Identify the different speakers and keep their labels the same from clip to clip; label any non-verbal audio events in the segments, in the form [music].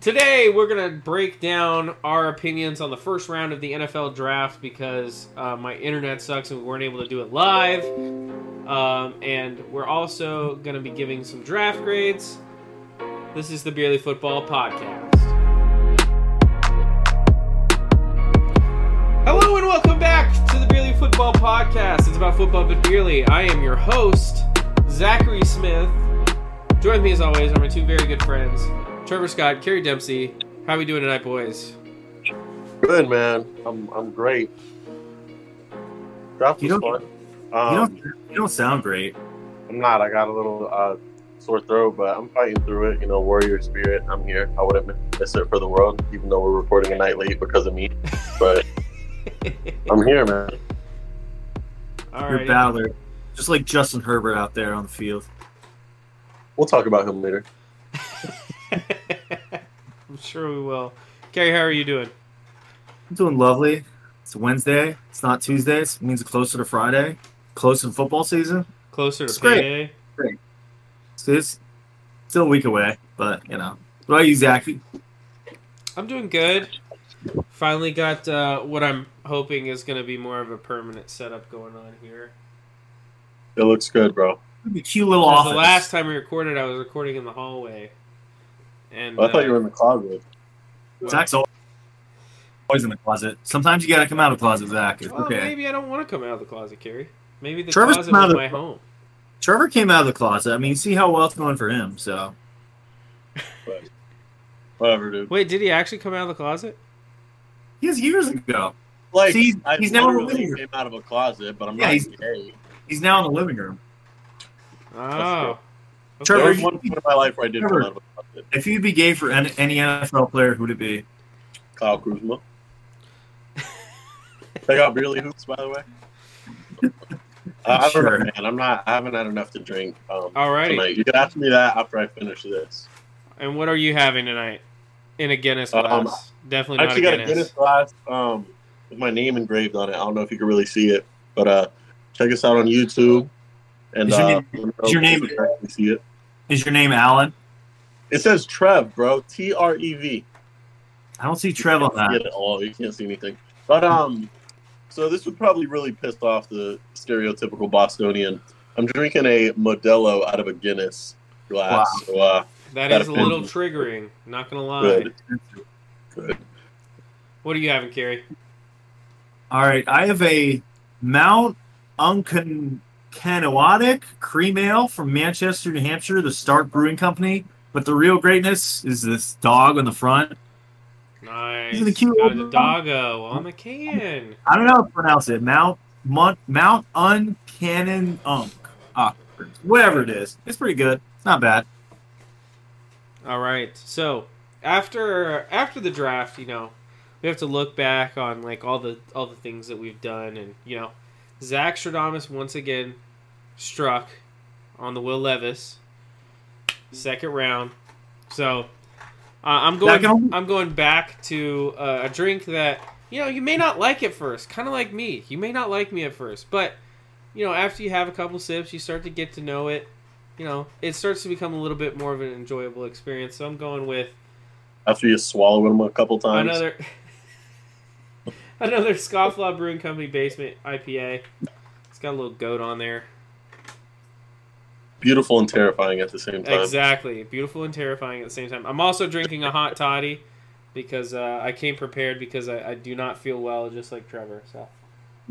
Speaker 1: Today we're gonna break down our opinions on the first round of the NFL draft because uh, my internet sucks and we weren't able to do it live. Um, and we're also gonna be giving some draft grades. This is the Barely Football Podcast. Hello and welcome back to the Barely Football Podcast. It's about football but barely. I am your host, Zachary Smith. Join me as always are my two very good friends, Trevor Scott, Kerry Dempsey. How we doing tonight, [laughs] boys?
Speaker 2: Good man. I'm I'm great. Draft
Speaker 3: You
Speaker 2: was
Speaker 3: don't-
Speaker 2: fun.
Speaker 3: You
Speaker 2: Um,
Speaker 3: don't, you don't sound great.
Speaker 2: I'm not. I got a little uh, sore throat, but I'm fighting through it. You know, warrior spirit. I'm here. I wouldn't miss it for the world, even though we're recording a night late because of me.
Speaker 3: [laughs]
Speaker 2: But I'm here, man.
Speaker 1: All
Speaker 3: You're a battler. Just like Justin Herbert out there on the field.
Speaker 2: We'll talk about him later.
Speaker 1: [laughs] I'm sure we will. Kerry, how are you doing?
Speaker 3: I'm doing lovely. It's Wednesday. It's not Tuesday. It means it's closer to Friday. Closer to football season.
Speaker 1: Closer to
Speaker 3: It's great.
Speaker 1: payday.
Speaker 3: So it's still a week away, but you know. What about you, Zach?
Speaker 1: I'm doing good. Finally got uh, what I'm hoping is going to be more of a permanent setup going on here.
Speaker 2: It looks good, bro.
Speaker 3: Cute little
Speaker 1: 'Cause
Speaker 3: office.
Speaker 1: The last time we recorded, I was recording in the hallway, and
Speaker 2: I thought you
Speaker 1: uh,
Speaker 2: were in the closet.
Speaker 1: well-
Speaker 3: Zach's al- always in the closet. Sometimes you gotta come out of the closet, Zach. It's
Speaker 1: Well,
Speaker 3: okay.
Speaker 1: maybe I don't want to come out of the closet, Kerry. Maybe the
Speaker 3: Trevor's
Speaker 1: closet
Speaker 3: come out
Speaker 1: was
Speaker 3: of
Speaker 1: my
Speaker 3: the-
Speaker 1: home.
Speaker 3: Trevor came out of the closet. I mean, see how well it's going for him. So
Speaker 2: Whatever, dude.
Speaker 1: Wait, did he actually come out of the closet?
Speaker 3: he was years ago.
Speaker 2: Like
Speaker 3: See,
Speaker 2: I
Speaker 3: he's never
Speaker 2: literally
Speaker 3: been here.
Speaker 2: came out of a closet, but I'm
Speaker 3: Yeah,
Speaker 2: not
Speaker 3: he's-
Speaker 2: gay.
Speaker 3: He's now in the living room.
Speaker 1: Oh, okay.
Speaker 2: There
Speaker 3: Trevor,
Speaker 2: was
Speaker 3: you-
Speaker 2: one point in my life where I did come
Speaker 3: Trevor.
Speaker 2: out of a closet.
Speaker 3: If you'd be gay for any, any NFL player, who'd it be?
Speaker 2: Kyle Kuzma. Check out Beerly Hoops, by the way. Uh, I don't know,
Speaker 3: Sure.
Speaker 2: man. I'm not. I haven't had enough to drink um,
Speaker 1: Alrighty.
Speaker 2: tonight. You can ask me that after I finish this.
Speaker 1: And what are you having tonight? In a Guinness glass.
Speaker 2: Um, I
Speaker 1: Definitely not a
Speaker 2: actually got a
Speaker 1: Guinness.
Speaker 2: Guinness glass um, with my name engraved on it. I don't know if you can really see it, but uh, check us out on YouTube. And
Speaker 3: Is your
Speaker 2: uh,
Speaker 3: name-
Speaker 2: I don't know
Speaker 3: is your
Speaker 2: if
Speaker 3: name-
Speaker 2: you can actually see it.
Speaker 3: Is your name Alan?
Speaker 2: It says Trev, bro. T R E V.
Speaker 3: I don't see Trev
Speaker 2: You
Speaker 3: on that.
Speaker 2: can't see it at all. You can't see anything. But um, so this would probably really piss off the stereotypical Bostonian. I'm drinking a Modelo out of a Guinness glass.
Speaker 3: Wow.
Speaker 2: So, uh,
Speaker 1: That
Speaker 2: Got
Speaker 1: is a
Speaker 2: a
Speaker 1: little
Speaker 2: pen.
Speaker 1: triggering. Not gonna lie.
Speaker 2: good, good.
Speaker 1: What are you having, Carrie?
Speaker 3: All right, I have a Mount Unconnotic cream ale from Manchester, New Hampshire, the Stark Brewing Company. But the real greatness is this dog on the front.
Speaker 1: Nice.
Speaker 3: Isn't it cute?
Speaker 1: Got a doggo on the can.
Speaker 3: I don't know how to pronounce it. Mount Mount, Mount Uncannon Unk. Ah, whatever it is, it's pretty good. It's not bad.
Speaker 1: All right. So after after the draft, you know, we have to look back on like all the all the things that we've done, and you know, Zach Stradamus once again struck on the Will Levis second round. So uh, I'm going
Speaker 3: Zach, I'm-
Speaker 1: I'm going back to uh, a drink that you know you may not like at first, kind of like me. You may not like me at first, but you know after you have a couple sips, you start to get to know it. You know, it starts to become a little bit more of an enjoyable experience. So I'm going with
Speaker 2: After you swallow them a couple times,
Speaker 1: another [laughs] another scofflaw brewing company basement ipa it's got a little goat on there
Speaker 2: beautiful and terrifying at the same time.
Speaker 1: exactly beautiful and terrifying at the same time i'm also drinking a hot toddy because uh, i came prepared because I, I do not feel well just like trevor so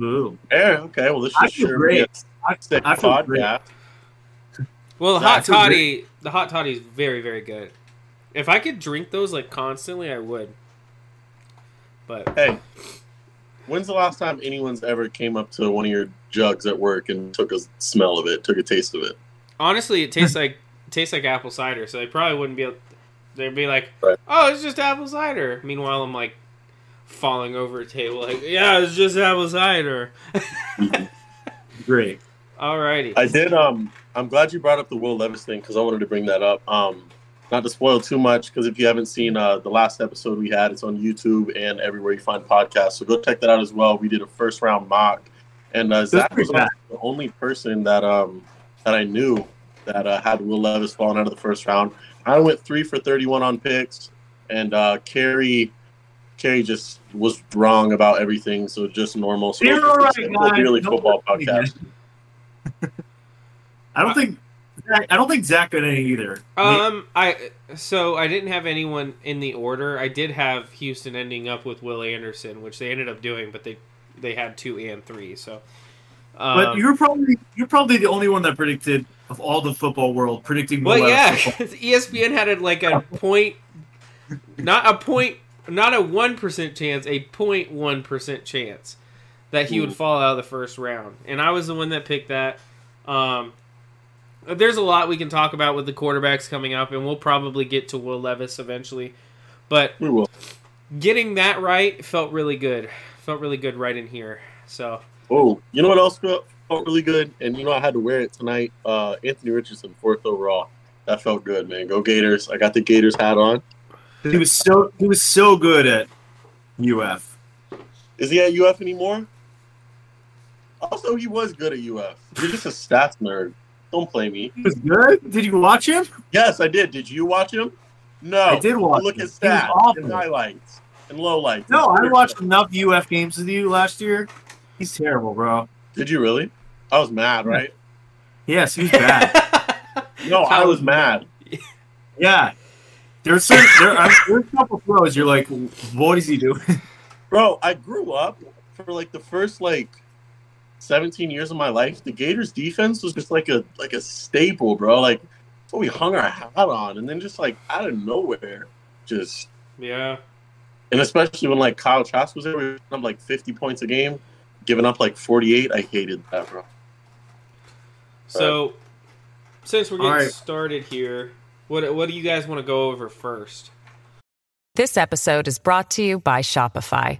Speaker 3: Ooh.
Speaker 2: Yeah, okay. Well, this
Speaker 3: I
Speaker 2: should
Speaker 3: feel
Speaker 2: sure be
Speaker 3: great.
Speaker 2: a
Speaker 3: I,
Speaker 2: sick
Speaker 3: I feel great.
Speaker 2: podcast.
Speaker 1: well the
Speaker 3: Yeah, I
Speaker 1: hot
Speaker 3: feel
Speaker 1: toddy the hot toddy is very very good if i could drink those like constantly i would but
Speaker 2: Hey, when's the last time anyone's ever came up to one of your jugs at work and took a smell of it, took a taste of it?
Speaker 1: honestly it tastes like tastes like apple cider so they probably wouldn't be able they'd be like
Speaker 2: Right.
Speaker 1: oh it's just apple cider meanwhile i'm like falling over a table like yeah it's just apple cider
Speaker 3: Great.
Speaker 1: alrighty
Speaker 2: I did. Um, I'm glad you brought up the Will Levis thing because I wanted to bring that up. Um, not to spoil too much because if you haven't seen uh, the last episode we had, it's on YouTube and everywhere you find podcasts. So go check that out as well. We did a first round mock, and uh, Zach was
Speaker 3: Yeah.
Speaker 2: the only person that um that I knew that uh, had Will Levis falling out of the first round. I went three for 31 on picks. and uh, Carrie. Carrie just was wrong about everything, so just normal. So
Speaker 3: You're all right, guys.
Speaker 2: really
Speaker 3: Don't
Speaker 2: football
Speaker 3: worry, man.
Speaker 2: podcast.
Speaker 3: [laughs] I don't think Zach, I don't think Zach got any either.
Speaker 1: Um, I so I didn't have anyone in the order. I did have Houston ending up with Will Anderson, which they ended up doing, but they they had two and three. So, um,
Speaker 3: but you're probably you're probably the only one that predicted of all the football world predicting.
Speaker 1: Well,
Speaker 3: Will
Speaker 1: yeah, E
Speaker 3: Levis
Speaker 1: [laughs] 'cause ESPN had it like a point, not a point, not a one percent chance, a point one percent chance that he would
Speaker 2: Ooh.
Speaker 1: fall out of the first round, and I was the one that picked that. Um, there's a lot we can talk about with the quarterbacks coming up, and we'll probably get to Will Levis eventually, but
Speaker 2: We will.
Speaker 1: getting that right felt really good. Felt really good right in here. So
Speaker 2: Oh, you know what else felt felt really good? And you know I had to wear it tonight. Uh, Anthony Richardson, fourth overall. That felt good, man. Go Gators! I got the Gators hat on.
Speaker 3: football. He was so he was so good at UF.
Speaker 2: Is he at UF anymore? Also, he was good at UF. You're just a stats nerd. Don't play me.
Speaker 3: He was good. Did you watch him?
Speaker 2: Yes, I did. Did you watch him? No.
Speaker 3: I did watch.
Speaker 2: Oh, Look
Speaker 3: him.
Speaker 2: at stats
Speaker 3: He was
Speaker 2: and
Speaker 3: awful.
Speaker 2: highlights and lowlights.
Speaker 3: No, I watched enough UF games with you last year. He's terrible, bro.
Speaker 2: Did you really? I was mad,
Speaker 3: [laughs]
Speaker 2: right?
Speaker 3: Yes,
Speaker 2: [laughs]
Speaker 3: he's bad.
Speaker 2: No, I was mad.
Speaker 3: yeah. There's certain, there are there's a couple throws you're like, what is he doing?
Speaker 2: Bro, I grew up for like the first like 17 years of my life. The Gators defense was just like a like a staple, bro. Like that's what we hung our hat on, and then just like out of nowhere, just
Speaker 1: [laughs] yeah.
Speaker 2: and especially when like Kyle Trask was there, we were putting up like 50 points a game, giving up like 48. I hated that, bro.
Speaker 1: So since we're getting
Speaker 3: All right.
Speaker 1: started here, what what do you guys want to go over first?
Speaker 4: This episode is brought to you by Shopify.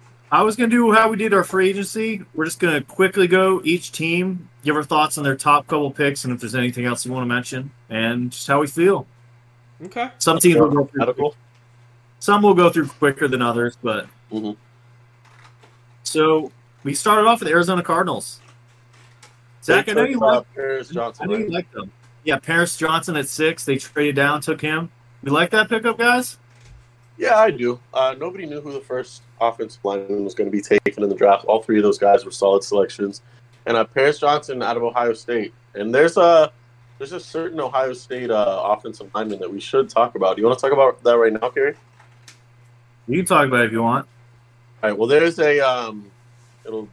Speaker 3: I was gonna do how we did our free agency. We're just gonna quickly go each team, give our thoughts on their top couple picks, and if there's anything else you want to mention, and just how we feel.
Speaker 1: Okay.
Speaker 3: Some teams will go through,
Speaker 2: Medical.
Speaker 3: some will go through quicker than others, but
Speaker 2: Mhm.
Speaker 3: so we started off with the Arizona Cardinals. Zach, I know you like
Speaker 2: Paris Johnson.
Speaker 3: I know you
Speaker 2: right?
Speaker 3: like them. Yeah, Paris Johnson at six. They traded down, took him. You like that pickup, guys?
Speaker 2: Yeah, I do. Uh, nobody knew who the first offensive lineman was going to be taken in the draft. All three of those guys were solid selections, and uh, Paris Johnson out of Ohio State. And there's a there's a certain Ohio State uh, offensive lineman that we should talk about. Do you want to talk about that right now, Gary?
Speaker 3: You can talk about it if you want.
Speaker 2: All right. Well, there's a um, it'll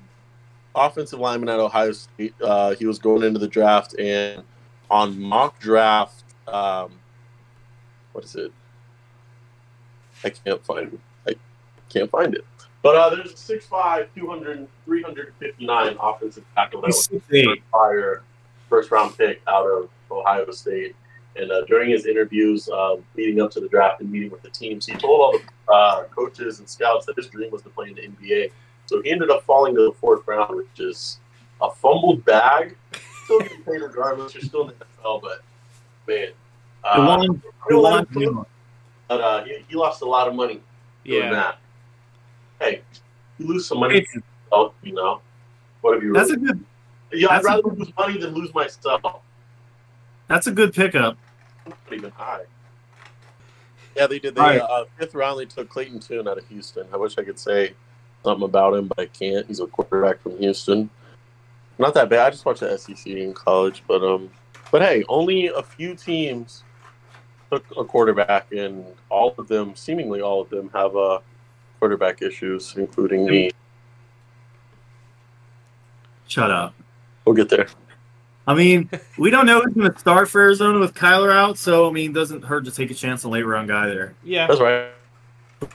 Speaker 2: offensive lineman at Ohio State. Uh, he was going into the draft, and on mock draft, um, what is it? I can't find. I can't find it. But uh, there's a 6'5", 200, 359 offensive tackle that
Speaker 3: He's
Speaker 2: was
Speaker 3: six
Speaker 2: the
Speaker 3: eight.
Speaker 2: prior first round pick out of Ohio State. And uh, during his interviews uh, leading up to the draft and meeting with the teams, he told all the uh, coaches and scouts that his dream was to play in the NBA. So he ended up falling to the fourth round, which is a fumbled bag. Still getting paid regardless. You're still in the NFL, but man,
Speaker 3: The
Speaker 2: uh,
Speaker 3: one, the
Speaker 2: real
Speaker 3: one,
Speaker 2: life, but, uh, he, he lost a lot of money doing
Speaker 1: Yeah.
Speaker 2: that. Hey, you lose some money, oh, you know. What have you?
Speaker 3: That's a good.
Speaker 2: Yeah,
Speaker 3: That's
Speaker 2: I'd rather
Speaker 3: a-
Speaker 2: lose money than lose myself. I'm
Speaker 3: That's a good pickup.
Speaker 2: not even high. Yeah, they did. They
Speaker 3: Right.
Speaker 2: uh, fifth round. They took Clayton Toon out of Houston. I wish I could say something about him, but I can't. He's a quarterback from Houston. Not that bad. I just watched the SEC in college, but um, but hey, only a few teams took a quarterback, and all of them, seemingly all of them, have uh, quarterback issues, including me.
Speaker 3: Shut up.
Speaker 2: We'll get there.
Speaker 3: I mean, we don't know who's going to start for Arizona with Kyler out, so I mean, doesn't hurt to take a chance on a late round guy there.
Speaker 1: Yeah.
Speaker 2: That's right.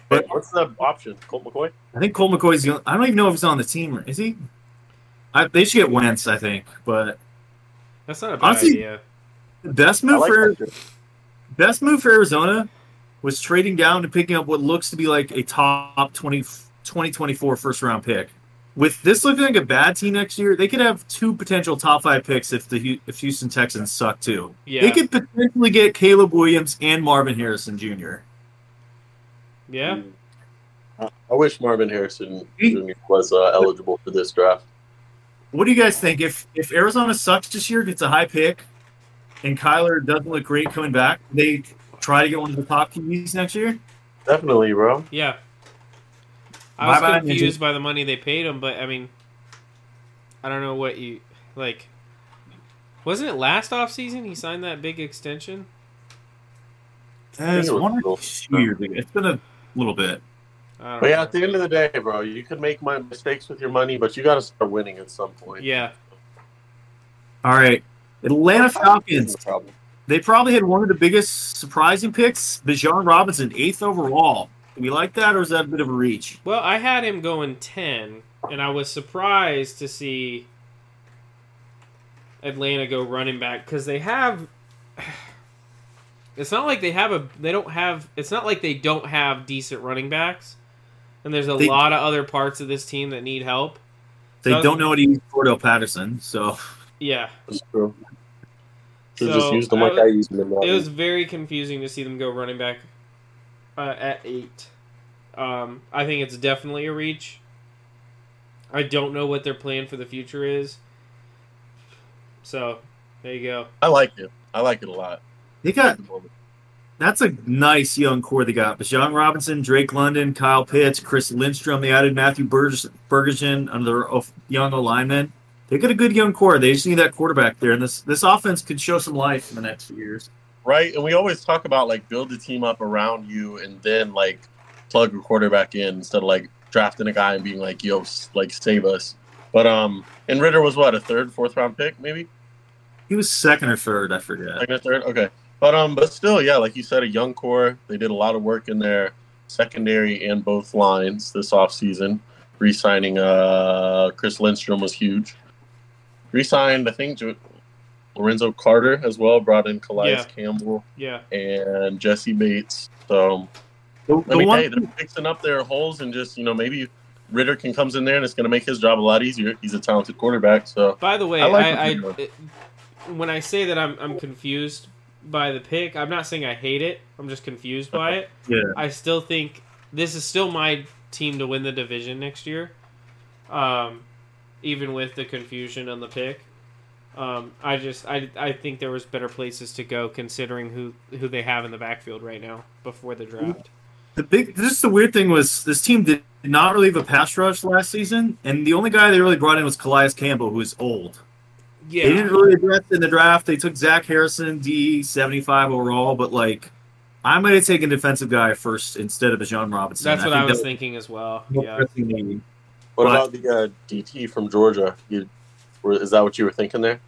Speaker 2: But what's that option? Colt McCoy.
Speaker 3: I think Cole McCoy's. The only, I don't even know if he's on the team. Or, is he? I, they should get Wentz, I think. But
Speaker 1: That's not a bad
Speaker 3: Honestly-
Speaker 1: idea.
Speaker 3: the best
Speaker 2: I
Speaker 3: move
Speaker 2: like
Speaker 3: for
Speaker 2: that.
Speaker 3: best move for Arizona was trading down and picking up what looks to be like a top 20, 2024 first round pick. With this looking like a bad team next year, they could have two potential top five picks if the Hu- if Houston Texans suck too.
Speaker 1: Yeah.
Speaker 3: They could potentially get Caleb Williams and Marvin Harrison Jr.
Speaker 1: Yeah.
Speaker 2: I, I wish Marvin Harrison
Speaker 3: He-
Speaker 2: Jr. was uh, eligible for this draft.
Speaker 3: What do you guys think? If if Arizona sucks this year, gets a high pick, and Kyler doesn't look great coming back, they try to get one of the top QBs next year.
Speaker 2: Definitely, bro.
Speaker 1: Yeah. I was
Speaker 3: Bye-bye,
Speaker 1: confused by the money they paid him, but I mean, I don't know what you like. Wasn't it last offseason he signed that big extension?
Speaker 3: Uh, It's
Speaker 2: it was
Speaker 3: one
Speaker 2: a
Speaker 3: or
Speaker 2: little-
Speaker 3: two years ago. It's been a little bit.
Speaker 1: I don't
Speaker 2: But yeah,
Speaker 1: know.
Speaker 2: at the end of the day, bro, you can make my mistakes with your money, but you got to start winning at some point.
Speaker 1: yeah.
Speaker 3: All right, Atlanta Falcons.
Speaker 2: problem.
Speaker 3: They probably had one of the biggest surprising picks, Bijan Robinson, eighth overall. Do we like that, or is that a bit of a reach?
Speaker 1: Well, I had him going 10, and I was surprised to see Atlanta go running back because they have. [sighs] It's not like they have a. They don't have. It's not like they don't have decent running backs. And there's a
Speaker 3: They-
Speaker 1: lot of other parts of this team that need help.
Speaker 3: They
Speaker 1: That was-
Speaker 3: don't know how to use Cordell Patterson, so
Speaker 1: Yeah.
Speaker 2: That's true. Should
Speaker 1: So,
Speaker 2: just use them like
Speaker 1: I-
Speaker 2: I, used them. in
Speaker 1: It
Speaker 2: Madden.
Speaker 1: was very confusing to see them go running back uh, at eight. Um, I think it's definitely a reach. I don't know what their plan for the future is. So there you go.
Speaker 2: I like it. I like it a lot.
Speaker 3: they got that's a nice young core they got. Bijan Robinson, Drake London, Kyle Pitts, Chris Lindstrom. They added Matthew Burgess, Bergeson, another o- young alignment. They got a good young core. They just need that quarterback there, and this this offense could show some life in the next few years.
Speaker 2: right? And we always talk about like build the team up around you and then like plug a quarterback in instead of like drafting a guy and being like, yo, s- like save us. But um, and Ritter was what a third, fourth round pick, maybe
Speaker 3: He was second or third, I forget.
Speaker 2: second or third. Okay, but um, but still, yeah, like you said, a young core. They did a lot of work in their secondary and both lines this offseason. Resigning uh Chris Lindstrom was huge. Resigned, I think, Jo- Lorenzo Carter as well. Brought in Calais
Speaker 1: Yeah.
Speaker 2: Campbell
Speaker 1: Yeah.
Speaker 2: and Jesse Bates. So
Speaker 3: The,
Speaker 2: I
Speaker 3: the
Speaker 2: mean,
Speaker 3: one
Speaker 2: hey, they're fixing up their holes and just you know maybe Ritter can comes in there and it's going to make his job a lot easier. He's a talented quarterback, so
Speaker 1: By the way,
Speaker 2: I
Speaker 1: I,
Speaker 2: like
Speaker 1: I,
Speaker 2: what
Speaker 1: when I say that I'm I'm confused by the pick, I'm not saying I hate it. I'm just confused by it.
Speaker 3: [laughs] Yeah.
Speaker 1: I still think this is still my team to win the division next year. Um, even with the confusion on the pick. Um, I just I, I think there was better places to go considering who who they have in the backfield right now before the draft.
Speaker 3: The big, this is the weird thing was this team did not really have a pass rush last season, and the only guy they really brought in was Calais Campbell, who is old. They didn't
Speaker 1: Yeah.
Speaker 3: really address in the draft. They took Zach Harrison, D seventy five overall, but like I might have taken defensive guy first instead of John Robinson.
Speaker 1: That's what I
Speaker 3: think
Speaker 1: was
Speaker 3: that
Speaker 1: thinking as well.
Speaker 3: was
Speaker 1: Yeah.
Speaker 3: the pressing need.
Speaker 2: what
Speaker 3: Right.
Speaker 2: about the uh, DT from Georgia? You, were- is that what you were thinking there?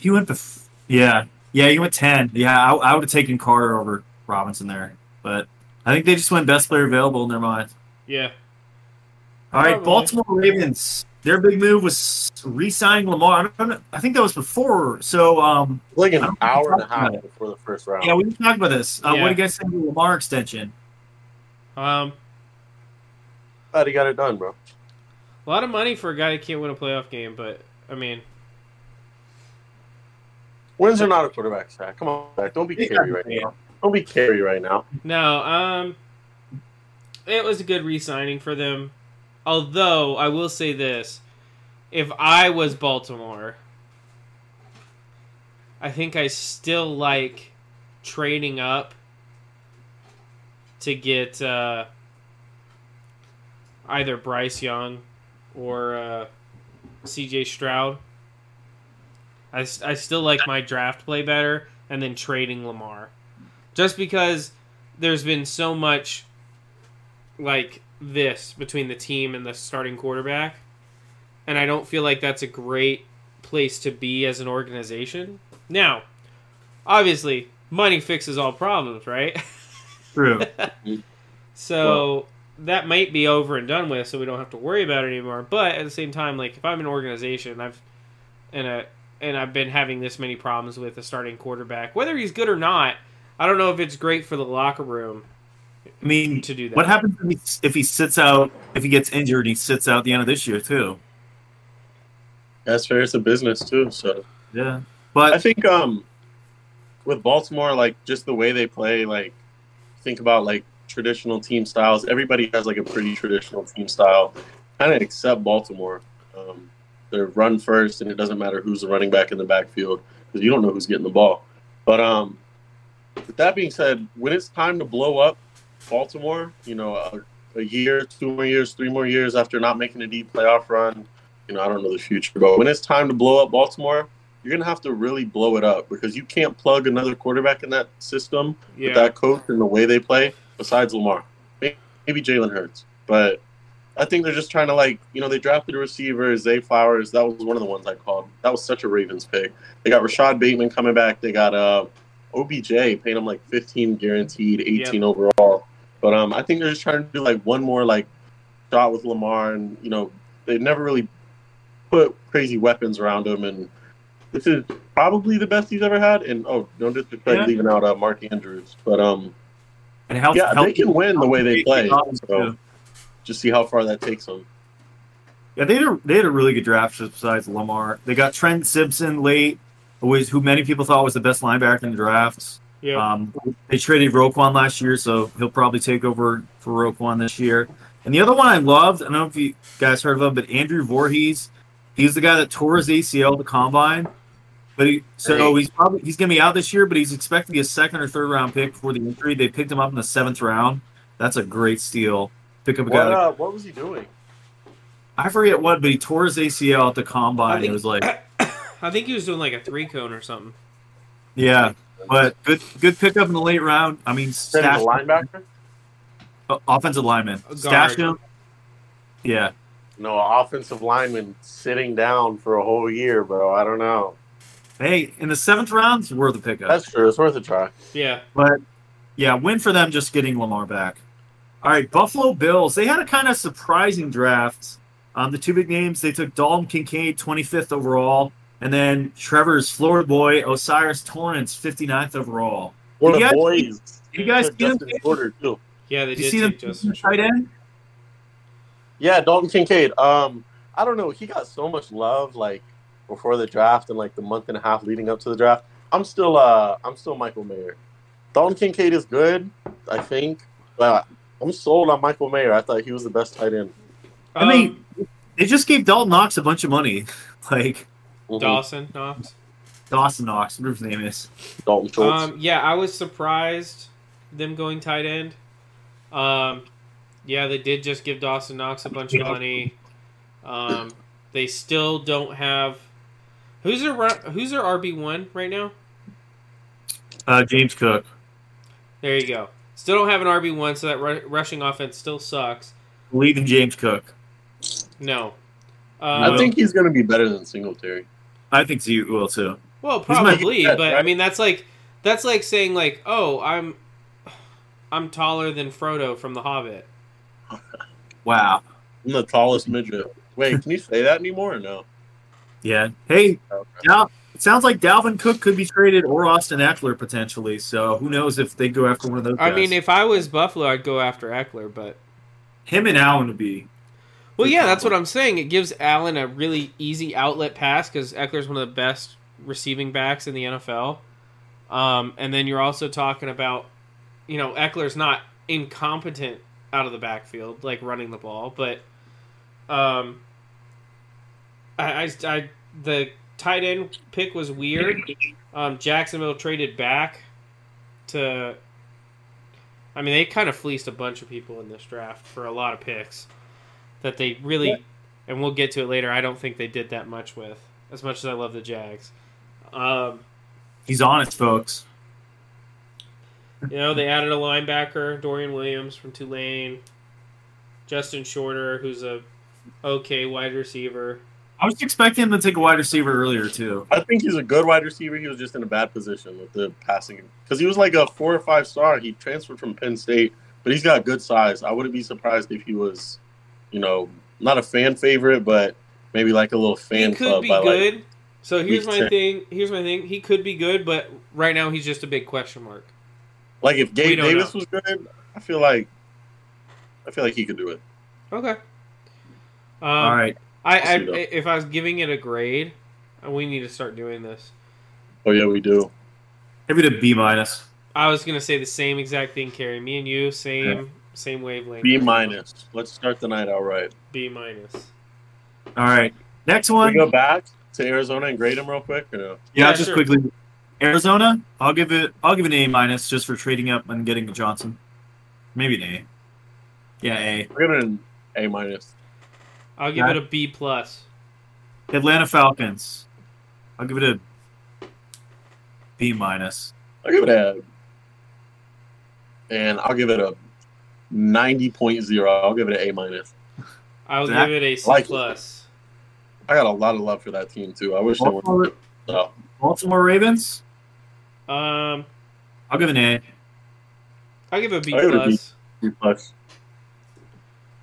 Speaker 3: He went bef- yeah, yeah. He went ten. Yeah, I, I would have taken Carter over Robinson there, but I think they just went best player available in their mind.
Speaker 1: Yeah.
Speaker 3: All right,
Speaker 1: Probably.
Speaker 3: Baltimore Ravens. Their big move was re-signing Lamar. I, don't know, I think that was before. So um,
Speaker 2: It's Like
Speaker 3: I
Speaker 2: an
Speaker 3: don't think
Speaker 2: hour
Speaker 3: we
Speaker 2: and a
Speaker 3: talked
Speaker 2: half
Speaker 3: about it.
Speaker 2: before the first round.
Speaker 3: yeah, we can talk about this. Uh,
Speaker 1: Yeah.
Speaker 3: What do you guys think of the
Speaker 1: [laughs]
Speaker 3: Lamar extension?
Speaker 1: Um
Speaker 2: Glad he got it done, bro.
Speaker 1: A lot of money for a guy that can't win a playoff game, but I mean,
Speaker 2: Wins are not a quarterback sack. Come on, back. don't be carry right now. Don't be carry right now.
Speaker 1: no, um, it was a good re-signing for them. Although I will say this: if I was Baltimore, I think I still like trading up to get uh, either Bryce Young or uh, C.J. Stroud. I, s- I still like my draft play better, and then trading Lamar, just because there's been so much like this between the team and the starting quarterback, and I don't feel like that's a great place to be as an organization. Now, obviously, money fixes all problems, right? [laughs]
Speaker 3: True.
Speaker 1: So that might be over and done with, so we don't have to worry about it anymore. But at the same time, like if I'm an organization, I've and a and I've been having this many problems with a starting quarterback, whether he's good or not. I don't know if it's great for the locker room
Speaker 3: I mean,
Speaker 1: to do that.
Speaker 3: what happens if he, if he sits out? If he gets injured, and he sits out the end of this year too.
Speaker 2: That's fair. It's a business too. So
Speaker 3: Yeah,
Speaker 2: I
Speaker 3: but
Speaker 2: think um, with Baltimore, like just the way they play, like think about like traditional team styles. Everybody has like a pretty traditional team style, kind of except Baltimore. Um, they're run first, and it doesn't matter who's the running back in the backfield because you don't know who's getting the ball. But um, with that being said, when it's time to blow up Baltimore, you know, a, a year, two more years, three more years after not making a deep playoff run, you know, I don't know the future, but when it's time to blow up Baltimore, you're gonna have to really blow it up because you can't plug another quarterback in that system
Speaker 1: yeah.
Speaker 2: with that coach and the way they play. Besides Lamar, May- maybe Jalen Hurts, but I think they're just trying to like you know they drafted a receiver Zay Flowers. That was one of the ones I called. That was such a Ravens pick. They got Rashad Bateman coming back. They got uh, OBJ paying him like 15 guaranteed, 18 overall. But um, I think they're just trying to do like one more like shot with Lamar, and you know they never really put crazy weapons around him. And this is probably the best he's ever had. And oh, don't disrespect
Speaker 3: Yeah.
Speaker 2: leaving out uh, Mark Andrews, but um,
Speaker 3: and health,
Speaker 2: yeah, they
Speaker 3: health-
Speaker 2: can win the way they play.
Speaker 3: health-
Speaker 2: So just see how far that takes them.
Speaker 3: Yeah, they had a, they had a really good draft besides Lamar. They got Trent Simpson late, who is- who many people thought was the best linebacker in the draft.
Speaker 1: yeah.
Speaker 3: Um, they traded Roquan last year, so he'll probably take over for Roquan this year. And the other one I loved, I don't know if you guys heard of him, but Andrew Voorhees. He's the guy that tore his ACL at the combine. But he, so
Speaker 2: Right.
Speaker 3: he's probably he's gonna be out this year, but he's expected to be a second or third round pick before the injury. They picked him up in the seventh round. That's a great steal. Pick up a guy.
Speaker 2: What,
Speaker 3: that-
Speaker 2: uh, what was he doing?
Speaker 3: I forget what, but he tore his ACL at the combine.
Speaker 1: I think-
Speaker 3: it was like,
Speaker 1: [coughs] I think he was doing like a three cone or something.
Speaker 3: yeah, but good, good pickup in the late round. I mean,
Speaker 2: Send him
Speaker 3: stash
Speaker 2: to linebacker?
Speaker 3: offensive lineman,
Speaker 1: Guard.
Speaker 3: stash him. Yeah,
Speaker 2: No, offensive lineman sitting down for a whole year, bro. I don't know.
Speaker 3: hey, in the seventh round, it's worth a pickup.
Speaker 2: That's true. It's worth a try.
Speaker 1: Yeah.
Speaker 3: but yeah, win for them just getting Lamar back. All right, Buffalo Bills. They had a kind of surprising draft. Um, the two big names they took Dalton Kincaid, 25th overall, and then Trevor's Florida boy Osiris Torrance, 59th overall.
Speaker 2: One
Speaker 3: You
Speaker 2: of the
Speaker 3: guys-
Speaker 2: boys.
Speaker 3: you guys
Speaker 2: Took
Speaker 3: see him?
Speaker 2: Justin Porter too.
Speaker 1: Yeah, they
Speaker 3: Did
Speaker 1: did,
Speaker 3: you see them
Speaker 1: take Justin
Speaker 3: tight
Speaker 1: Shepard.
Speaker 3: end?
Speaker 2: Yeah, Dalton Kincaid. Um, I don't know. He got so much love like before the draft and like the month and a half leading up to the draft. I'm still uh I'm still Michael Mayer. Dalton Kincaid is good, I think. But I'm sold on Michael Mayer. I thought he was the best tight end.
Speaker 3: I
Speaker 1: Um,
Speaker 3: mean, they just gave Dalton Knox a bunch of money. [laughs] Like
Speaker 2: Mhm.
Speaker 1: Dawson Knox.
Speaker 3: Dawson Knox, whatever his name is.
Speaker 2: Dalton Schultz.
Speaker 1: Um, yeah, I was surprised them going tight end. Um, yeah, they did just give Dawson Knox a bunch of money. Um, they still don't have who's their ru- who's their RB one right now.
Speaker 3: Uh, James Cook.
Speaker 1: There you go. Still don't have an RB one, so that ru- rushing offense still sucks.
Speaker 3: Believe in James Cook.
Speaker 1: No,
Speaker 2: I
Speaker 1: um,
Speaker 2: think he's gonna be better than Singletary.
Speaker 3: I think Zeke will too.
Speaker 1: Well,
Speaker 3: He's not-
Speaker 1: probably,
Speaker 2: yeah,
Speaker 1: but I
Speaker 2: right.
Speaker 1: mean that's like that's like saying like, "Oh, I'm I'm taller than Frodo from The Hobbit."
Speaker 3: Wow.
Speaker 2: I'm the tallest midget. Wait, can you say that anymore or no?
Speaker 3: Yeah. Hey,
Speaker 2: Okay.
Speaker 3: Dal- it sounds like Dalvin Cook could be traded or Austin Eckler potentially. So who knows if they go after one of those?
Speaker 1: I
Speaker 3: guys.
Speaker 1: mean, if I was Buffalo, I'd go after Eckler, but
Speaker 3: him and Allen would be.
Speaker 1: well,
Speaker 3: Good
Speaker 1: yeah, that's what
Speaker 3: combo.
Speaker 1: I'm saying. It gives Allen a really easy outlet pass because Eckler's one of the best receiving backs in the NFL. Um, and then you're also talking about, you know, Eckler's not incompetent out of the backfield, like running the ball, but um, I, I, I the tight end pick was weird. Um, Jacksonville traded back to. I mean, they kind of fleeced a bunch of people in this draft for a lot of picks that they really, and we'll get to it later. I don't think they did that much with, as much as I love the Jags. Um,
Speaker 3: He's honest, folks.
Speaker 1: you know, they added a linebacker, Dorian Williams from Tulane, Justin Shorter, who's a okay wide receiver.
Speaker 3: I was expecting him to take a wide receiver earlier too.
Speaker 2: I think he's a good wide receiver. He was just in a bad position with the passing because he was like a four or five star. He transferred from Penn State, but he's got good size. I wouldn't be surprised if he was, you know, not a fan favorite, but maybe like a little fan
Speaker 1: he could
Speaker 2: club
Speaker 1: be
Speaker 2: by like
Speaker 1: good. so here's
Speaker 2: week
Speaker 1: my
Speaker 2: 10.
Speaker 1: thing. Here's my thing. He could be good, but right now he's just a big question mark.
Speaker 2: Like if
Speaker 1: We
Speaker 2: Gabe
Speaker 1: don't
Speaker 2: Davis
Speaker 1: know.
Speaker 2: was good, I feel like I feel like he could do it.
Speaker 1: Okay. Um,
Speaker 3: All right.
Speaker 1: I,
Speaker 2: I'll
Speaker 1: I
Speaker 2: see though.
Speaker 1: if I was giving it a grade, uh, we need to start doing this.
Speaker 2: Oh yeah, we do.
Speaker 3: Give it a B minus.
Speaker 1: I was gonna say the same exact thing, Carrie. Me and you, same same wavelength.
Speaker 2: B minus. Let's start the night outright.
Speaker 1: B minus.
Speaker 3: All right. Next
Speaker 2: Can
Speaker 3: one.
Speaker 2: we go back to Arizona and grade him real quick or no?
Speaker 3: Yeah,
Speaker 1: Yeah,
Speaker 3: just
Speaker 1: sure.
Speaker 3: quickly. Arizona, I'll give it I'll give it an A minus just for trading up and getting Johnson. Maybe an A. Yeah, A.
Speaker 2: We're giving an A minus.
Speaker 1: I'll give it a B plus.
Speaker 3: Atlanta Falcons. I'll give it a B minus.
Speaker 2: I'll give it a and I'll give it a ninety point zero. I'll give it an A minus.
Speaker 1: I'll
Speaker 3: Zach,
Speaker 1: give it a C
Speaker 2: like it.
Speaker 1: plus.
Speaker 2: I got a lot of love for that team too. I wish they were
Speaker 3: Baltimore,
Speaker 2: so.
Speaker 3: Baltimore Ravens,
Speaker 1: Um,
Speaker 3: I'll give an A.
Speaker 1: I'll give it a B
Speaker 2: I'll give it a B.
Speaker 1: plus.
Speaker 2: B plus.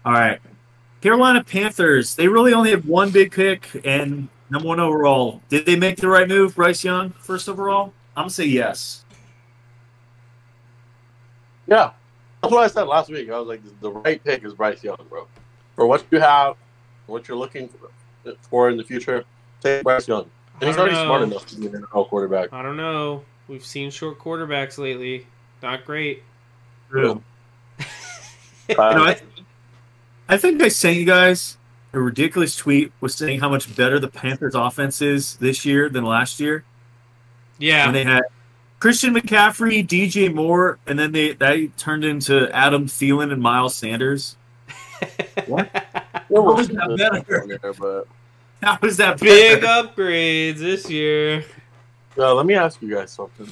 Speaker 3: All right. Carolina Panthers. They really only have one big pick and number one overall. Did they make the right move, Bryce Young, first overall? I'm gonna say yes.
Speaker 2: Yeah. That's what I said last week. I was like, the right pick is Bryce Young, bro. For what you have, what you're looking for in the future, take Bryce Young. And he's
Speaker 1: I don't
Speaker 2: already smart
Speaker 1: know.
Speaker 2: enough to be an NFL quarterback.
Speaker 1: I don't know. We've seen short quarterbacks lately. Not
Speaker 2: [laughs]
Speaker 1: great.
Speaker 2: True.
Speaker 3: You know, I,
Speaker 2: Uh,
Speaker 3: I think I sent you guys a ridiculous tweet was saying how much better the Panthers offense is this year than last year
Speaker 1: yeah.
Speaker 3: when they had Christian McCaffrey, DJ Moore, and then they that turned into Adam Thielen and Miles
Speaker 2: [laughs]
Speaker 3: Sanders.
Speaker 2: there
Speaker 3: What
Speaker 2: was
Speaker 3: was that
Speaker 2: good
Speaker 3: better?
Speaker 2: on there, but
Speaker 3: How is that
Speaker 1: Big
Speaker 3: better?
Speaker 1: upgrades this year.
Speaker 2: uh, let me ask you guys something.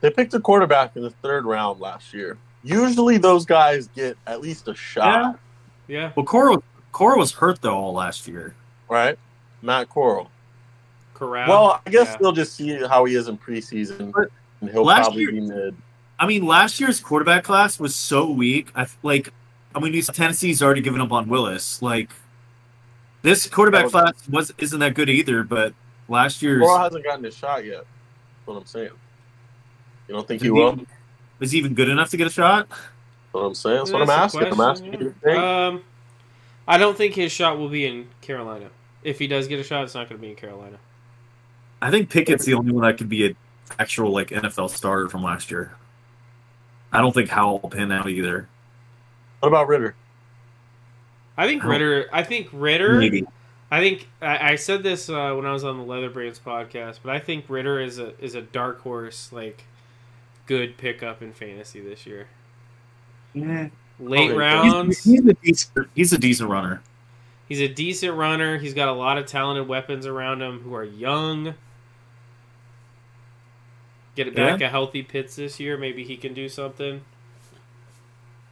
Speaker 2: They picked a quarterback in the third round last year. Usually those guys get at least a shot,
Speaker 1: Yeah.
Speaker 3: Well, Cora, Cora was hurt though all last year.
Speaker 2: right? Matt Coral.
Speaker 1: Corral.
Speaker 2: Well, I guess
Speaker 1: yeah.
Speaker 2: they'll just see how he is in preseason,
Speaker 3: But
Speaker 2: and he'll
Speaker 3: last
Speaker 2: probably
Speaker 3: year-
Speaker 2: be mid.
Speaker 3: I mean, last year's quarterback class was so weak. I f- like, I mean, these- Tennessee's already given up on Willis. Like, this quarterback
Speaker 2: That
Speaker 3: class was isn't that good either. But last year's
Speaker 2: Coral hasn't gotten his shot yet. That's what I'm saying. You don't think he
Speaker 3: Didn't
Speaker 2: will?
Speaker 3: even- was even good enough to get a shot.
Speaker 2: That's what I'm saying. That's what I'm
Speaker 1: That's the
Speaker 2: asking. I'm asking you
Speaker 1: question,
Speaker 2: to think.
Speaker 1: yeah. Um, I don't think his shot will be in Carolina. If he does get a shot, it's not going to be in Carolina.
Speaker 3: I think Pickett's the only one that could be an actual like NFL starter from last year. I don't think Howell will pan out either.
Speaker 2: what about Ritter?
Speaker 1: I think
Speaker 3: I don't-
Speaker 1: Ritter. I think Ritter.
Speaker 3: Maybe
Speaker 1: I think I, I said this uh, when I was on the Leather Brands podcast, but I think Ritter is a is a dark horse, like good pickup in fantasy this year. Late
Speaker 2: Okay.
Speaker 1: rounds.
Speaker 3: he's,
Speaker 1: He's,
Speaker 3: he's a decent, he's a decent runner.
Speaker 1: a decent runner. He's got a lot of talented weapons around him who are young. Get it back a healthy Pitts this year. Maybe he can do something.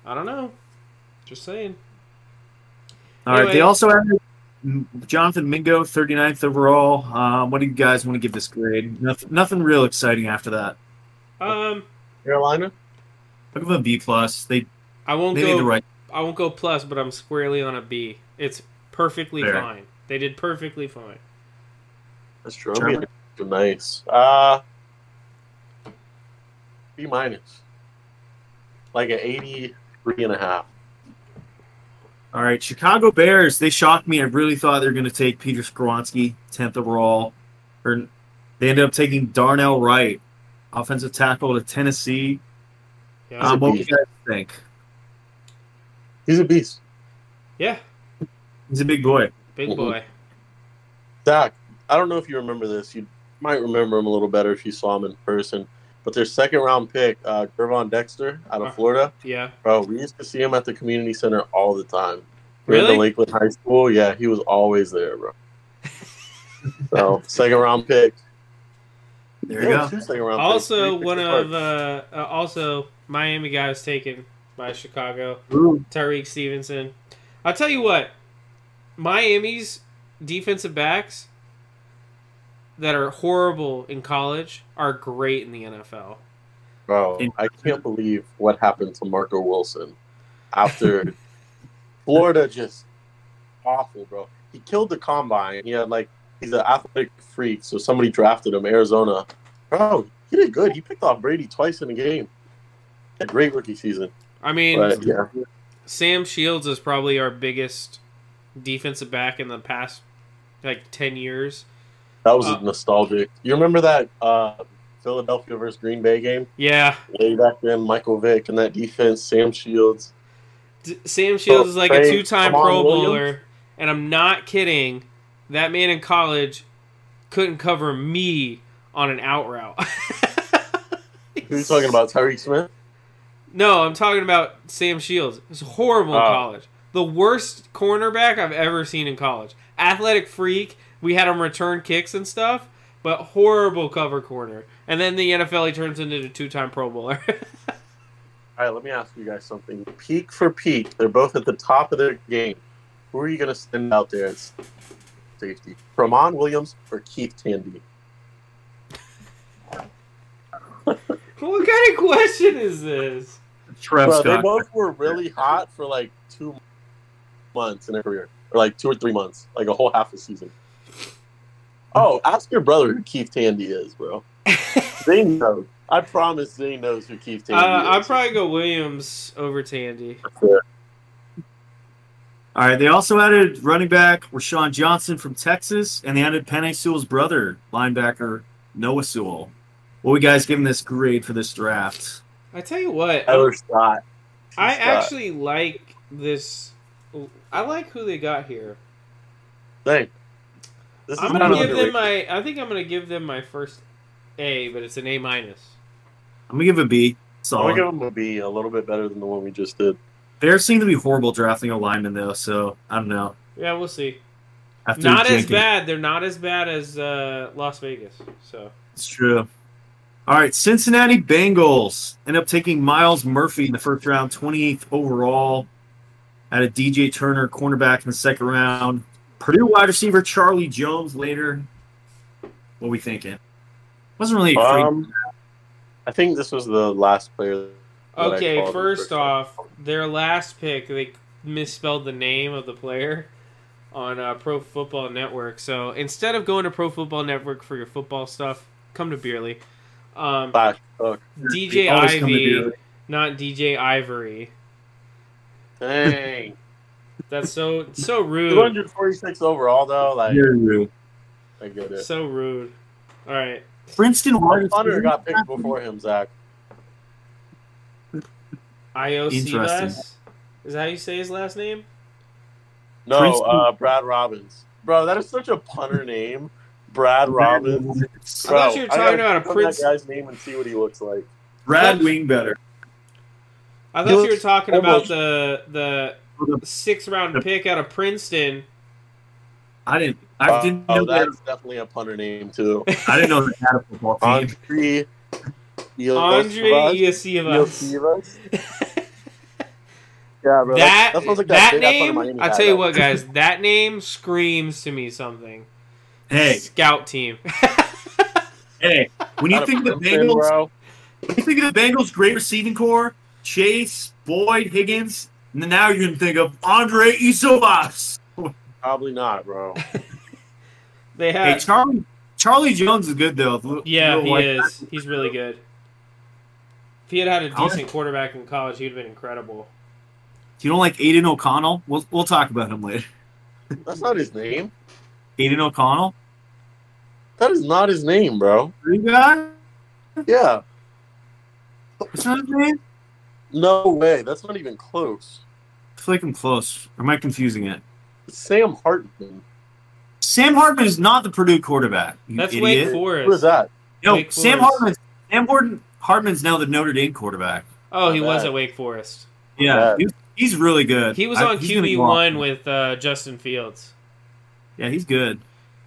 Speaker 1: I don't know. Just saying.
Speaker 3: All right.
Speaker 1: Anyway.
Speaker 3: They also added Jonathan Mingo, 39th overall. Um, what do you guys want to give this grade? Nothing, nothing real exciting after that.
Speaker 1: Um,
Speaker 2: Carolina?
Speaker 3: I'll give him a B plus. They
Speaker 1: I won't
Speaker 3: they
Speaker 1: go.
Speaker 3: made the right.
Speaker 1: I won't go plus, but I'm squarely on a B. It's perfectly
Speaker 3: Fair.
Speaker 1: fine. They did perfectly fine.
Speaker 2: That's true.
Speaker 3: Sure.
Speaker 2: Be nice. Uh, B minus. Like an 83 and a half.
Speaker 3: All right, Chicago Bears. They shocked me. I really thought they were going to take Peter Skoronsky, 10th overall, or they ended up taking Darnell Wright, offensive tackle to Tennessee.
Speaker 1: Yeah.
Speaker 3: Um, what do you guys think?
Speaker 2: He's a beast.
Speaker 1: yeah.
Speaker 3: He's a big boy.
Speaker 1: Big
Speaker 2: Mhm.
Speaker 1: boy.
Speaker 2: Doc, I don't know if you remember this. You might remember him a little better if you saw him in person. But their second round pick, uh, Gervon Dexter out
Speaker 1: Uh-huh.
Speaker 2: of Florida,
Speaker 1: Yeah.
Speaker 2: bro, we used to see him at the community center all the time. We were at
Speaker 1: Really?
Speaker 2: the Lakeland High School. Yeah, he was always there,
Speaker 1: [laughs]
Speaker 2: bro. so, second round pick.
Speaker 3: There you
Speaker 2: Yeah,
Speaker 3: go.
Speaker 2: two second round picks.
Speaker 1: Also,
Speaker 2: Three picks
Speaker 1: one
Speaker 2: apart.
Speaker 1: of uh, uh, also Miami guy was taken by Chicago.
Speaker 3: Ooh,
Speaker 1: Tyreek Stevenson. I'll tell you what. Miami's defensive backs that are horrible in college are great in the NFL.
Speaker 2: Bro,
Speaker 3: And-
Speaker 2: I can't believe what happened to Marco Wilson after Florida just awful, bro. He killed the combine. He had like he's an athletic freak, so somebody drafted him. Arizona, bro, he did good. He picked off Brady twice in a game. a great rookie season.
Speaker 1: I mean,
Speaker 2: But yeah,
Speaker 1: Sam Shields is probably our biggest defensive back in the past like ten years.
Speaker 2: that was
Speaker 1: Uh,
Speaker 2: nostalgic. You remember that uh, Philadelphia versus Green Bay game
Speaker 1: Yeah,
Speaker 2: way back then? Michael Vick and that defense, Sam Shields.
Speaker 1: D- Sam Shields is like a
Speaker 2: Trey,
Speaker 1: two-time
Speaker 2: Kamon
Speaker 1: Pro
Speaker 2: Williams?
Speaker 1: Bowler, and I'm not kidding. That man in college couldn't cover me on an out route. [laughs]
Speaker 2: Who are you talking about? Tyreek Smith?
Speaker 1: No, I'm talking about Sam Shields. It's horrible in
Speaker 2: Oh.
Speaker 1: college. The worst cornerback I've ever seen in college. Athletic freak. We had him return kicks and stuff, but horrible cover corner. And then the NFL he turns into a two-time Pro Bowler.
Speaker 2: All right, let me ask you guys something. Peak for peak, they're both at the top of their game. Who are you going to send out there as safety? Ramon Williams or Keith Tandy?
Speaker 1: [laughs] what kind of question is this?
Speaker 3: Trev
Speaker 2: Bro, they
Speaker 3: Scott.
Speaker 2: both were really hot for like two months in their career, or like two or three months, like a whole half a season. Oh, ask your brother who Keith Tandy is, bro.
Speaker 1: [laughs]
Speaker 2: Zane knows. I promise Zane knows who Keith
Speaker 1: Uh,
Speaker 2: Tandy
Speaker 1: I'd
Speaker 2: is.
Speaker 1: probably go Williams over Tandy.
Speaker 3: All right. They also added running back Rashawn Johnson from Texas, and they added Penny Sewell's brother, linebacker Noah Sewell. What we guys giving this grade for this draft?
Speaker 1: I tell you what,
Speaker 2: Tyler Scott.
Speaker 1: I
Speaker 2: Scott.
Speaker 1: actually like this. I like who they got here.
Speaker 2: Dang. This is
Speaker 1: I'm
Speaker 2: kind
Speaker 1: gonna
Speaker 2: of
Speaker 1: give them
Speaker 2: underrated.
Speaker 1: my. I think I'm gonna give them my first A, but it's an A minus.
Speaker 3: I'm gonna give a B.
Speaker 2: I'm gonna
Speaker 3: Solid.
Speaker 2: give them a B, a little bit better than the one we just did.
Speaker 3: There seem to be horrible drafting a lineman though, so I don't know.
Speaker 1: Yeah, we'll see.
Speaker 3: After
Speaker 1: not as
Speaker 3: Jenkins-
Speaker 1: bad. They're not as bad as uh, Las Vegas. So
Speaker 3: It's true. All right, Cincinnati Bengals end up taking Miles Murphy in the first round, 28th overall. Out of DJ Turner, cornerback in the second round. Purdue wide receiver Charlie Jones later. What we thinking? Wasn't really afraid.
Speaker 2: Um, I think this was the last player. that I
Speaker 1: okay,
Speaker 2: called the
Speaker 1: first
Speaker 2: time.
Speaker 1: off, their last pick they misspelled the name of the player on uh, Pro Football Network. So instead of going to Pro Football Network for your football stuff, come to Beerly. Um,
Speaker 2: Flash, fuck.
Speaker 1: DJ
Speaker 3: Always come to
Speaker 1: Ivy,
Speaker 3: Beerly.
Speaker 1: not DJ Ivory.
Speaker 3: [laughs]
Speaker 2: Dang.
Speaker 1: That's so so rude.
Speaker 2: 246 overall, though. Like,
Speaker 3: Yeru.
Speaker 2: I get it.
Speaker 1: So rude. All right.
Speaker 3: Princeton wide
Speaker 2: Hunter
Speaker 3: receiver.
Speaker 2: got picked before him, Zach.
Speaker 1: IOC
Speaker 3: Interesting.
Speaker 1: Less? Is that how you say his last name?
Speaker 2: No,
Speaker 3: Princeton-
Speaker 2: uh, Brad Robbins. Bro, that is such a punter name. Brad Robbins.
Speaker 1: I
Speaker 2: Bro,
Speaker 1: thought you were
Speaker 2: I
Speaker 1: talking
Speaker 2: gotta
Speaker 1: about a
Speaker 2: look up
Speaker 1: Prince.
Speaker 2: That guy's name and see what he looks like.
Speaker 3: Brad Wing better.
Speaker 1: I
Speaker 2: He
Speaker 1: thought you were
Speaker 2: looks
Speaker 1: talking
Speaker 2: almost-
Speaker 1: about the the sixth round pick out of Princeton.
Speaker 3: I didn't. I
Speaker 2: Uh,
Speaker 3: didn't
Speaker 2: oh,
Speaker 3: know that.
Speaker 2: that's definitely a punter name
Speaker 3: [laughs]
Speaker 2: too.
Speaker 3: I didn't know they had a
Speaker 2: [laughs]
Speaker 3: football team.
Speaker 2: Andre. Ilyasova-
Speaker 1: Andre Iosivas.
Speaker 2: Ilyasova. Yeah, bro.
Speaker 1: That
Speaker 2: that sounds
Speaker 1: that,
Speaker 2: like big ass punter
Speaker 1: name,
Speaker 2: Miami
Speaker 1: I
Speaker 2: had,
Speaker 1: tell you
Speaker 2: though.
Speaker 1: what, guys, that name screams to me something.
Speaker 3: Hey,
Speaker 1: Scout team.
Speaker 3: hey. When you
Speaker 2: Out of
Speaker 3: think of the
Speaker 2: Princeton,
Speaker 3: Bengals,
Speaker 2: bro.
Speaker 3: You think of the Bengals' great receiving core: Chase, Boyd, Higgins, and then now you can think of Andre Isovas.
Speaker 2: Probably not, bro.
Speaker 1: They
Speaker 3: Hey,
Speaker 1: have.
Speaker 3: Charlie, Charlie Jones is good though. Little-
Speaker 1: yeah,
Speaker 3: little
Speaker 1: he
Speaker 3: white-
Speaker 1: is. He's really good. If he had had a
Speaker 3: I'll-
Speaker 1: decent quarterback in college, he'd have been incredible.
Speaker 3: You don't like Aiden O'Connell? We'll we'll talk about him later.
Speaker 2: That's not his name.
Speaker 3: Aiden O'Connell,
Speaker 2: That is not his name, bro.
Speaker 3: you guy?
Speaker 2: Yeah.
Speaker 3: What's not his name?
Speaker 2: No way. That's not even close.
Speaker 3: I feel like I'm close. Or am I confusing it?
Speaker 2: It's Sam Hartman.
Speaker 3: Sam Hartman is not the Purdue quarterback. You
Speaker 1: That's Wake
Speaker 3: idiot.
Speaker 1: Forest.
Speaker 2: Who is that?
Speaker 3: No,
Speaker 1: Wake
Speaker 3: Sam
Speaker 1: Forest.
Speaker 3: Hartman. Sam Hartman. Hartman's now the Notre Dame quarterback.
Speaker 1: Oh, he
Speaker 2: Not
Speaker 1: was
Speaker 2: bad.
Speaker 1: at Wake Forest.
Speaker 3: Yeah,
Speaker 2: Yeah.
Speaker 3: he's, he's really good.
Speaker 1: He was
Speaker 3: I-
Speaker 1: on
Speaker 3: he's gonna
Speaker 1: QB
Speaker 3: go off.
Speaker 1: one with uh, Justin Fields.
Speaker 3: Yeah, he's good.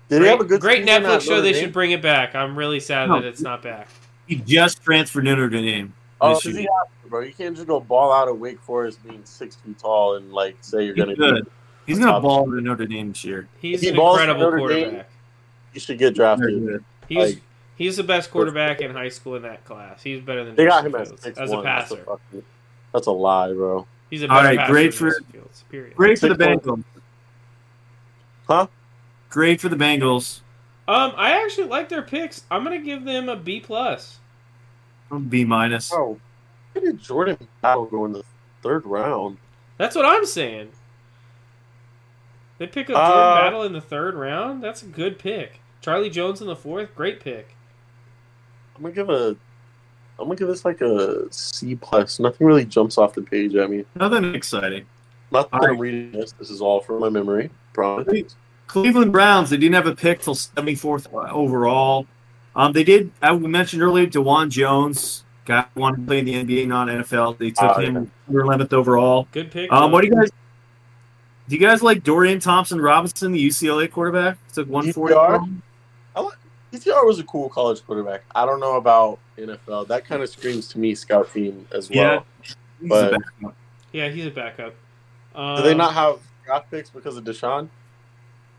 Speaker 2: Did
Speaker 1: great,
Speaker 2: he have a good
Speaker 1: great
Speaker 2: season at
Speaker 1: Netflix show.
Speaker 2: Notre
Speaker 1: They
Speaker 2: Dame?
Speaker 1: should bring it back. I'm really sad
Speaker 3: No.
Speaker 1: that it's not back.
Speaker 3: He just transferred to Notre Dame.
Speaker 2: Oh,
Speaker 3: this
Speaker 2: 'cause he
Speaker 3: year.
Speaker 2: has to, bro. You can't just go ball out of Wake Forest being six feet tall and like say you're
Speaker 3: He's
Speaker 2: gonna.
Speaker 3: good. He's gonna
Speaker 2: Top-
Speaker 3: ball to Notre Dame this year.
Speaker 1: He's
Speaker 2: He
Speaker 1: an
Speaker 2: balls for
Speaker 1: incredible
Speaker 2: Notre Dame.
Speaker 1: quarterback.
Speaker 2: You should get drafted.
Speaker 1: He's
Speaker 2: Like-
Speaker 1: he's the best quarterback in high school in that class. He's better than
Speaker 2: They got
Speaker 1: Justin
Speaker 2: him as
Speaker 1: Fields
Speaker 2: six
Speaker 1: as a
Speaker 2: one. That's,
Speaker 1: passer.
Speaker 2: fucking- that's a lie, bro.
Speaker 1: He's a
Speaker 3: All
Speaker 1: better
Speaker 3: right,
Speaker 1: passer
Speaker 3: great
Speaker 1: than
Speaker 3: for-
Speaker 1: Justin Fields. Period.
Speaker 3: Great for the
Speaker 2: Six
Speaker 3: Bengals.
Speaker 2: Huh?
Speaker 3: Great for the Bengals.
Speaker 1: Um, I actually like their picks. I'm gonna give them a B plus.
Speaker 3: B minus.
Speaker 2: Oh, Where did Jordan Battle go in the third round?
Speaker 1: That's what I'm saying. They pick up Jordan
Speaker 2: Uh,
Speaker 1: Battle in the third round. That's a good pick. Charlie Jones in the fourth. Great pick.
Speaker 2: I'm gonna give a. I'm gonna give this like a C plus. Nothing really jumps off the page at me.
Speaker 3: Nothing exciting.
Speaker 2: Not that
Speaker 3: All
Speaker 2: I'm reading this. This is all from my memory. Promise.
Speaker 3: Cleveland Browns, they didn't have a pick till 74th overall. Um, they did, as we mentioned earlier, Dewan Jones, guy who wanted to play in the NBA, not NFL. They took
Speaker 2: Ah, yeah.
Speaker 3: him yeah. 11th overall.
Speaker 1: Good pick.
Speaker 3: Um, what do
Speaker 1: Doug.
Speaker 3: you guys do? You guys like Dorian Thompson Robinson, the UCLA quarterback? Took 140.
Speaker 2: DPR?
Speaker 3: overall.
Speaker 2: DTR was a cool college quarterback. I don't know about NFL. That kind of screams to me scout team as well.
Speaker 3: He's
Speaker 2: But-
Speaker 3: a bad one.
Speaker 1: Yeah, he's a backup. Um,
Speaker 2: Do
Speaker 3: uh,
Speaker 2: they not have draft picks because of Deshaun?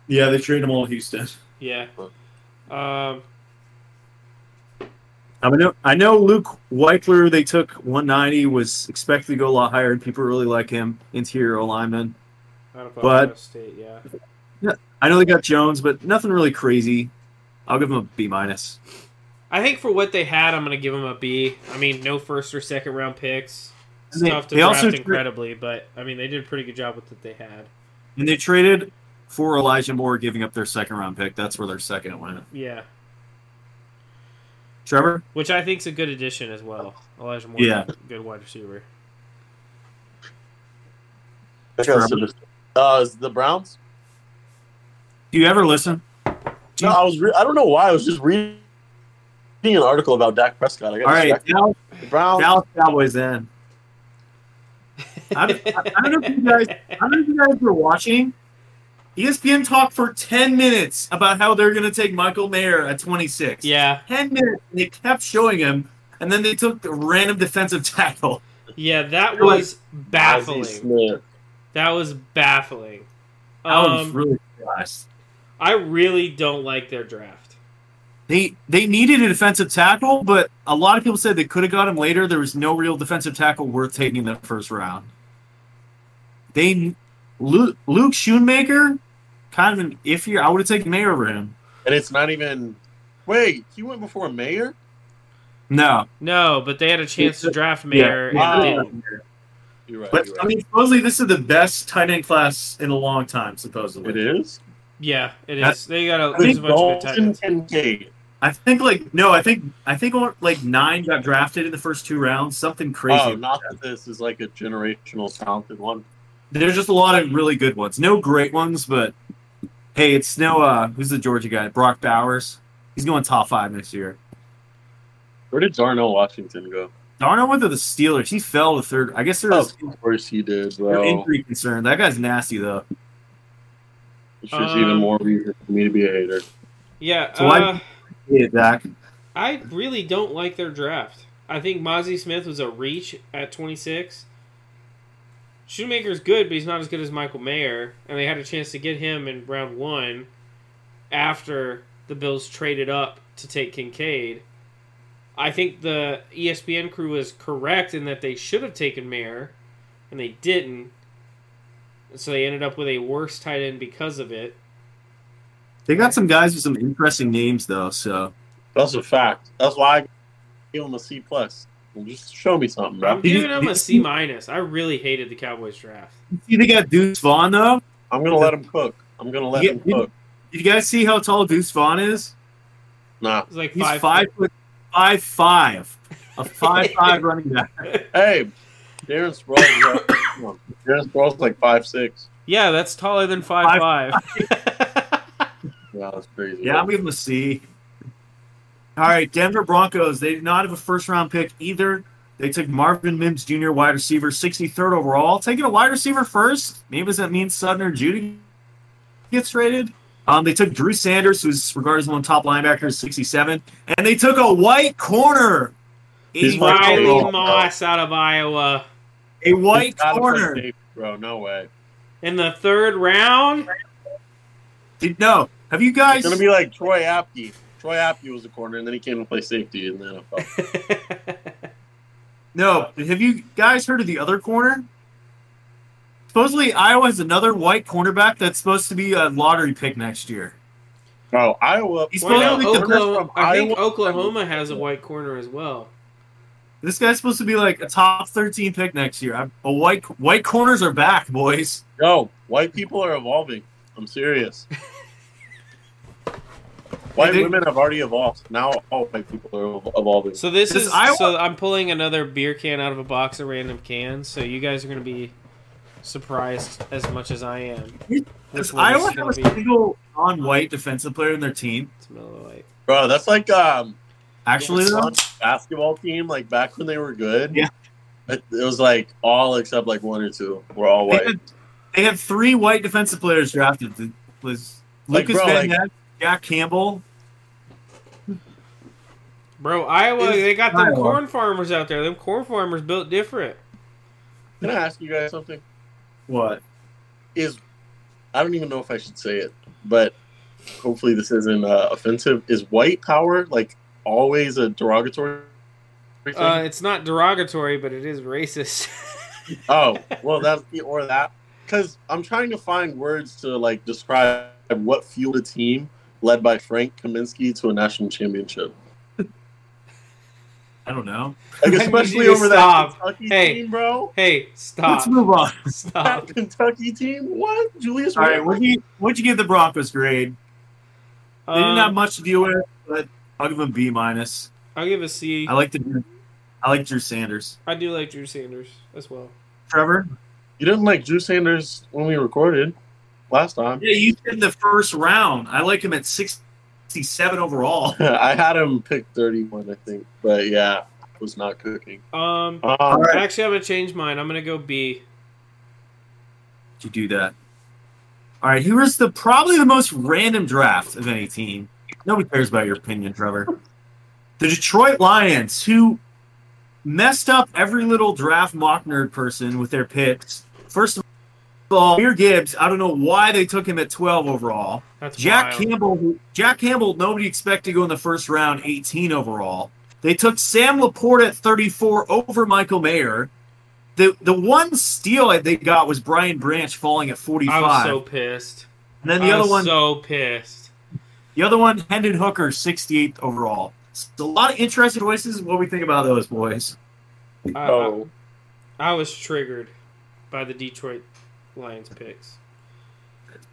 Speaker 3: yeah, they traded him all to Houston.
Speaker 1: Yeah. Um,
Speaker 3: I know. I know. Luke Weichler, they took 190, was expected to go a lot higher, and people really like him. Interior lineman.
Speaker 1: out of
Speaker 3: But-
Speaker 1: Ohio State, yeah.
Speaker 3: I know they got Jones, but nothing really crazy. I'll give him a B minus.
Speaker 1: I think for what they had, I'm going to give them a B. I mean, no first or second round picks. It's
Speaker 3: They-
Speaker 1: tough to
Speaker 3: they
Speaker 1: draft
Speaker 3: also tra-
Speaker 1: incredibly, but I mean, they did a pretty good job with what they had.
Speaker 3: And they traded for Elijah Moore, giving up their second round pick. That's where their second went.
Speaker 1: Yeah,
Speaker 3: Trevor,
Speaker 1: which I think's a good addition as well. Elijah Moore,
Speaker 3: Yeah.
Speaker 1: good wide receiver.
Speaker 3: Trevor.
Speaker 2: Uh, is the Browns?
Speaker 3: do you ever listen?
Speaker 2: No, I was. Re- I don't know why. I was just reading an article about Dak Prescott. I got
Speaker 3: All right,
Speaker 2: distracted.
Speaker 3: Dallas,
Speaker 2: The Browns.
Speaker 3: Dallas Cowboys. Then [laughs] I don't- I don't know if you guys- I don't know if you guys were watching. E ESPN talked for 10 minutes about how they're going to take Michael Mayer at
Speaker 1: [laughs]
Speaker 3: 26.
Speaker 1: Yeah,
Speaker 3: 10 minutes, and they kept showing him, and then they took the random defensive tackle.
Speaker 1: yeah, that
Speaker 3: They're like,
Speaker 1: was
Speaker 2: Ozzie
Speaker 1: baffling.
Speaker 2: Smith.
Speaker 1: That was baffling.
Speaker 3: I was
Speaker 1: Um,
Speaker 3: really surprised.
Speaker 1: I really don't like their draft.
Speaker 3: They, they needed a defensive tackle, but a lot of people said they could have got him later. There was no real defensive tackle worth taking in the first round. They Luke, Luke Schoonmaker, kind of an iffy. I would have taken Mayer over him.
Speaker 2: And it's not even. Wait, he went before Mayor.
Speaker 3: No.
Speaker 1: No, but they had a chance to draft Mayer
Speaker 2: Wow.
Speaker 1: and didn't.
Speaker 2: You're right.
Speaker 3: But
Speaker 2: you're
Speaker 3: I
Speaker 2: right.
Speaker 3: mean, supposedly this is the best tight end class in a long time. Supposedly,
Speaker 2: It is.
Speaker 1: Yeah, it
Speaker 3: That's-
Speaker 1: is. They got a,
Speaker 2: I
Speaker 1: there's a
Speaker 2: think
Speaker 1: bunch of good tight
Speaker 2: Dalton
Speaker 1: ends.
Speaker 2: Kincaid.
Speaker 3: I think like no, I think I think uh, like nine got drafted in the first two rounds. Something crazy.
Speaker 2: Oh, not that this is like a generational talented one.
Speaker 3: There's just a lot of really good ones. No great ones, but hey, it's no. Uh, who's the Georgia guy? Brock Bowers. He's going top five next year.
Speaker 2: Where did Darnell Washington go?
Speaker 3: Darno went to the Steelers. He fell to third. I guess there's
Speaker 2: Of course he did,
Speaker 3: there
Speaker 2: bro.
Speaker 3: are injury concern. That guy's nasty though.
Speaker 2: Which is even
Speaker 1: Um,
Speaker 2: more reason for me to be a hater.
Speaker 1: Yeah,
Speaker 3: So
Speaker 1: uh,
Speaker 3: I- Yeah, Zach.
Speaker 1: I really don't like their draft. I think Mozzie Smith was a reach at 26. Shoemaker's good, but he's not as good as Michael Mayer, and they had a chance to get him in round one after the Bills traded up to take Kincaid. I think the E ESPN crew was correct in that they should have taken Mayer, and they didn't. So they ended up with a worse tight end because of it.
Speaker 3: They got some guys with some interesting names though. So
Speaker 2: That's a fact. That's why I give him a C plus. Just show me something,
Speaker 1: I'm
Speaker 2: bro.
Speaker 3: Did you-
Speaker 1: giving him a
Speaker 3: did
Speaker 1: C
Speaker 3: you-
Speaker 1: minus. I really hated the Cowboys draft.
Speaker 3: see, they got Deuce Vaughn though.
Speaker 2: I'm gonna let him cook. I'm gonna let
Speaker 3: Yeah,
Speaker 2: him
Speaker 3: you-
Speaker 2: cook.
Speaker 3: Did you guys see how tall Deuce Vaughn is?
Speaker 2: Nah.
Speaker 1: It's like
Speaker 3: He's
Speaker 1: five.
Speaker 3: five, foot five five. A five five running back.
Speaker 2: Hey, Darren Sproles. bro. Darren Sproles is like five six.
Speaker 1: Yeah, that's taller than five five.
Speaker 2: Yeah, that's crazy.
Speaker 3: Yeah, I'm giving him a C. All right, Denver Broncos. They did not have a first round pick either. They took Marvin Mims Jr., wide receiver, 63rd overall. Taking a wide receiver first. Maybe does that mean Sutton or Judy gets traded? Um, they took Drew Sanders, who's regarded as one of the top linebackers, 67. And they took a white corner.
Speaker 2: He's
Speaker 3: 85th
Speaker 2: my
Speaker 1: Riley
Speaker 2: overall.
Speaker 3: overall.
Speaker 1: Moss out of Iowa
Speaker 3: A
Speaker 2: He's
Speaker 3: white
Speaker 2: not a
Speaker 3: corner.
Speaker 2: first safety, bro. No way.
Speaker 1: in the third round.
Speaker 3: Did, no. Have you guys?
Speaker 2: It's gonna be like Troy Apke. Troy Apke was a corner, and then he came to play safety in the NFL.
Speaker 3: No, but have you guys heard of the other corner? Supposedly, Iowa has another white cornerback that's supposed to be a lottery pick next year.
Speaker 2: [laughs] Bro, Oh, Iowa.
Speaker 3: He's
Speaker 2: Well,
Speaker 3: supposed to be
Speaker 2: corners
Speaker 1: Oklahoma,
Speaker 2: from
Speaker 1: I think
Speaker 2: Iowa-
Speaker 1: Oklahoma has a white corner as well.
Speaker 3: This guy's supposed to be like a top 13 pick next year. I'm, a white white corners are back, boys.
Speaker 2: Yo, white people are evolving. I'm
Speaker 3: [laughs]
Speaker 2: serious. white
Speaker 3: They-
Speaker 2: women have already evolved. Now all white people are evol- evolving.
Speaker 1: So this
Speaker 3: Because
Speaker 1: is
Speaker 3: I
Speaker 1: so I'm pulling another beer can out of a box of random cans. So you guys are gonna be surprised as much as I am.
Speaker 3: Does
Speaker 1: Which
Speaker 3: Does
Speaker 1: one
Speaker 3: Iowa
Speaker 1: is
Speaker 3: have
Speaker 1: gonna
Speaker 3: a
Speaker 1: be
Speaker 3: single non-white defensive player in their team?
Speaker 1: it's Miller Lite.
Speaker 2: Bro, that's like um
Speaker 3: Actually, though,
Speaker 2: Boston's basketball team, like back when they were good.
Speaker 3: Yeah.
Speaker 2: It, it was like all except like one or two were all
Speaker 3: they
Speaker 2: white.
Speaker 3: had, they had three white defensive players drafted. It was
Speaker 2: Like,
Speaker 3: Lucas
Speaker 2: bro,
Speaker 3: Van
Speaker 2: like-
Speaker 3: Ness, Jack Campbell.
Speaker 1: Bro, Iowa,
Speaker 3: It's
Speaker 1: they got them
Speaker 3: Iowa.
Speaker 1: corn farmers out there. Them corn farmers built different.
Speaker 2: Can I ask you guys something?
Speaker 3: What?
Speaker 2: Is I don't even know if I should say it, but hopefully this isn't uh, offensive. Is white power like always a derogatory? thing?
Speaker 1: Uh, it's not derogatory, but it is racist. [laughs]
Speaker 2: oh well, that's the or that because I'm trying to find words to like describe what fueled a team led by Frank Kaminsky to a national championship.
Speaker 3: I don't know.
Speaker 2: Like
Speaker 1: I need [laughs]
Speaker 2: especially
Speaker 1: you to
Speaker 2: over
Speaker 1: stop.
Speaker 2: that Kentucky
Speaker 1: Hey. Uh,
Speaker 2: team, bro.
Speaker 1: hey,
Speaker 3: Let's
Speaker 1: stop.
Speaker 3: move on.
Speaker 1: Stop.
Speaker 2: That Kentucky team? What? Julius?
Speaker 3: All right,
Speaker 2: Randle?
Speaker 3: what'd you, what'd you give the Broncos grade? [laughs] They didn't have
Speaker 1: Um,
Speaker 3: much to deal with, but I'll give them B minus.
Speaker 1: I'll give a C.
Speaker 3: I like the, I like Drew Sanders.
Speaker 1: I do like Drew Sanders as well.
Speaker 3: Trevor,
Speaker 2: You didn't like Drew Sanders when we recorded last time.
Speaker 3: yeah, you said the first round. I like him at sixty-seven [laughs] overall.
Speaker 2: [laughs] I had him pick 31, I think. But yeah, it was not cooking.
Speaker 1: Um,
Speaker 2: Um,
Speaker 3: right.
Speaker 1: actually, I'm gonna change mine. I'm gonna go B.
Speaker 3: to do that. All right, here is the probably the most random draft of any team. Nobody cares about your opinion, Trevor. The Detroit Lions, who messed up every little draft mock nerd person with their picks. First of all, Amir Gibbs, I don't know why they took him at 12 overall.
Speaker 1: That's
Speaker 3: Jack
Speaker 1: wild.
Speaker 3: Campbell, who- Jack Campbell, nobody expected to go in the first round, 18 overall. They took Sam Laporte at 34 over Michael Mayer. The the one steal that they got was Brian Branch falling at 45,
Speaker 1: I was so pissed.
Speaker 3: and then the
Speaker 1: I
Speaker 3: other
Speaker 1: was
Speaker 3: one,
Speaker 1: so pissed.
Speaker 3: the other one, Hendon Hooker, 68th overall. So a lot of interesting choices. What do we think about those boys?
Speaker 1: I,
Speaker 2: oh,
Speaker 1: I, I was triggered by the Detroit Lions picks.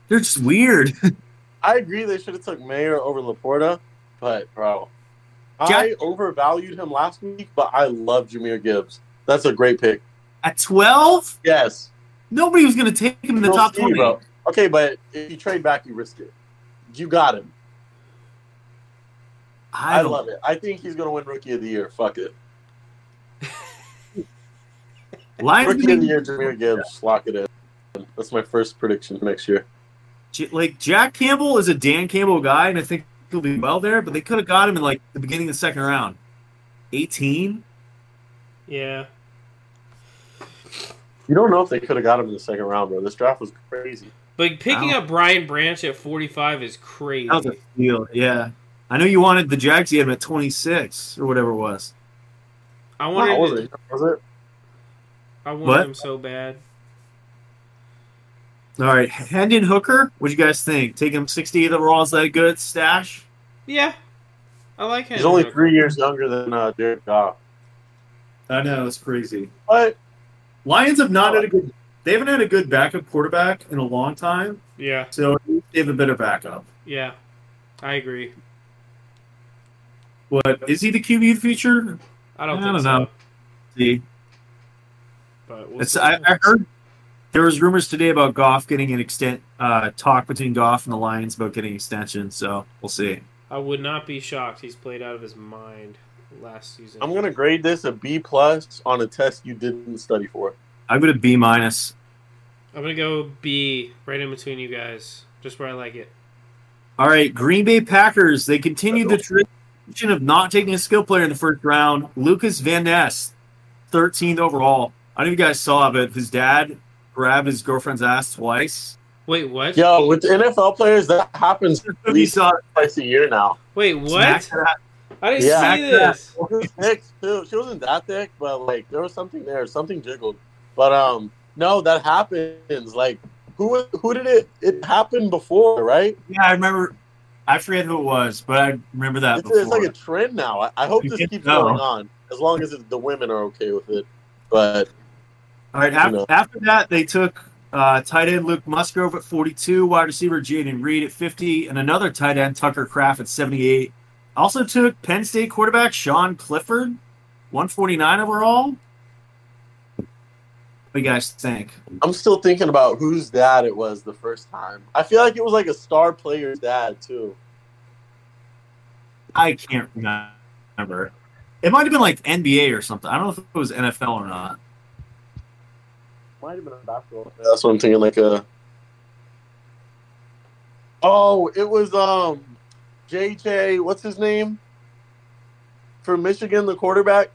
Speaker 3: They're just weird. [laughs]
Speaker 2: I agree they should have took Mayer over Laporta, but bro, I
Speaker 3: Jack-
Speaker 2: overvalued him last week, but I love Jameer Gibbs. That's a great pick.
Speaker 3: At 12,
Speaker 2: Yes.
Speaker 3: nobody was going to take him in the
Speaker 2: We'll
Speaker 3: top
Speaker 2: see,
Speaker 3: 20.
Speaker 2: bro. Okay, but if you trade back, you risk it. You got him. I,
Speaker 3: don't-
Speaker 2: love it. I think he's going to win Rookie of the Year. Fuck it.
Speaker 3: Lions
Speaker 2: Rookie of the Year, Jameer Gibbs. Lock it in. That's my first prediction for next year.
Speaker 3: J- like Jack Campbell is a Dan Campbell guy, and I think he'll be well there. But they could have got him in like the beginning of the second round, eighteen.
Speaker 1: Yeah.
Speaker 2: You don't know if they could have got him in the second round, bro. This draft was crazy.
Speaker 1: But picking
Speaker 3: Wow.
Speaker 1: up Brian Branch at 45 is crazy.
Speaker 3: That was a steal. Yeah, I know you wanted the Jags. You had him at twenty six or whatever it was.
Speaker 1: I
Speaker 2: Wow, was
Speaker 1: wanted,
Speaker 2: it? Was it?
Speaker 1: I wanted
Speaker 3: What?
Speaker 1: him so bad.
Speaker 3: All right, Hendon Hooker. What do you guys think? Taking him sixty eight overall is that a good stash?
Speaker 1: Yeah. I like him.
Speaker 2: He's only three years younger than uh, Jared Goff.
Speaker 3: I know it's crazy.
Speaker 2: But
Speaker 3: Lions have not had a good. They haven't had a good backup quarterback in a long time,
Speaker 1: Yeah.
Speaker 3: so they have a better backup.
Speaker 1: Yeah. I agree.
Speaker 3: But is he the QB of the future?
Speaker 1: I don't
Speaker 3: I
Speaker 1: think
Speaker 3: don't
Speaker 1: so.
Speaker 3: know. See,
Speaker 1: But we'll
Speaker 3: It's,
Speaker 1: see.
Speaker 3: I, I heard there was rumors today about Goff getting an extent uh, talk between Goff and the Lions about getting extension. So we'll see.
Speaker 1: I would not be shocked. He's played out of his mind last season.
Speaker 2: I'm gonna grade this a B plus on a test you didn't study for.
Speaker 3: I'm gonna B minus.
Speaker 1: I'm gonna go B right in between you guys, just where I like it.
Speaker 3: All right, Green Bay Packers. They continued the tradition of not taking a skill player in the first round. Lucas Van Ness, 13th overall. I don't know if you guys saw, but his dad grabbed his girlfriend's ass twice.
Speaker 1: Wait, what?
Speaker 2: Yo, with NFL players, that happens at
Speaker 3: He
Speaker 2: least
Speaker 3: saw
Speaker 2: twice a year
Speaker 3: [laughs]
Speaker 2: now.
Speaker 1: Wait, what?
Speaker 3: smacked her ass.
Speaker 1: I didn't
Speaker 2: Yeah.
Speaker 1: see this.
Speaker 2: Thick too. She wasn't that thick, but like there was something there. Something jiggled. But um, no, that happens. Like who who did it? It happened before, right?
Speaker 3: Yeah, I remember. I forget who it was, but I remember that
Speaker 2: It's, it's
Speaker 3: before.
Speaker 2: like a trend now. I, I hope
Speaker 3: You
Speaker 2: this
Speaker 3: can't
Speaker 2: keeps
Speaker 3: tell.
Speaker 2: going on. as long as it, the women are okay with it. But
Speaker 3: All right. After,
Speaker 2: No.
Speaker 3: after that, they took uh, tight end Luke Musgrove at 42, wide receiver Jaden Reed at 50, and another tight end Tucker Kraft at 78. Also took Penn State quarterback Sean Clifford, 149 overall. What do you guys think?
Speaker 2: I'm still thinking about whose dad it was the first time. I feel like it was like a star player's dad too.
Speaker 3: I can't remember. It might have been like NBA or something. I don't know if it was NFL or not.
Speaker 2: Might have been a basketball. player. That's what I'm thinking. Like a. Oh, it was um, JJ. What's his name? For Michigan, the quarterback.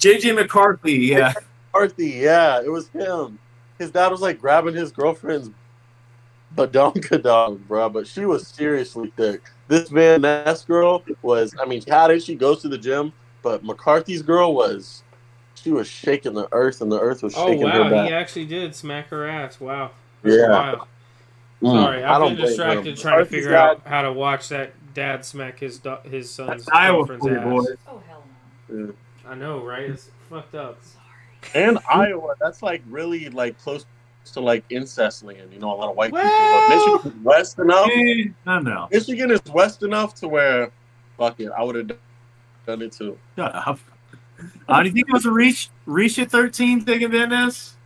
Speaker 3: JJ McCarthy, yeah.
Speaker 2: McCarthy, yeah, it was him. His dad was like grabbing his girlfriend's badonka dog, bro. But she was seriously thick. This Van Ness girl was, I mean, how did she goes to the gym? But McCarthy's girl was, she was shaking the earth, and the earth was
Speaker 1: Oh
Speaker 2: shaking her
Speaker 1: wow,
Speaker 2: back.
Speaker 1: he actually did smack her ass. Wow.
Speaker 2: Yeah.
Speaker 1: Wow.
Speaker 2: Mm,
Speaker 1: Sorry,
Speaker 2: I
Speaker 1: I've
Speaker 2: don't
Speaker 1: been
Speaker 2: blame
Speaker 1: distracted trying
Speaker 2: him.
Speaker 1: to
Speaker 2: McCarthy's
Speaker 1: figure
Speaker 2: got-
Speaker 1: out how to watch that dad smack his do- his son's
Speaker 3: That's Iowa
Speaker 1: girlfriend's
Speaker 3: for you,
Speaker 1: ass.
Speaker 3: boy.
Speaker 5: Oh hell no.
Speaker 1: I know, right? It's fucked up.
Speaker 5: Sorry.
Speaker 2: And Iowa, that's like really like close to like incest land. You know, a lot of white people.
Speaker 1: Well-
Speaker 2: But Michigan's west enough.
Speaker 3: Eh, I don't know.
Speaker 2: Michigan is west enough to where, fuck it, I would have done it too.
Speaker 3: Shut up. Uh, do you think it was a reach? Reach at thirteen, thinking Van Ness.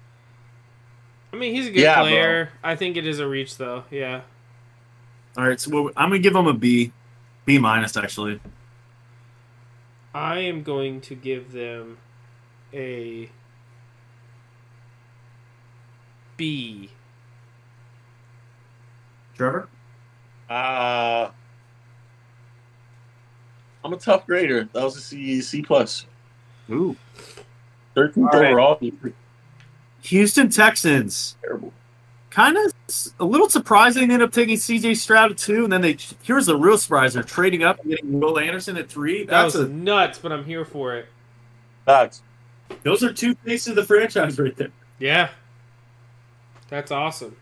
Speaker 1: I mean, he's a good
Speaker 2: Yeah, bro.
Speaker 1: player. I think it is a reach, though. Yeah.
Speaker 3: All right, so what, I'm gonna give him a B, B minus actually.
Speaker 1: I am going to give them a B.
Speaker 3: Trevor,
Speaker 2: Uh, I'm a tough grader. That was a C C plus.
Speaker 3: ooh,
Speaker 2: 13th
Speaker 1: All right.
Speaker 2: overall. he's pretty
Speaker 3: Houston Texans,
Speaker 2: terrible.
Speaker 3: kind of a little surprising. They end up taking C.J. Stroud at two, and then they here's the real surprise: they're trading up and getting Will Anderson at three.
Speaker 1: That
Speaker 3: That's
Speaker 1: was
Speaker 3: a,
Speaker 1: nuts, but I'm here for it.
Speaker 2: Facts.
Speaker 3: those are two faces of the franchise right there.
Speaker 1: Yeah. That's awesome.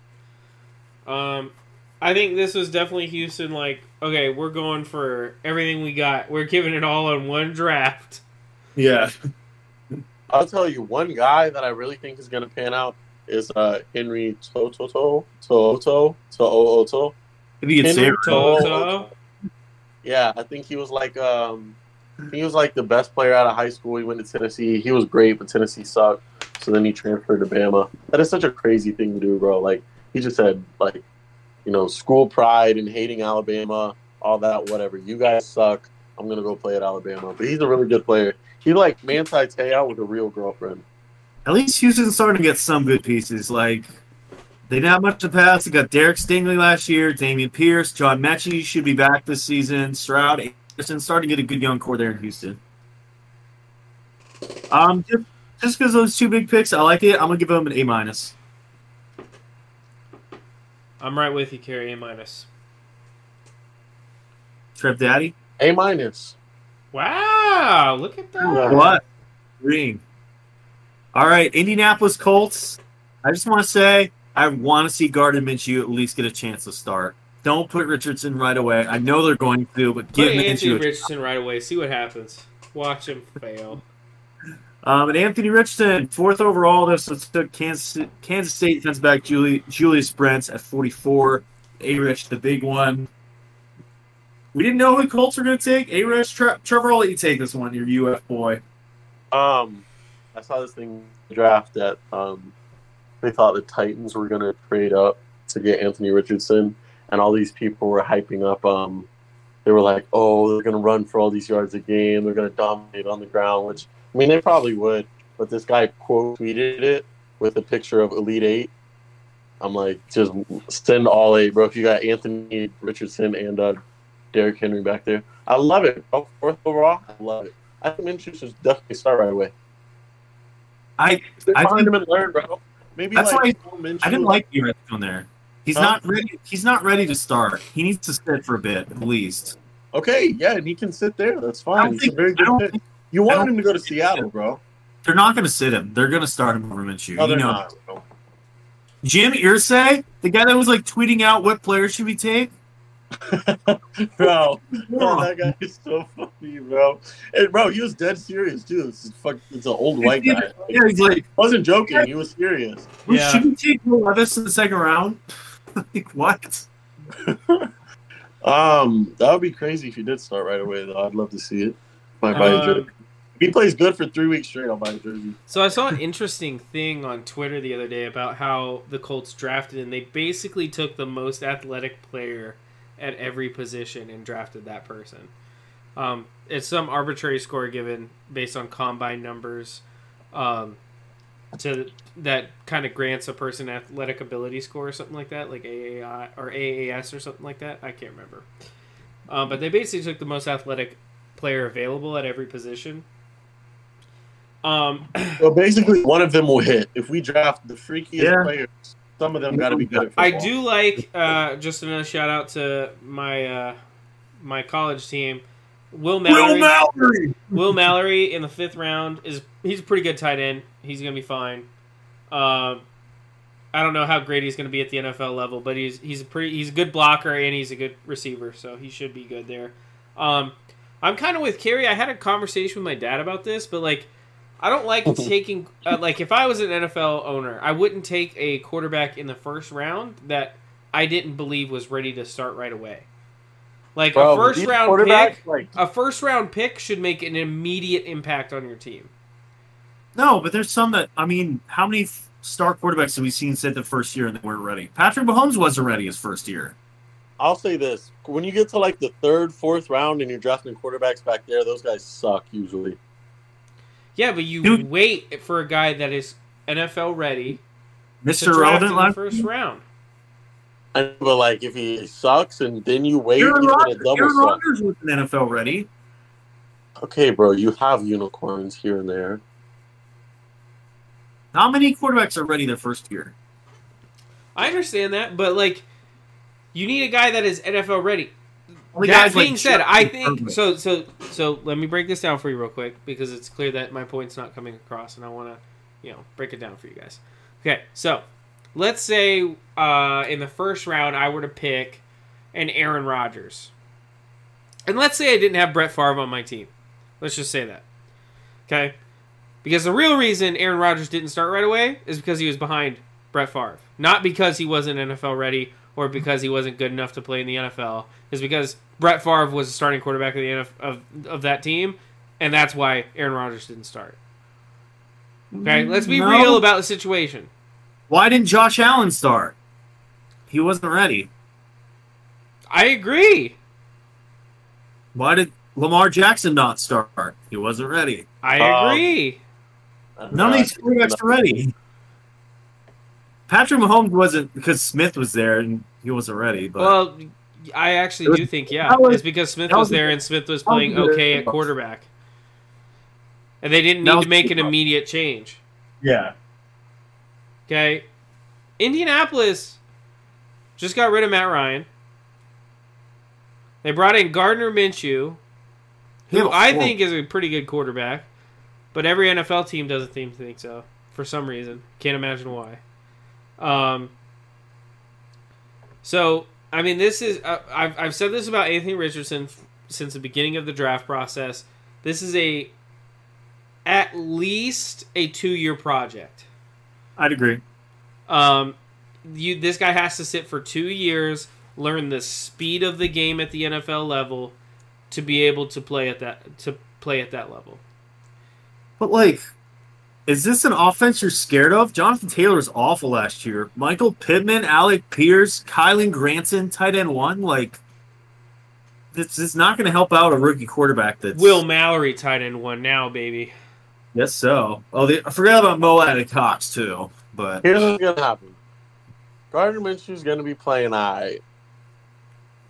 Speaker 1: Um, I think this was definitely Houston, like, okay, we're going for everything we got. We're giving it all on one draft.
Speaker 3: Yeah,
Speaker 2: I'll tell you one guy that I really think is going to pan out is uh, Henry Toto Toto Toto
Speaker 3: I think it's
Speaker 2: Henry
Speaker 3: Sarah.
Speaker 1: Toto.
Speaker 2: Yeah, I think he was like um, I think he was like the best player out of high school. He went to Tennessee. He was great, but Tennessee sucked. So then he transferred to Bama. That is such a crazy thing to do, bro. Like he just had like you know school pride and hating Alabama, all that, whatever. You guys suck. I'm gonna go play at Alabama. But he's a really good player. He like Manti Te'o with a real girlfriend.
Speaker 3: At least Houston's starting to get some good pieces. Like they didn't have much to pass. They got Derek Stingley last year, Damian Pierce, John Mechie should be back this season. Stroud Anderson starting to get a good young core there in Houston. Um, just just because those two big picks, I like it. I'm gonna give them an A minus.
Speaker 1: I'm right with you, Carrie. A minus.
Speaker 3: Trev Daddy,
Speaker 2: A minus.
Speaker 1: Wow, look at that.
Speaker 3: what? Green. All right, Indianapolis Colts. I just want to say I want to see Gardner Minshew at least get a chance to start. Don't put Richardson right away. I know they're going to, but
Speaker 1: Put
Speaker 3: give
Speaker 1: Anthony
Speaker 3: Minshew a
Speaker 1: Richardson right away. See what happens. Watch him fail.
Speaker 3: Um, and Anthony Richardson, fourth overall. This was- took Kansas, Kansas State defense back Julie, Julius Brents at 44. A Rich, the big one. We didn't know who the Colts were going to take. A Rich, Tre- Trevor, I'll let you take this one. Your UF boy.
Speaker 2: Um, I saw this thing draft that um, they thought the Titans were going to trade up to get Anthony Richardson, and all these people were hyping up. Um, they were like, "Oh, they're going to run for all these yards a game. They're going to dominate on the ground." Which I mean, they probably would, but this guy quote tweeted it with a picture of Elite Eight. I'm like, just send all eight, bro. If you got Anthony Richardson and uh, Derrick Henry back there, I love it. bro. Fourth overall, I love it. I think Minshew should definitely start right away.
Speaker 3: I I
Speaker 2: I find
Speaker 3: think-
Speaker 2: him and learn, bro. Maybe
Speaker 3: That's
Speaker 2: like Minshew,
Speaker 3: I didn't like A Rich on there. He's
Speaker 2: Huh?
Speaker 3: not ready. He's not ready to start. He needs to sit for a bit at least.
Speaker 2: Okay, yeah, and he can sit there. That's
Speaker 3: I
Speaker 2: fine.
Speaker 3: don't
Speaker 2: He's
Speaker 3: think-
Speaker 2: a very
Speaker 3: I
Speaker 2: good
Speaker 3: don't
Speaker 2: pick.
Speaker 3: think
Speaker 2: you
Speaker 3: I
Speaker 2: want
Speaker 3: don't
Speaker 2: him to go to
Speaker 3: think he should.
Speaker 2: Seattle, bro?
Speaker 3: they're not going to sit him. They're going to start him over Minshew.
Speaker 2: No,
Speaker 3: you
Speaker 2: they're
Speaker 3: know,
Speaker 2: not. bro. [laughs]
Speaker 3: Jim Irsay, the guy that was like tweeting out what players should we take.
Speaker 2: bro, oh, that guy is so funny, bro. And bro, he was dead serious too. This is fuck. It's an old white guy. Like,
Speaker 3: Yeah, he's like,
Speaker 2: wasn't joking. He was serious.
Speaker 3: we
Speaker 1: Yeah.
Speaker 3: should we take Will Levis in the second round? [laughs] like, what?
Speaker 2: Um, that would be crazy if he did start right away, though. I'd love to see it. Might buy a
Speaker 1: Um,
Speaker 2: jersey. If he plays good for three weeks straight, I'll buy a jersey.
Speaker 1: So I saw an interesting thing on Twitter the other day about how the Colts drafted, and they basically took the most athletic player at every position and drafted that person. Um, it's some arbitrary score given based on combine numbers, um, to that kind of grants a person athletic ability score or something like that, like AAI or AAS or something like that. I can't remember. Um, but they basically took the most athletic player available at every position. Um,
Speaker 2: Well, basically, one of them will hit. If we draft the freakiest
Speaker 3: Yeah.
Speaker 2: players, some of them got to be good. At
Speaker 1: I
Speaker 2: football.
Speaker 1: do like uh, just another shout out to my uh, my college team. Will Mallory.
Speaker 3: Will Mallory.
Speaker 1: Will Mallory in the fifth round is he's a pretty good tight end. He's gonna be fine. Um, I don't know how great he's gonna be at the NFL level, but he's he's a pretty he's a good blocker and he's a good receiver, so he should be good there. Um, I'm kind of with Kerry. I had a conversation with my dad about this, but like I don't like taking uh, like if I was an NFL owner, I wouldn't take a quarterback in the first round that I didn't believe was ready to start right away. Like
Speaker 2: Bro,
Speaker 1: a first
Speaker 2: these
Speaker 1: round
Speaker 2: quarterbacks,
Speaker 1: pick
Speaker 2: Like,
Speaker 1: a first round pick should make an immediate impact on your team.
Speaker 3: No, but there's some that I mean, how many f- star quarterbacks have we seen said the first year and they weren't ready? Patrick Mahomes wasn't ready his first year.
Speaker 2: I'll say this: when you get to like the third, fourth round, and you're drafting quarterbacks back there, those guys suck usually.
Speaker 1: Yeah, but you
Speaker 3: Dude.
Speaker 1: wait for a guy that is NFL ready to
Speaker 3: Mr.
Speaker 1: draft in
Speaker 3: Relevant
Speaker 1: the
Speaker 3: last
Speaker 1: first round.
Speaker 2: And, but like, if he sucks, and then you wait,
Speaker 3: Aaron
Speaker 2: he's gonna
Speaker 3: Rodgers,
Speaker 2: double
Speaker 3: Aaron
Speaker 2: suck.
Speaker 3: Rodgers was an NFL ready.
Speaker 2: Okay, bro, you have unicorns here and there.
Speaker 3: How many quarterbacks are ready their first year?
Speaker 1: I understand that, but like, you need a guy that is NFL ready.
Speaker 3: Only
Speaker 1: that
Speaker 3: guys like
Speaker 1: being said, I
Speaker 3: Sherman
Speaker 1: think
Speaker 3: Irvin.
Speaker 1: so. So so let me break this down for you real quick because it's clear that my point's not coming across, and I want to, you know, break it down for you guys. Okay, so let's say uh, in the first round I were to pick an Aaron Rodgers, and let's say I didn't have Brett Favre on my team. Let's just say that, okay? Because the real reason Aaron Rodgers didn't start right away is because he was behind Brett Favre, not because he wasn't NFL ready or because he wasn't good enough to play in the NFL. Is because Brett Favre was the starting quarterback of the NF- of of that team, and that's why Aaron Rodgers didn't start. Okay, let's be
Speaker 3: No.
Speaker 1: real about the situation.
Speaker 3: Why didn't Josh Allen start? He wasn't ready.
Speaker 1: I agree.
Speaker 3: Why did Lamar Jackson not start? He wasn't ready.
Speaker 1: I
Speaker 2: Um,
Speaker 1: agree.
Speaker 3: None of these quarterbacks are ready. Patrick Mahomes wasn't because Smith was there and he wasn't ready. But
Speaker 1: well, I actually do think yeah,
Speaker 3: that was-
Speaker 1: it's because Smith
Speaker 3: that
Speaker 1: was
Speaker 3: was-
Speaker 1: there and Smith was
Speaker 3: that was
Speaker 1: playing
Speaker 3: good.
Speaker 1: okay at quarterback, and they didn't
Speaker 3: That
Speaker 1: need
Speaker 3: was
Speaker 1: to make
Speaker 3: good.
Speaker 1: an immediate change.
Speaker 3: yeah,
Speaker 1: Okay. Indianapolis just got rid of Matt Ryan. They brought in Gardner Minshew, who I think is a pretty good quarterback, but every NFL team doesn't seem to think so for some reason. Can't imagine why. Um, so I mean, this is uh, I've I've said this about Anthony Richardson f- since the beginning of the draft process. This is a at least a two year project.
Speaker 3: I'd agree.
Speaker 1: Um, you this guy has to sit for two years, learn the speed of the game at the NFL level, to be able to play at that to play at that level.
Speaker 3: But like, is this an offense you're scared of? Jonathan Taylor was awful last year. Michael Pittman, Alec Pierce, Kylan Granson, tight end one. Like, this is not going to help out a rookie quarterback. That's
Speaker 1: Will Mallory tight end one now, baby.
Speaker 3: Yes, so. Oh, they, I forgot about Mo and Cox too. But
Speaker 2: Here's what's gonna happen: Gardner Minshew's gonna be playing. I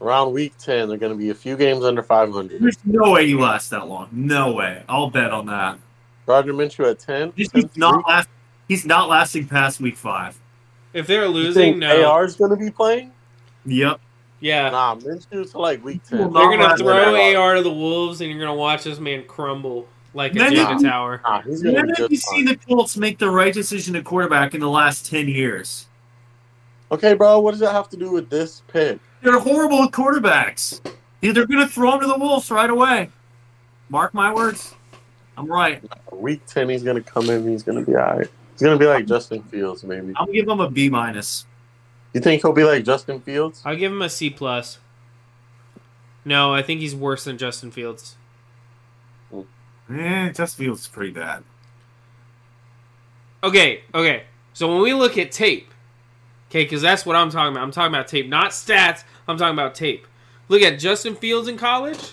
Speaker 2: around week ten, they're gonna be a few games under five hundred.
Speaker 3: there's no way he lasts that long. No way. I'll bet on that.
Speaker 2: Gardner Minshew at ten.
Speaker 3: He's not last. He's not lasting past week five.
Speaker 1: If they're
Speaker 2: You
Speaker 1: losing,
Speaker 2: think
Speaker 1: no,
Speaker 2: AR's gonna be playing?
Speaker 3: Yep.
Speaker 1: yeah,
Speaker 2: Nah, Minshew to like week ten.
Speaker 3: They're
Speaker 1: they're
Speaker 3: Not
Speaker 1: gonna
Speaker 3: last-
Speaker 1: throw AR to the wolves, and you're gonna watch this man crumble like a
Speaker 3: Then
Speaker 1: Jenga
Speaker 2: you-
Speaker 1: tower.
Speaker 2: Nah, he's
Speaker 3: When
Speaker 2: gonna be
Speaker 3: have you
Speaker 2: just
Speaker 3: seen
Speaker 2: fine.
Speaker 3: the Colts make the right decision to quarterback in the last ten years?
Speaker 2: Okay, bro, what does that have to do with this pick?
Speaker 3: They're horrible at quarterbacks. They're going to throw him to the wolves right away. Mark my words. I'm right.
Speaker 2: Week 10, he's going to come in and he's going to be all right. He's going to be like Justin Fields, maybe.
Speaker 3: I'm going to give him a B minus.
Speaker 2: You think he'll be like Justin Fields?
Speaker 1: I'll give him a C plus. No, I think he's worse than Justin Fields.
Speaker 3: Eh, Justin Fields is pretty bad.
Speaker 1: Okay, okay. So when we look at tape, okay, because that's what I'm talking about. I'm talking about tape, not stats. I'm talking about tape. Look at Justin Fields in college.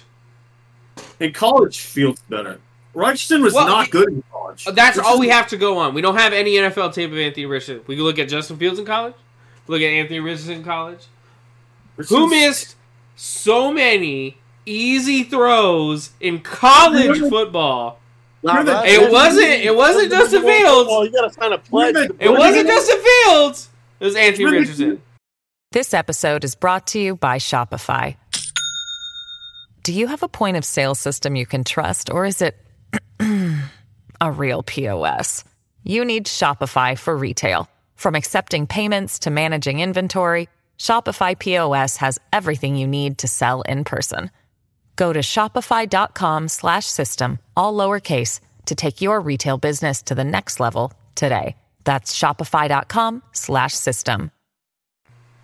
Speaker 3: In college, Fields better. Richardson was
Speaker 1: Well,
Speaker 3: not
Speaker 1: he-
Speaker 3: good in college.
Speaker 1: Uh, That's
Speaker 3: Richardson-
Speaker 1: all we have to go on. We don't have any NFL tape of Anthony Richardson. We can look at Justin Fields in college. Look at Anthony Richardson in college. Who
Speaker 3: Richardson's-
Speaker 1: missed so many easy throws in college football?
Speaker 3: You're the-
Speaker 1: It wasn't. It wasn't Justin
Speaker 2: Well,
Speaker 1: Fields.
Speaker 2: you got to sign a pledge.
Speaker 3: You're the-
Speaker 1: It wasn't Justin Fields. It was Anthony
Speaker 3: You're the-
Speaker 1: Richardson.
Speaker 4: This episode is brought to you by Shopify. Do you have a point of sale system you can trust, or is it [clears throat] a real POS? You need Shopify for retail. From accepting payments to managing inventory, Shopify POS has everything you need to sell in person. Go to shopify.com slash system, all lowercase, to take your retail business to the next level today. That's shopify.com slash system.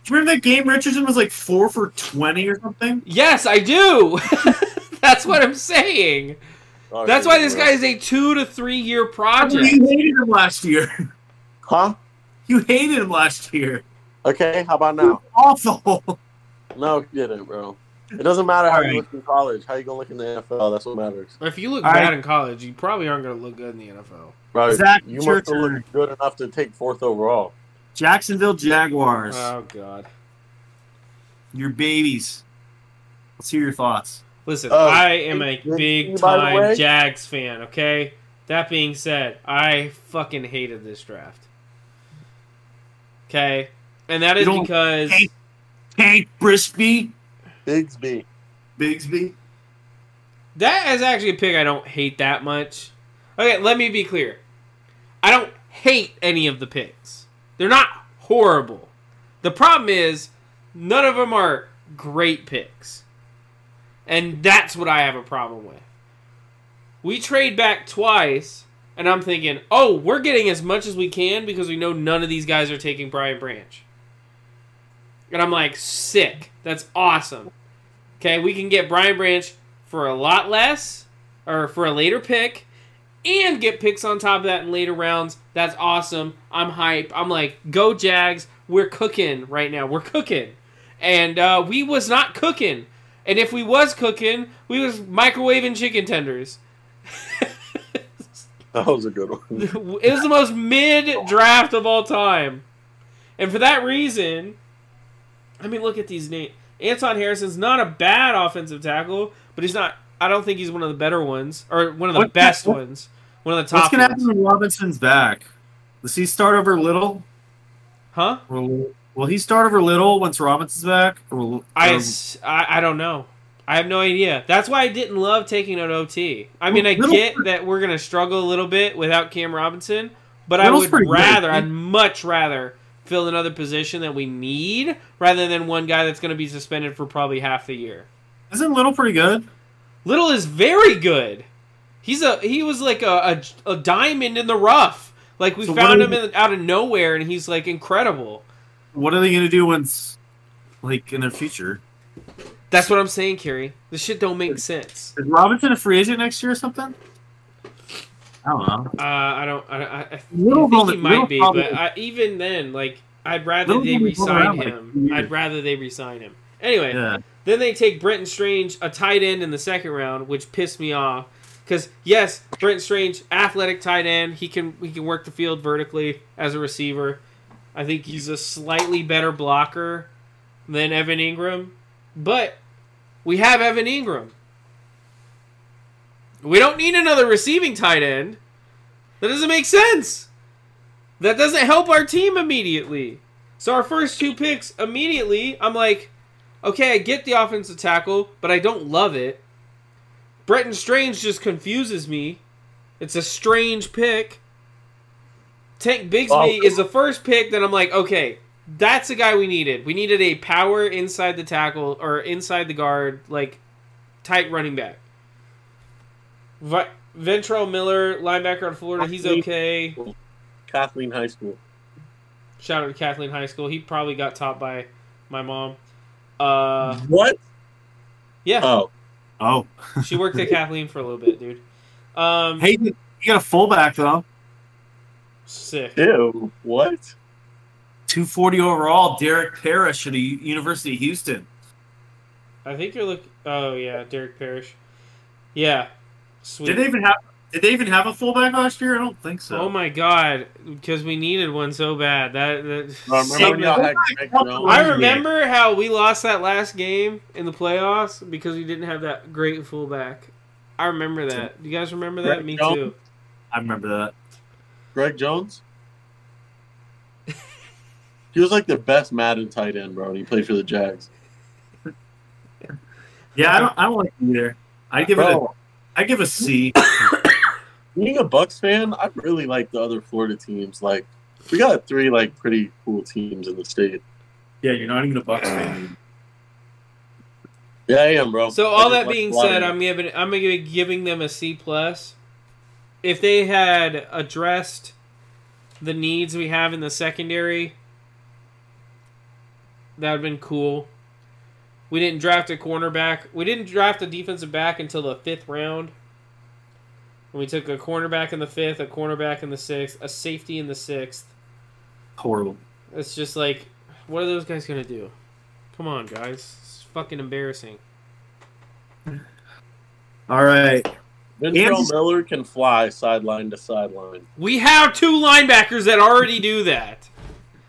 Speaker 3: Do you remember that game Richardson was like four for twenty or something?
Speaker 1: Yes, I do. [laughs] That's what I'm saying.
Speaker 2: Oh,
Speaker 1: That's
Speaker 2: yeah,
Speaker 1: why this
Speaker 2: bro.
Speaker 1: guy is a two to three year project.
Speaker 3: You hated him last year. [laughs]
Speaker 2: Huh?
Speaker 3: You hated him last year.
Speaker 2: Okay, how about now?
Speaker 3: Awful. [laughs]
Speaker 2: No, you didn't, bro. It doesn't matter how
Speaker 3: Alright.
Speaker 2: you look in college. How you gonna look in the NFL? That's what matters.
Speaker 1: If you look
Speaker 3: All
Speaker 1: bad
Speaker 3: right.
Speaker 1: in college, you probably aren't going to look good in the NFL.
Speaker 2: Bro,
Speaker 3: Zach,
Speaker 2: you
Speaker 3: it's your
Speaker 2: must have
Speaker 3: turn.
Speaker 2: looked good enough to take fourth overall.
Speaker 3: Jacksonville Jaguars.
Speaker 1: Oh God!
Speaker 3: your babies. Let's hear your thoughts.
Speaker 1: Listen,
Speaker 2: Oh,
Speaker 1: I am a
Speaker 2: by the
Speaker 1: big time
Speaker 2: way-
Speaker 1: Jags fan. Okay. That being said, I fucking hated this draft. Okay, and that
Speaker 3: You
Speaker 1: is
Speaker 3: don't
Speaker 1: because
Speaker 3: hate- Hank Brisby.
Speaker 2: Bigsby.
Speaker 3: Bigsby.
Speaker 1: That is actually a pick I don't hate that much. Okay, let me be clear. I don't hate any of the picks. They're not horrible. The problem is none of them are great picks. And that's what I have a problem with. We trade back twice, and I'm thinking, oh, we're getting as much as we can because we know none of these guys are taking Brian Branch. And I'm like, sick. That's awesome. Okay, we can get Brian Branch for a lot less or for a later pick and get picks on top of that in later rounds. That's awesome. I'm hype. I'm like, go Jags. We're cooking right now. We're cooking. And uh, we was not cooking. And if we was cooking, we was microwaving chicken tenders. [laughs]
Speaker 2: That was a good one.
Speaker 1: it was the most mid draft of all time. And for that reason, I mean, look at these names. Anton Harrison's not a bad offensive tackle, but he's not. I don't think he's one of the better ones or one of the
Speaker 3: What-
Speaker 1: best
Speaker 3: what-
Speaker 1: ones. One of the
Speaker 3: What's
Speaker 1: top
Speaker 3: gonna
Speaker 1: ones.
Speaker 3: happen when Robinson's back? Does he start over Little?
Speaker 1: Huh?
Speaker 3: Or Will will he start over Little once Robinson's back? Or will,
Speaker 1: I,
Speaker 3: or-
Speaker 1: s- I- I don't know. I have no idea. That's why I didn't love taking an OT. I mean, I
Speaker 3: Little-
Speaker 1: get that we're gonna struggle a little bit without Cam Robinson, but I
Speaker 3: Little's
Speaker 1: would
Speaker 3: pretty good.
Speaker 1: rather, I'd much rather fill another position that we need rather than one guy that's gonna be suspended for probably half the year.
Speaker 3: isn't Little pretty good?
Speaker 1: Little is very good. He's a he was like a a, a diamond in the rough. Like we
Speaker 3: So what
Speaker 1: found
Speaker 3: do
Speaker 1: him
Speaker 3: you-
Speaker 1: in, out of nowhere, and he's like incredible.
Speaker 3: What are they gonna do once like in their future?
Speaker 1: That's what I'm saying, Kerry. This shit don't make sense.
Speaker 3: Is Robinson a free agent next year or something? I don't know.
Speaker 1: Uh, I don't. I, don't- I, I
Speaker 3: Little
Speaker 1: think he
Speaker 3: Roman-
Speaker 1: might
Speaker 3: Little
Speaker 1: be,
Speaker 3: probably-
Speaker 1: but I, even then, like, I'd rather
Speaker 3: Little
Speaker 1: they
Speaker 3: Roman's been
Speaker 1: resign
Speaker 3: around, like,
Speaker 1: him.
Speaker 3: two years.
Speaker 1: I'd rather they resign him. Anyway,
Speaker 3: Yeah.
Speaker 1: then they take Brenton Strange, a tight end, in the second round, which pissed me off. Because yes, Brenton Strange, athletic tight end, he can he can work the field vertically as a receiver. I think he's a slightly better blocker than Evan Ingram, but we have Evan Ingram. We don't need another receiving tight end. That doesn't make sense. That doesn't help our team immediately. So our first two picks immediately, I'm like, okay, I get the offensive tackle, but I don't love it. Bretton Strange just confuses me. It's a strange pick. Tank Bigsby
Speaker 2: Oh.
Speaker 1: is the first pick that I'm like, okay, That's the guy we needed. We needed a power inside the tackle or inside the guard, like tight running back. Vi- Ventrell Miller, linebacker out of Florida, he's okay.
Speaker 2: Kathleen High School.
Speaker 1: Shout out to Kathleen High School. He probably got taught by my mom. Uh,
Speaker 2: What?
Speaker 1: yeah,
Speaker 2: Oh,
Speaker 3: Oh,
Speaker 2: Uh,
Speaker 1: she worked at Kathleen for a little bit, dude. Um,
Speaker 3: hey, you got a fullback though.
Speaker 1: sick.
Speaker 2: ew. What?
Speaker 3: 240 overall, Derek Parrish at the U- University of Houston.
Speaker 1: I think you're look. Oh yeah, Derek Parrish. Yeah, sweet.
Speaker 3: Did they even have? Did they even have a fullback last year? I don't think so.
Speaker 1: Oh my god, because we needed one so bad. That, that
Speaker 2: I remember when y'all had Greg Jones?
Speaker 1: I remember how we lost that last game in the playoffs because we didn't have that great fullback. I remember that. Do you guys remember that?
Speaker 2: Right,
Speaker 1: Me
Speaker 2: don't-
Speaker 1: too.
Speaker 3: I remember that.
Speaker 2: Greg Jones. He was like the best Madden tight end, bro. And he played for the Jags.
Speaker 3: Yeah, I don't. I don't like it either. I give it. A,
Speaker 2: Bro,
Speaker 3: I give a C.
Speaker 2: being a Bucks fan, I really like the other Florida teams. Like, we got three like pretty cool teams in the state.
Speaker 3: yeah, you're not even a Bucks fan.
Speaker 2: Yeah, I am, bro.
Speaker 1: So
Speaker 2: I
Speaker 1: all
Speaker 2: just
Speaker 1: that
Speaker 2: like
Speaker 1: being
Speaker 2: a lot of
Speaker 1: said,
Speaker 2: it.
Speaker 1: I'm giving I'm gonna be giving them a C plus. If they had addressed the needs we have in the secondary, that would have been cool. We didn't draft a cornerback. We didn't draft a defensive back until the fifth round. And we took a cornerback in the fifth, a cornerback in the sixth, a safety in the sixth.
Speaker 3: Horrible.
Speaker 1: It's just like, what are those guys gonna do? Come on, guys. It's fucking embarrassing.
Speaker 3: All right.
Speaker 2: Ventrell
Speaker 3: Kansas-
Speaker 2: Miller can fly sideline to sideline.
Speaker 1: We have two linebackers that already do that.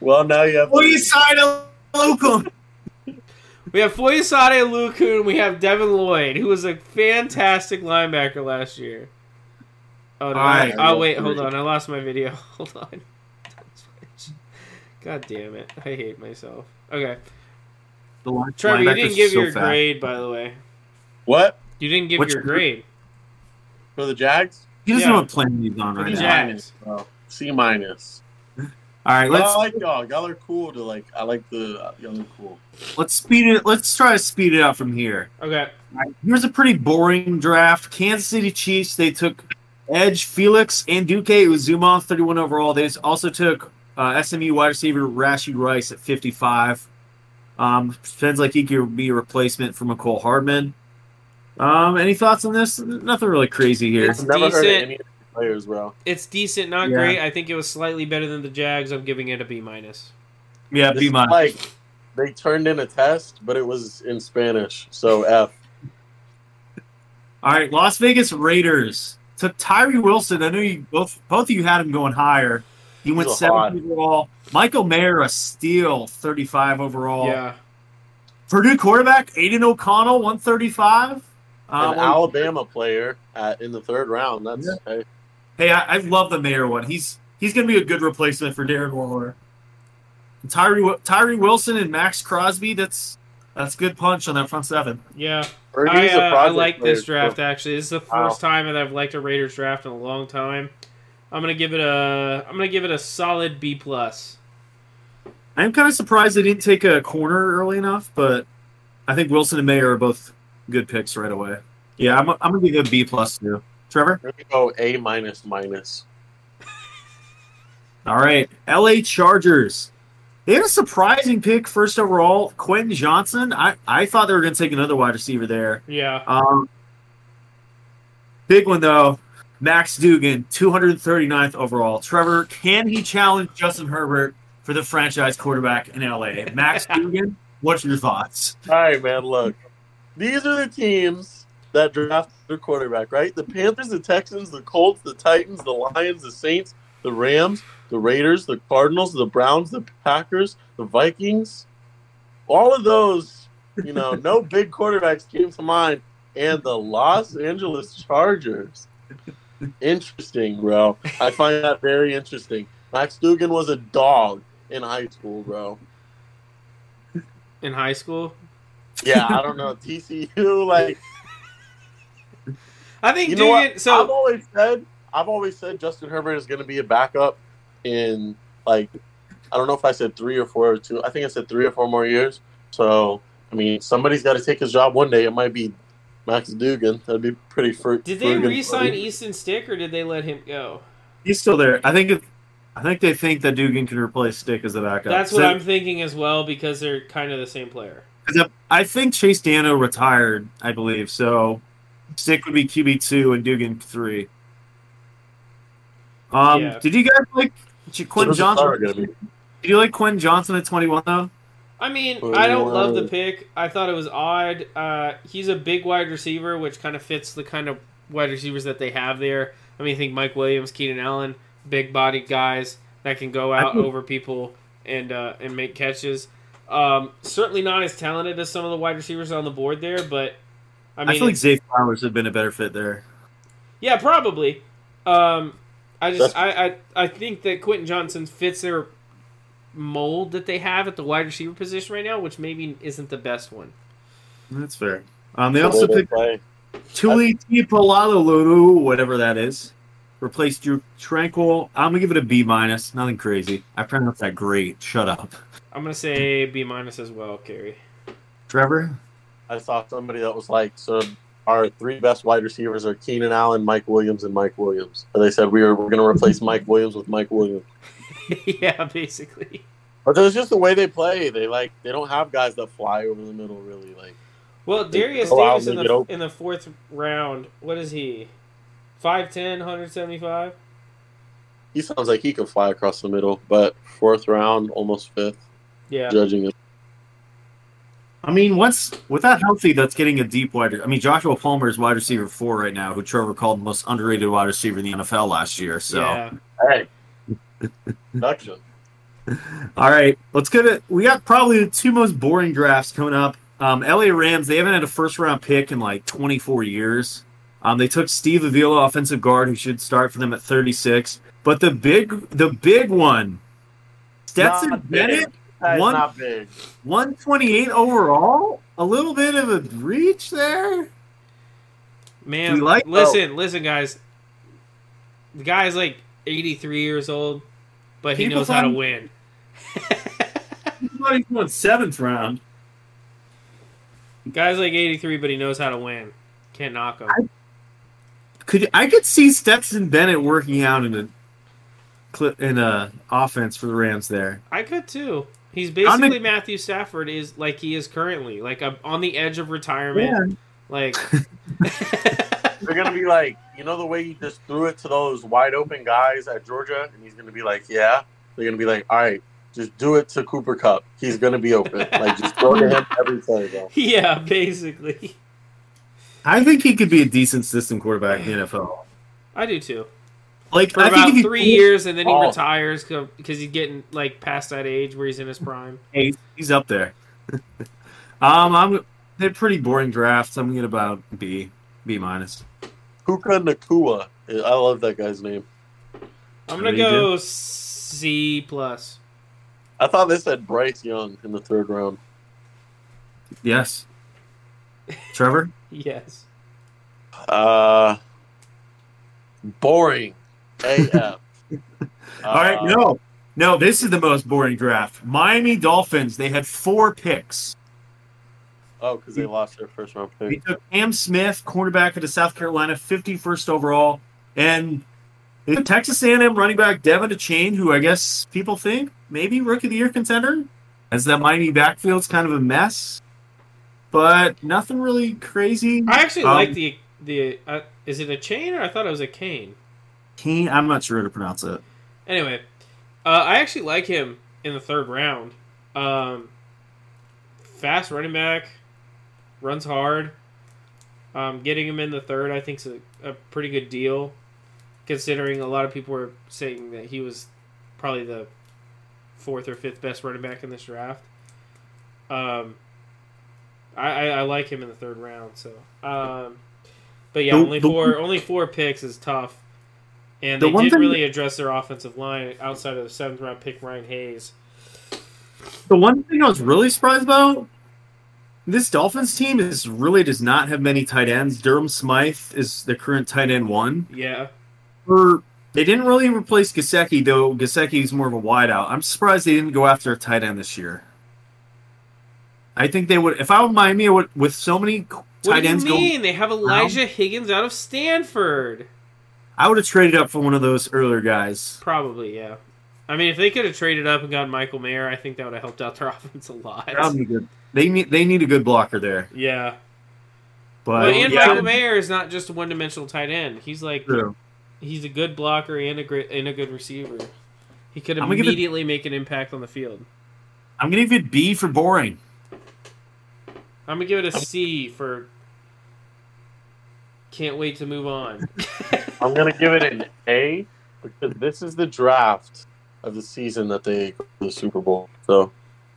Speaker 2: Well, now you have.
Speaker 3: side of locum.
Speaker 1: We have Foyasade Luku and we have Devin Lloyd, who was a fantastic linebacker last year. Oh, no,
Speaker 3: Alright.
Speaker 1: oh wait, hold on. I lost my video. [laughs] Hold on. God damn it. I hate myself. Okay.
Speaker 3: The line,
Speaker 1: Trevor, you
Speaker 3: linebackers
Speaker 1: didn't give
Speaker 3: so
Speaker 1: your
Speaker 3: fat.
Speaker 1: grade, by the way.
Speaker 2: What
Speaker 1: You didn't give
Speaker 3: Which-
Speaker 1: your grade.
Speaker 2: for the Jags?
Speaker 3: He doesn't
Speaker 1: Yeah.
Speaker 3: know what plan he's on
Speaker 1: For
Speaker 3: right
Speaker 1: the
Speaker 3: now.
Speaker 1: Jags.
Speaker 2: Well, C minus.
Speaker 3: All right,
Speaker 2: Well,
Speaker 3: let's
Speaker 2: I like y'all. Y'all are cool. To like, I like the y'all are cool.
Speaker 3: let's speed it. Let's try to speed it out from here.
Speaker 1: Okay.
Speaker 3: Here's a pretty boring draft. Kansas City Chiefs. They took edge Felix and Duque Uzuma, 31 overall. They also took uh, SMU wide receiver Rashi Rice at 55. Um, depends like he could be a replacement for McCole Hardman. Um, any thoughts on this? Nothing really crazy here.
Speaker 1: It's
Speaker 2: I've never heard of
Speaker 1: decent.
Speaker 2: any of the players, bro.
Speaker 1: It's decent, not
Speaker 3: Yeah.
Speaker 1: great. I think it was slightly better than the Jags. I'm giving it a B minus.
Speaker 3: Yeah,
Speaker 2: This
Speaker 3: be
Speaker 2: is
Speaker 3: mine.
Speaker 2: Like, they turned in a test, but it was in Spanish. So F.
Speaker 3: All right, Las Vegas Raiders took Tyree Wilson. I know you both both of you had him going higher. He went
Speaker 2: He's a
Speaker 3: seven
Speaker 2: hot.
Speaker 3: overall. Michael Mayer, a steal, thirty five overall.
Speaker 1: Yeah.
Speaker 3: Purdue quarterback Aiden O'Connell, one Uh, thirty five.
Speaker 1: Uh,
Speaker 2: An Alabama player at, in the third round. That's hey,
Speaker 3: hey, I, I love the Mayer one. He's he's going to be a good replacement for Darren Waller. And Tyree Wi- Tyree Wilson and Max Crosby. That's that's good punch on that front seven.
Speaker 1: Yeah.
Speaker 2: Purdy's
Speaker 1: I, uh,
Speaker 2: a
Speaker 1: I
Speaker 2: project
Speaker 1: like
Speaker 2: player,
Speaker 1: this draft
Speaker 2: so-
Speaker 1: actually. This is the first
Speaker 2: Wow.
Speaker 1: time that I've liked a Raiders draft in a long time. I'm gonna give it a I'm gonna give it a solid B plus.
Speaker 3: I'm kind of surprised they didn't take a corner early enough, but I think Wilson and Mayer are both good picks right away. Yeah, I'm, I'm gonna give a B plus too. Trevor.
Speaker 2: We're gonna go A minus minus.
Speaker 3: All right, L.A. Chargers. They had a surprising pick first overall, Quentin Johnson. I, I thought they were gonna take another wide receiver there.
Speaker 1: Yeah.
Speaker 3: Um, big one though, Max Dugan, 239th overall. Trevor, can he challenge Justin Herbert for the franchise quarterback in L.A.?
Speaker 1: [laughs]
Speaker 3: Max Dugan, what's your thoughts?
Speaker 2: All right, man. Look, these are the teams that draft their quarterback, right? The Panthers, the Texans, the Colts, the Titans, the Lions, the Saints, the Rams, the Raiders, the Cardinals, the Browns, the Packers, the Vikings. All of those, you know, no big quarterbacks came to mind. And the Los Angeles Chargers. Interesting, bro. I find that very interesting. Max Dugan was a dog in high school, bro.
Speaker 1: In high school.
Speaker 2: Yeah, I don't know. TCU, like,
Speaker 1: I [laughs] think
Speaker 2: You know
Speaker 1: Dugan
Speaker 2: what? I've
Speaker 1: so
Speaker 2: always said I've always said Justin Herbert is going to be a backup in like I don't know if I said three or four or two. I think I said three or four more years. So I mean, somebody's got to take his job one day. It might be Max Dugan. That'd be pretty fr-
Speaker 1: Did they
Speaker 2: friggin'
Speaker 1: re-sign
Speaker 2: funny.
Speaker 1: Easton Stick or did they let him go?
Speaker 3: He's still there. I think. If, I think they think that Dugan can replace Stick as a backup.
Speaker 1: That's
Speaker 3: So-
Speaker 1: what I'm thinking as well because they're kind of the same player.
Speaker 3: 'cause I- I think Chase Dano retired, I believe. So Stick would be QB two and Dugan three. Um,
Speaker 1: Yeah.
Speaker 3: did you guys like Quinn
Speaker 2: Who's the starter
Speaker 3: Johnson?
Speaker 2: gonna be?
Speaker 3: Did you like Quinn Johnson at twenty one though?
Speaker 1: I mean,
Speaker 2: Well,
Speaker 1: I don't love
Speaker 2: uh,
Speaker 1: the pick. I thought it was odd. Uh, he's a big wide receiver, which kind of fits the kind of wide receivers that they have there. I mean, I think Mike Williams, Keenan Allen, big bodied guys that can go out
Speaker 3: think-
Speaker 1: over people and uh, and make catches. Um, certainly not as talented as some of the wide receivers on the board there, but I
Speaker 3: I,
Speaker 1: mean,
Speaker 3: feel like Zay Flowers would have been a better fit there.
Speaker 1: yeah, probably. Um, I just
Speaker 2: That's-
Speaker 1: I, I I think that Quentin Johnson fits their mold that they have at the wide receiver position right now, which maybe isn't the best one.
Speaker 3: That's fair. Um, they
Speaker 2: The way
Speaker 3: also
Speaker 2: they
Speaker 3: picked
Speaker 2: play.
Speaker 3: Tuli Tipalalolu, whatever that is. Replaced Drew Tranquil. I'm gonna give it a B minus. Nothing crazy. I pronounced that great. Shut up,
Speaker 1: I'm gonna say B minus as well,
Speaker 2: [laughs]
Speaker 1: Kerry.
Speaker 3: Trevor.
Speaker 2: I saw somebody that was like, so our three best wide receivers are Keenan Allen, Mike Williams, and Mike Williams. And they said we were, we're going to replace Mike Williams with Mike Williams.
Speaker 1: yeah, basically.
Speaker 2: But there's just the way they play. They like they don't have guys that fly over the middle really. Like
Speaker 1: Well, Darius
Speaker 2: Go out
Speaker 1: Davis in
Speaker 2: and get
Speaker 1: the
Speaker 2: open.
Speaker 1: in the fourth round. What is he? 5'10", 175?
Speaker 2: he sounds like he could fly across the middle. But fourth round, almost fifth,
Speaker 1: Yeah.
Speaker 2: judging it.
Speaker 3: I mean, once with that healthy, that's getting a deep wide. I mean, Joshua Palmer is wide receiver four right now, who Trevor called the most underrated wide receiver in the NFL last year. So,
Speaker 1: Yeah.
Speaker 2: Hey, [laughs] production.
Speaker 3: all right, let's get it. We got probably the two most boring drafts coming up. Um, LA Rams, they haven't had a first round pick in like 24 years. Um, they took Steve Avila, offensive guard, who should start for them at 36. But the big, the big one, Stetson
Speaker 2: Not big.
Speaker 3: Bennett,
Speaker 2: That's
Speaker 3: One-
Speaker 2: not big.
Speaker 3: 128 overall. A little bit of a reach there.
Speaker 1: Man,
Speaker 3: We like-
Speaker 1: listen, listen, guys. The guy's like 83 years old, but he
Speaker 3: People
Speaker 1: knows how to
Speaker 3: find-
Speaker 1: win.
Speaker 3: He's going seventh round.
Speaker 1: Guy's like 83, but he knows how to win. Can't knock him.
Speaker 3: Could I could see Stetson Bennett working out in a clip in a offense for the Rams there.
Speaker 1: I could too. He's
Speaker 3: I'm
Speaker 1: basically Matthew Stafford is like he is currently, like i on the edge of retirement. Like, [laughs]
Speaker 3: [laughs]
Speaker 2: They're gonna be like, you know, the way you just threw it to those wide open guys at Georgia, and he's gonna be like, yeah. They're gonna be like, all right, just do it to Cooper Cup. He's gonna be open. like, just throw to him every time, bro.
Speaker 1: [laughs] yeah, basically.
Speaker 3: I think he could be a decent system quarterback in the NFL.
Speaker 1: I do too.
Speaker 3: Like
Speaker 1: For
Speaker 3: I
Speaker 1: about
Speaker 3: think if
Speaker 1: three
Speaker 3: he,
Speaker 1: years, and then he
Speaker 2: Oh.
Speaker 1: retires because he's getting like past that age where he's in his prime.
Speaker 3: years, he's up there. [laughs] um, I'm they're pretty boring drafts. I'm gonna get about B, B minus.
Speaker 2: Puka Nakua. I love that guy's name.
Speaker 1: I'm gonna
Speaker 3: Really good.
Speaker 1: go C plus.
Speaker 2: I thought they said Bryce Young in the third round.
Speaker 3: Yes, Trevor.
Speaker 1: Yes.
Speaker 2: Uh, boring. AF. [laughs]
Speaker 3: All right,
Speaker 2: Uh,
Speaker 3: no, no, this is the most boring draft. Miami Dolphins. They had four picks.
Speaker 2: Oh, because they lost their first round
Speaker 3: They
Speaker 2: pick.
Speaker 3: took Cam Smith, cornerback of the South Carolina, 51st overall, and they took Texas A&M running back Devin DeChain, who I guess people think maybe rookie of the year contender, as that Miami backfield's kind of a mess, but nothing really crazy.
Speaker 1: I actually
Speaker 3: Um,
Speaker 1: like the the. Uh, is it a chain or I thought it was a cane?
Speaker 3: Keen, I'm not sure how to pronounce it.
Speaker 1: Anyway, uh, I actually like him in the third round. Um, fast running back, runs hard. Um, getting him in the third, I think, is a, a pretty good deal, considering a lot of people were saying that he was probably the fourth or fifth best running back in this draft. Um, I, I, I like him in the third round. So, um, but yeah,
Speaker 3: The-
Speaker 1: only
Speaker 3: the-
Speaker 1: four only four picks is tough. And
Speaker 3: The
Speaker 1: they
Speaker 3: one
Speaker 1: did
Speaker 3: thing-
Speaker 1: really address their offensive line outside of the seventh round pick Ryan Hayes.
Speaker 3: The one thing I was really surprised about this Dolphins team is really does not have many tight ends. Durham Smythe is the current tight end one.
Speaker 1: Yeah,
Speaker 3: for They didn't really replace Gasecki, though Gasecki's more of a wideout. I'm surprised they didn't go after a tight end this year. I think they would. If I were Miami, I would, with so many tight
Speaker 1: What do you
Speaker 3: ends
Speaker 1: mean?
Speaker 3: going,
Speaker 1: they have Elijah Higgins out of Stanford.
Speaker 3: I would have traded up for one of those earlier guys.
Speaker 1: Probably, yeah. I mean, if they could have traded up and gotten Michael Mayer, I think that would have helped out their [laughs] offense a lot.
Speaker 3: That would be good. They need they need a good blocker there.
Speaker 1: yeah.
Speaker 3: But
Speaker 1: But and
Speaker 2: yeah.
Speaker 1: Michael Mayer is not just a one-dimensional tight end. He's like
Speaker 3: True.
Speaker 1: he's a good blocker and a great and a good receiver. He could
Speaker 3: I'm gonna give it-
Speaker 1: immediately make an impact on the field.
Speaker 3: I'm gonna give it B for boring.
Speaker 1: I'm gonna give it a C for. Can't wait to move on.
Speaker 2: I'm gonna give it an A because this is the draft of the season that they go to the Super Bowl. So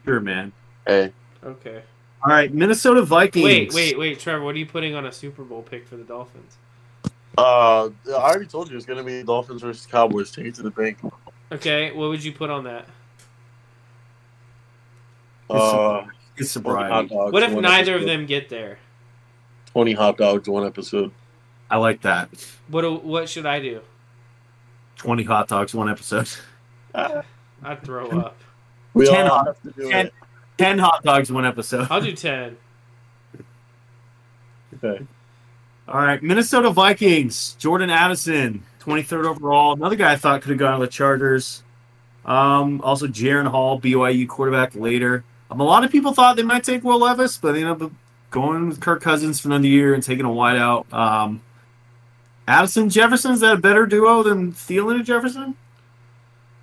Speaker 3: Sure, man.
Speaker 2: A.
Speaker 1: Okay.
Speaker 3: All right, Minnesota Vikings.
Speaker 1: Wait, wait, wait, Trevor. What are you putting on a Super Bowl pick for the Dolphins?
Speaker 2: Uh, I already told you it's gonna be Dolphins versus Cowboys. Take it to the bank.
Speaker 1: Okay, what would you put on that?
Speaker 2: Uh,
Speaker 3: It's
Speaker 2: hot
Speaker 3: sobriety.
Speaker 2: dogs,
Speaker 1: What if
Speaker 2: one
Speaker 1: neither of
Speaker 2: episode.
Speaker 1: them get there?
Speaker 2: Twenty hot dogs, one episode.
Speaker 3: I like that.
Speaker 1: What do- what should I do?
Speaker 3: Twenty hot dogs, one episode. [laughs]
Speaker 1: I'd throw up.
Speaker 2: We
Speaker 3: Ten
Speaker 2: all
Speaker 3: hot-
Speaker 2: have to do
Speaker 3: Ten,
Speaker 2: it.
Speaker 3: ten hot dogs, one episode.
Speaker 1: I'll do ten.
Speaker 2: Okay.
Speaker 3: All right, Minnesota Vikings. Jordan Addison, 23rd overall. Another guy I thought could have gone to the Chargers. Um, also, Jaron Hall, BYU quarterback later. Um, a lot of people thought they might take Will Levis, but they ended up going with Kirk Cousins for another year and taking a wideout. Um, Addison Jefferson, is that a better duo than Thielen and Jefferson?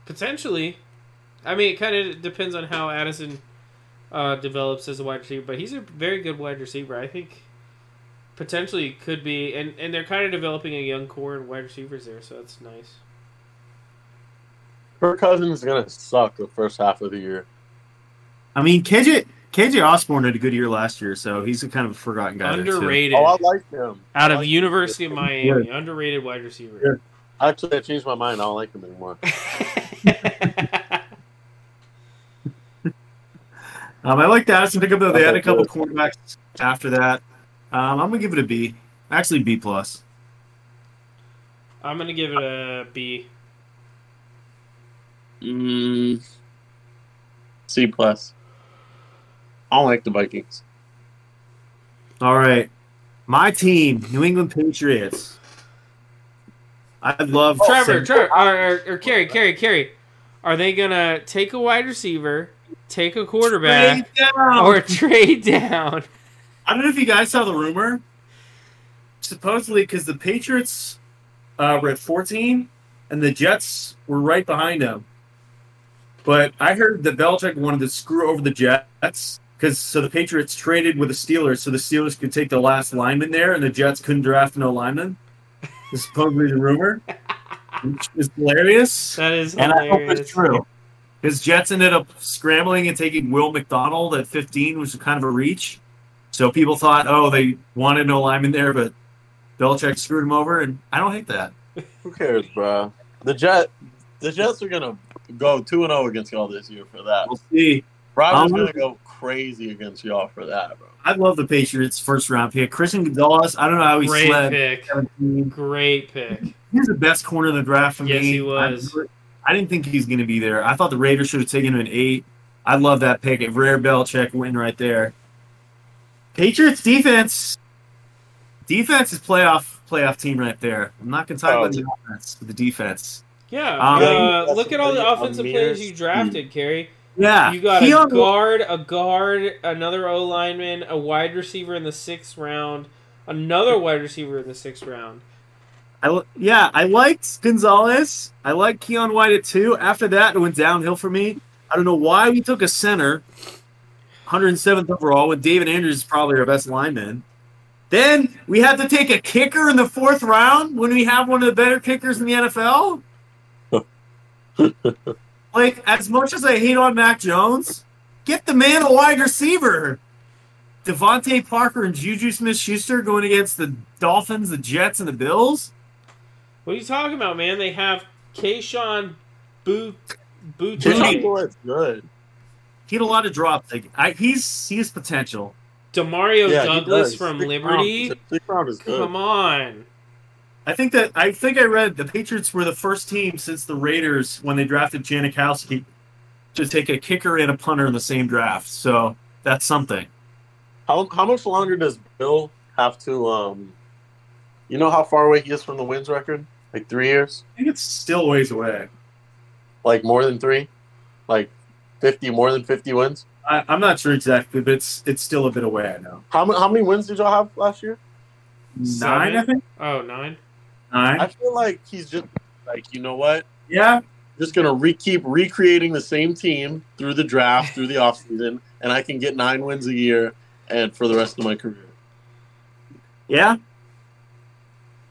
Speaker 1: Potentially. I mean, it kind of depends on how Addison uh, develops as a wide receiver, but he's a very good wide receiver. I think potentially could be, and, and they're kind of developing a young core and wide receivers there, so that's nice.
Speaker 2: Kirk Cousins is gonna suck the first half of the year.
Speaker 3: I mean, KJ, KJ Osborne had a good year last year, so he's a kind of a forgotten guy. there, too.
Speaker 1: underrated
Speaker 2: Oh, I like him.
Speaker 1: out of the
Speaker 2: I like
Speaker 1: University of Miami. Underrated wide receiver.
Speaker 2: Actually, I changed my mind. I don't like him anymore.
Speaker 1: [laughs]
Speaker 3: Um, I like the Addison pickup though. They had a
Speaker 2: Okay,
Speaker 3: couple
Speaker 2: good.
Speaker 3: cornerbacks after that. Um, I'm gonna give it a B. Actually, B plus.
Speaker 1: I'm gonna give it a B.
Speaker 2: Mm, C plus. I don't like the Vikings.
Speaker 3: All right, my team, New England Patriots. I love
Speaker 1: Trevor, Trevor, or, or, or Kerry, Kerry, Kerry. Are they gonna take a wide receiver, take a quarterback,
Speaker 3: Trade down.
Speaker 1: or [laughs] trade down?
Speaker 3: I don't know if you guys saw the rumor. Supposedly, because the Patriots uh, were at 14 and the Jets were right behind them. But I heard that Belichick wanted to screw over the Jets because so the Patriots traded with the Steelers so the Steelers could take the last lineman there and the Jets couldn't draft no lineman. This is supposedly the rumor, which is hilarious.
Speaker 1: That is
Speaker 3: And I hope
Speaker 1: hilarious.
Speaker 3: it's true. Because Jets ended up scrambling and taking Will McDonald at 15, which was kind of a reach. So people thought, oh, they wanted no lineman there, but Belichick screwed him over, and I don't hate that.
Speaker 2: Who cares, bro? The Jet, the Jets are gonna go two and zero against y'all this year for that.
Speaker 3: We'll see.
Speaker 2: Robert's
Speaker 3: Um,
Speaker 2: gonna go crazy against y'all for that, bro.
Speaker 3: I love the Patriots first round pick. Christian Gonzalez, I don't know how he
Speaker 1: Great
Speaker 3: slid.
Speaker 1: pick.
Speaker 3: 17.
Speaker 1: Great pick.
Speaker 3: He's the best corner in the draft for
Speaker 1: Yes,
Speaker 3: me.
Speaker 1: he was.
Speaker 3: I, I didn't think he was going to be there. I thought the Raiders should have taken him an eight. I love that pick. A rare Belichick win right there. Patriots defense. Defense is playoff playoff team right there. I'm not going to talk
Speaker 2: Oh.
Speaker 3: about the offense, but the defense.
Speaker 1: Yeah.
Speaker 3: Um,
Speaker 1: uh,
Speaker 2: That's
Speaker 1: look at all the
Speaker 2: really
Speaker 1: offensive players you
Speaker 2: Amir's-
Speaker 1: drafted, Kerry.
Speaker 3: Yeah,
Speaker 1: You got
Speaker 3: he
Speaker 1: a
Speaker 3: on-
Speaker 1: guard, a guard, another O lineman, a wide receiver in the sixth round, another wide receiver in the sixth round.
Speaker 3: I li- yeah, I liked Gonzalez. I liked Keon White at two. After that, it went downhill for me. I don't know why we took a center, 107th overall, when David Andrews is probably our best lineman. Then we had to take a kicker in the fourth round when we have one of the better kickers in the NFL. like, as much as I hate on Mac Jones, get the man a wide receiver. Devontae Parker and Juju Smith Schuster going against the Dolphins, the Jets, and the Bills.
Speaker 1: What are you talking about, man? They have Kayshawn Boo
Speaker 2: Jalen
Speaker 1: Booty,
Speaker 2: Ford's good.
Speaker 3: He had a lot of drops. Like I, he's he has potential.
Speaker 1: Demario
Speaker 2: Yeah, he
Speaker 1: Douglas
Speaker 2: does.
Speaker 1: from
Speaker 2: Six
Speaker 1: Liberty.
Speaker 2: round- six round is good.
Speaker 1: Come on,
Speaker 3: I think that I think I read the Patriots were the first team since the Raiders when they drafted Janikowski to take a kicker and a punter in the same draft. So that's something.
Speaker 2: How how much longer does Bill have to? Um, you know how far away he is from the wins record? Like three years?
Speaker 3: I think it's still ways away.
Speaker 2: Like more than three? Like fifty? More than fifty wins?
Speaker 3: I, I'm not sure exactly, but it's it's still a bit away. I know
Speaker 2: How many how many wins did y'all have last year?
Speaker 3: nine. I
Speaker 1: Seven?
Speaker 3: think
Speaker 1: Oh, nine.
Speaker 3: nine.
Speaker 2: I feel like he's just like you know what?
Speaker 3: yeah,
Speaker 2: just gonna re- keep recreating the same team through the draft, through the offseason, and I can get nine wins a year and for the rest of my career.
Speaker 3: yeah.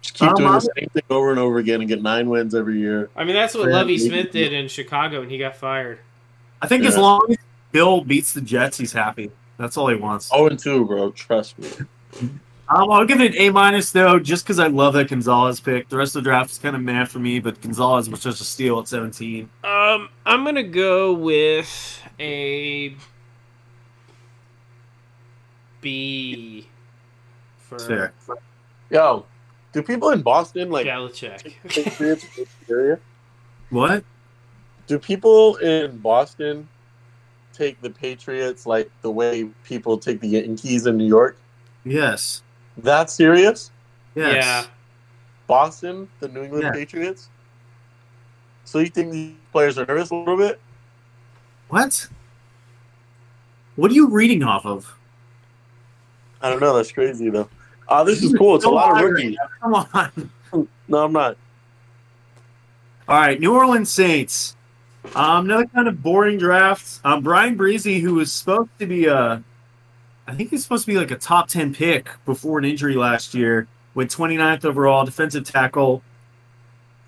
Speaker 2: Just keep
Speaker 3: Um,
Speaker 2: doing
Speaker 3: I-
Speaker 2: the same thing over and over again and get nine wins every year.
Speaker 1: I mean, that's what
Speaker 2: Yeah,
Speaker 1: Lovey
Speaker 2: maybe-
Speaker 1: Smith did in Chicago, and he got fired.
Speaker 3: I think as
Speaker 2: Yeah.
Speaker 3: long as Bill beats the Jets, he's happy. That's all he wants.
Speaker 2: Oh and two, bro. Trust me.
Speaker 3: Um, I'll give it an A minus though, just because I love that Gonzalez pick. The rest of the draft is kind of mad for me, but Gonzalez was just a steal at 17.
Speaker 1: Um, I'm gonna go with a B for
Speaker 3: Fair.
Speaker 2: Yo, do people in Boston like
Speaker 1: Belichick.
Speaker 2: Patriots are superior?
Speaker 3: What?
Speaker 2: Do people in Boston take the Patriots like the way people take the Yankees in New York?
Speaker 3: Yes.
Speaker 2: That serious?
Speaker 3: Yes.
Speaker 1: Yeah.
Speaker 2: Boston, the New England
Speaker 3: Yeah.
Speaker 2: Patriots? So you think these players are nervous a little bit?
Speaker 3: What? What are you reading off of?
Speaker 2: I don't know. That's crazy though. Uh, this is cool. It's a lot of rookies.
Speaker 3: Come on.
Speaker 2: No, I'm not.
Speaker 3: All right, New Orleans Saints. Um, another kind of boring draft. Um, Brian Breezy, who was supposed to be a, I think he's supposed to be like a top ten pick before an injury last year, went 29th overall, defensive tackle.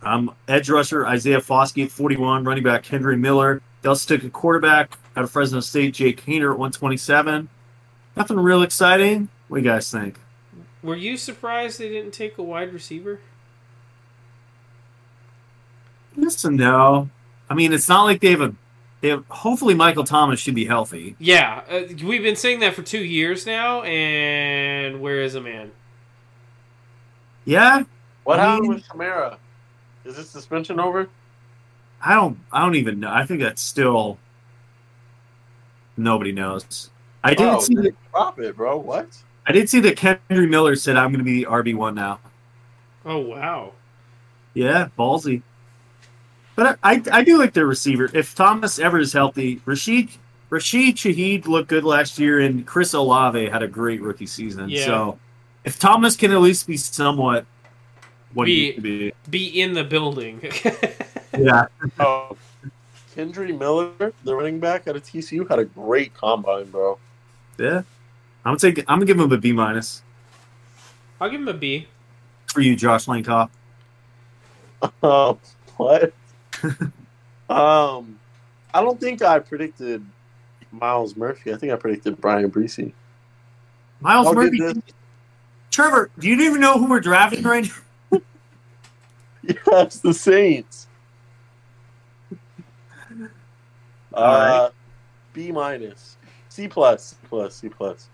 Speaker 3: Um, edge rusher Isaiah Foskey at 41, running back Henry Miller. They also took a quarterback out of Fresno State, Jake Hayner at 127. Nothing real exciting. What do you guys think?
Speaker 1: Were you surprised they didn't take a wide receiver?
Speaker 3: Yes and no. I mean, it's not like they have a. They have, hopefully, Michael Thomas should be healthy.
Speaker 1: Yeah, uh, we've been saying that for two years now, and where is a man?
Speaker 3: Yeah,
Speaker 2: What
Speaker 3: I
Speaker 2: happened
Speaker 3: mean-
Speaker 2: with Kamara? Is this suspension over?
Speaker 3: I don't. I don't even know. I think that's still nobody knows. I did
Speaker 2: Oh,
Speaker 3: see.
Speaker 2: did
Speaker 3: That,
Speaker 2: it drop it, bro. What?
Speaker 3: I did see that Kendry Miller said, "I'm going to be the RB one now."
Speaker 1: Oh wow.
Speaker 3: Yeah, ballsy. But I, I, I do like their receiver. If Thomas ever is healthy, Rashid Rashid Shaheed looked good last year, and Chris Olave had a great rookie season.
Speaker 1: Yeah.
Speaker 3: So if Thomas can at least be somewhat what
Speaker 1: Be-
Speaker 3: he used to be,
Speaker 1: Be in the building. [laughs]
Speaker 3: yeah,
Speaker 2: Oh, Kendry Miller, the running back out of TCU, had a great combine, bro.
Speaker 3: yeah. I'm gonna take. I'm gonna give him a B minus
Speaker 1: I'll give him a B.
Speaker 3: for you, Josh Lankoff.
Speaker 2: Um, what? um, I don't think I predicted Miles Murphy. I think I predicted Brian Breesy.
Speaker 3: Miles
Speaker 2: I'll give
Speaker 3: Murphy.
Speaker 2: this-
Speaker 3: Trevor, do you even know who we're drafting right now?
Speaker 2: [laughs] Yes, the Saints. Uh, B minus, C plus, C plus, C plus.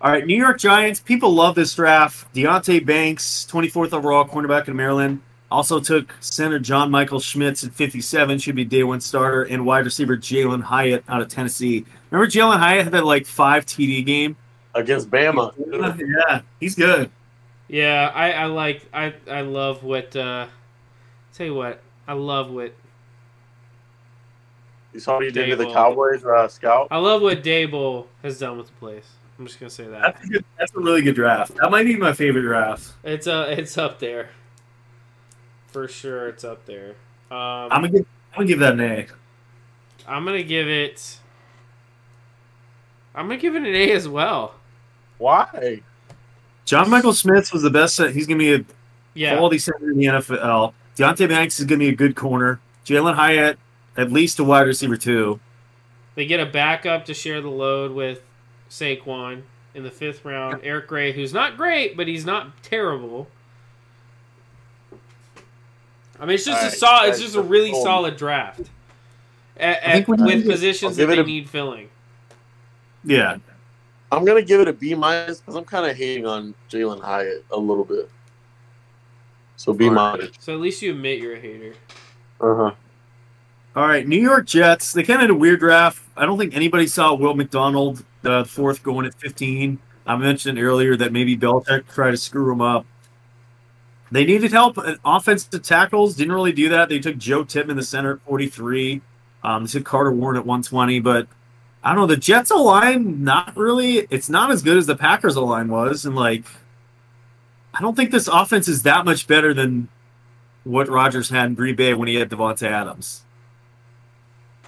Speaker 3: All right, New York Giants. People love this draft. Deontay Banks, 24th overall cornerback in Maryland. Also took center John Michael Schmitz at 57, should be day one starter, and wide receiver Jalen Hyatt out of Tennessee. Remember Jalen Hyatt had that like five TD game?
Speaker 2: Against Bama.
Speaker 3: Yeah, he's good.
Speaker 1: Yeah, I, I like I I love what uh tell you what, I love what
Speaker 2: You saw what he did to the
Speaker 1: Dable.
Speaker 2: Cowboys uh, scout?
Speaker 1: I love what Dable has done with the place. I'm just gonna say that.
Speaker 3: That's a, good, that's a really good draft. That might be my favorite draft.
Speaker 1: It's uh it's up there. For sure it's up there. Um
Speaker 3: I'm gonna give, I'm gonna give that an A.
Speaker 1: I'm gonna give it I'm gonna give it an A as well.
Speaker 2: Why?
Speaker 3: John Michael Schmitz was the best. cen- He's gonna be a
Speaker 1: Yeah.
Speaker 3: quality center in the NFL. Deontay Banks is going to be a good corner. Jalen Hyatt, at least a wide receiver too.
Speaker 1: They get a backup to share the load with Saquon in the fifth round. Eric Gray, who's not great, but he's not terrible. I mean, it's just
Speaker 2: Alright,
Speaker 1: a solid. It's
Speaker 2: guys,
Speaker 1: just a really
Speaker 2: hold.
Speaker 1: solid draft. At,
Speaker 3: I think we need
Speaker 1: with
Speaker 3: to-
Speaker 1: positions
Speaker 2: I'll
Speaker 1: that
Speaker 2: give it
Speaker 1: they
Speaker 2: a-
Speaker 1: need filling.
Speaker 3: Yeah,
Speaker 2: I'm gonna give it a B minus because I'm kind of hating on Jalen Hyatt a little bit. So be minded.
Speaker 1: So at least you admit you're a hater.
Speaker 2: Uh huh.
Speaker 3: All right, New York Jets. They kind of had a weird draft. I don't think anybody saw Will McDonald, the fourth, going at 15. I mentioned earlier that maybe Belichick tried to screw him up. They needed help at offensive tackles. Didn't really do that. They took Joe Tittman, the center, at 43. Um, they took Carter Warren at 120. But I don't know. The Jets' line, not really. It's not as good as the Packers' line was. And, like, I don't think this offense is that much better than what Rodgers had in Green Bay when he had Devontae Adams.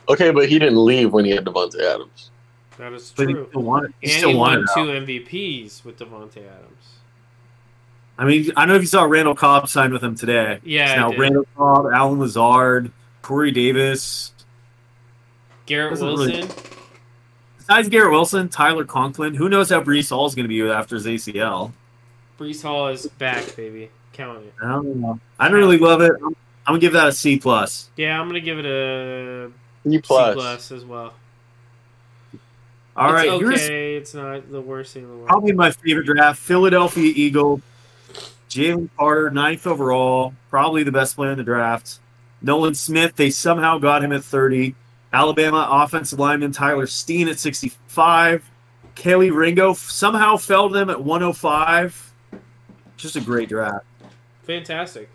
Speaker 2: Okay, but he didn't leave when he had Devontae Adams.
Speaker 1: That is
Speaker 3: But he still
Speaker 1: true.
Speaker 3: wanted, he
Speaker 1: and
Speaker 3: still
Speaker 1: he won
Speaker 3: wanted
Speaker 1: two
Speaker 3: out.
Speaker 1: MVPs with Devontae Adams.
Speaker 3: I mean, I don't know if you saw Randall Cobb sign with him today.
Speaker 1: Yeah, I
Speaker 3: now
Speaker 1: did.
Speaker 3: Randall Cobb, Alan Lazard, Corey Davis.
Speaker 1: Garrett
Speaker 3: Doesn't
Speaker 1: Wilson.
Speaker 3: really- Besides Garrett Wilson, Tyler Conklin. Who knows how Brees Hall is going to be after his ACL?
Speaker 1: Brees Hall is back, baby. Count it.
Speaker 3: I don't know. I don't really love it. I'm, I'm gonna give that a C plus.
Speaker 1: Yeah, I'm gonna give it a
Speaker 2: E
Speaker 1: C
Speaker 2: plus.
Speaker 1: plus as well.
Speaker 3: All right,
Speaker 1: it's
Speaker 3: here's
Speaker 1: okay. It's not the worst thing in the world.
Speaker 3: probably my favorite draft: Philadelphia Eagle, Jalen Carter, ninth overall, probably the best player in the draft. Nolan Smith, they somehow got him at 30. Alabama offensive lineman Tyler Steen at 65. Kaylee Ringo somehow fell to them at 105. Just a great draft.
Speaker 1: Fantastic.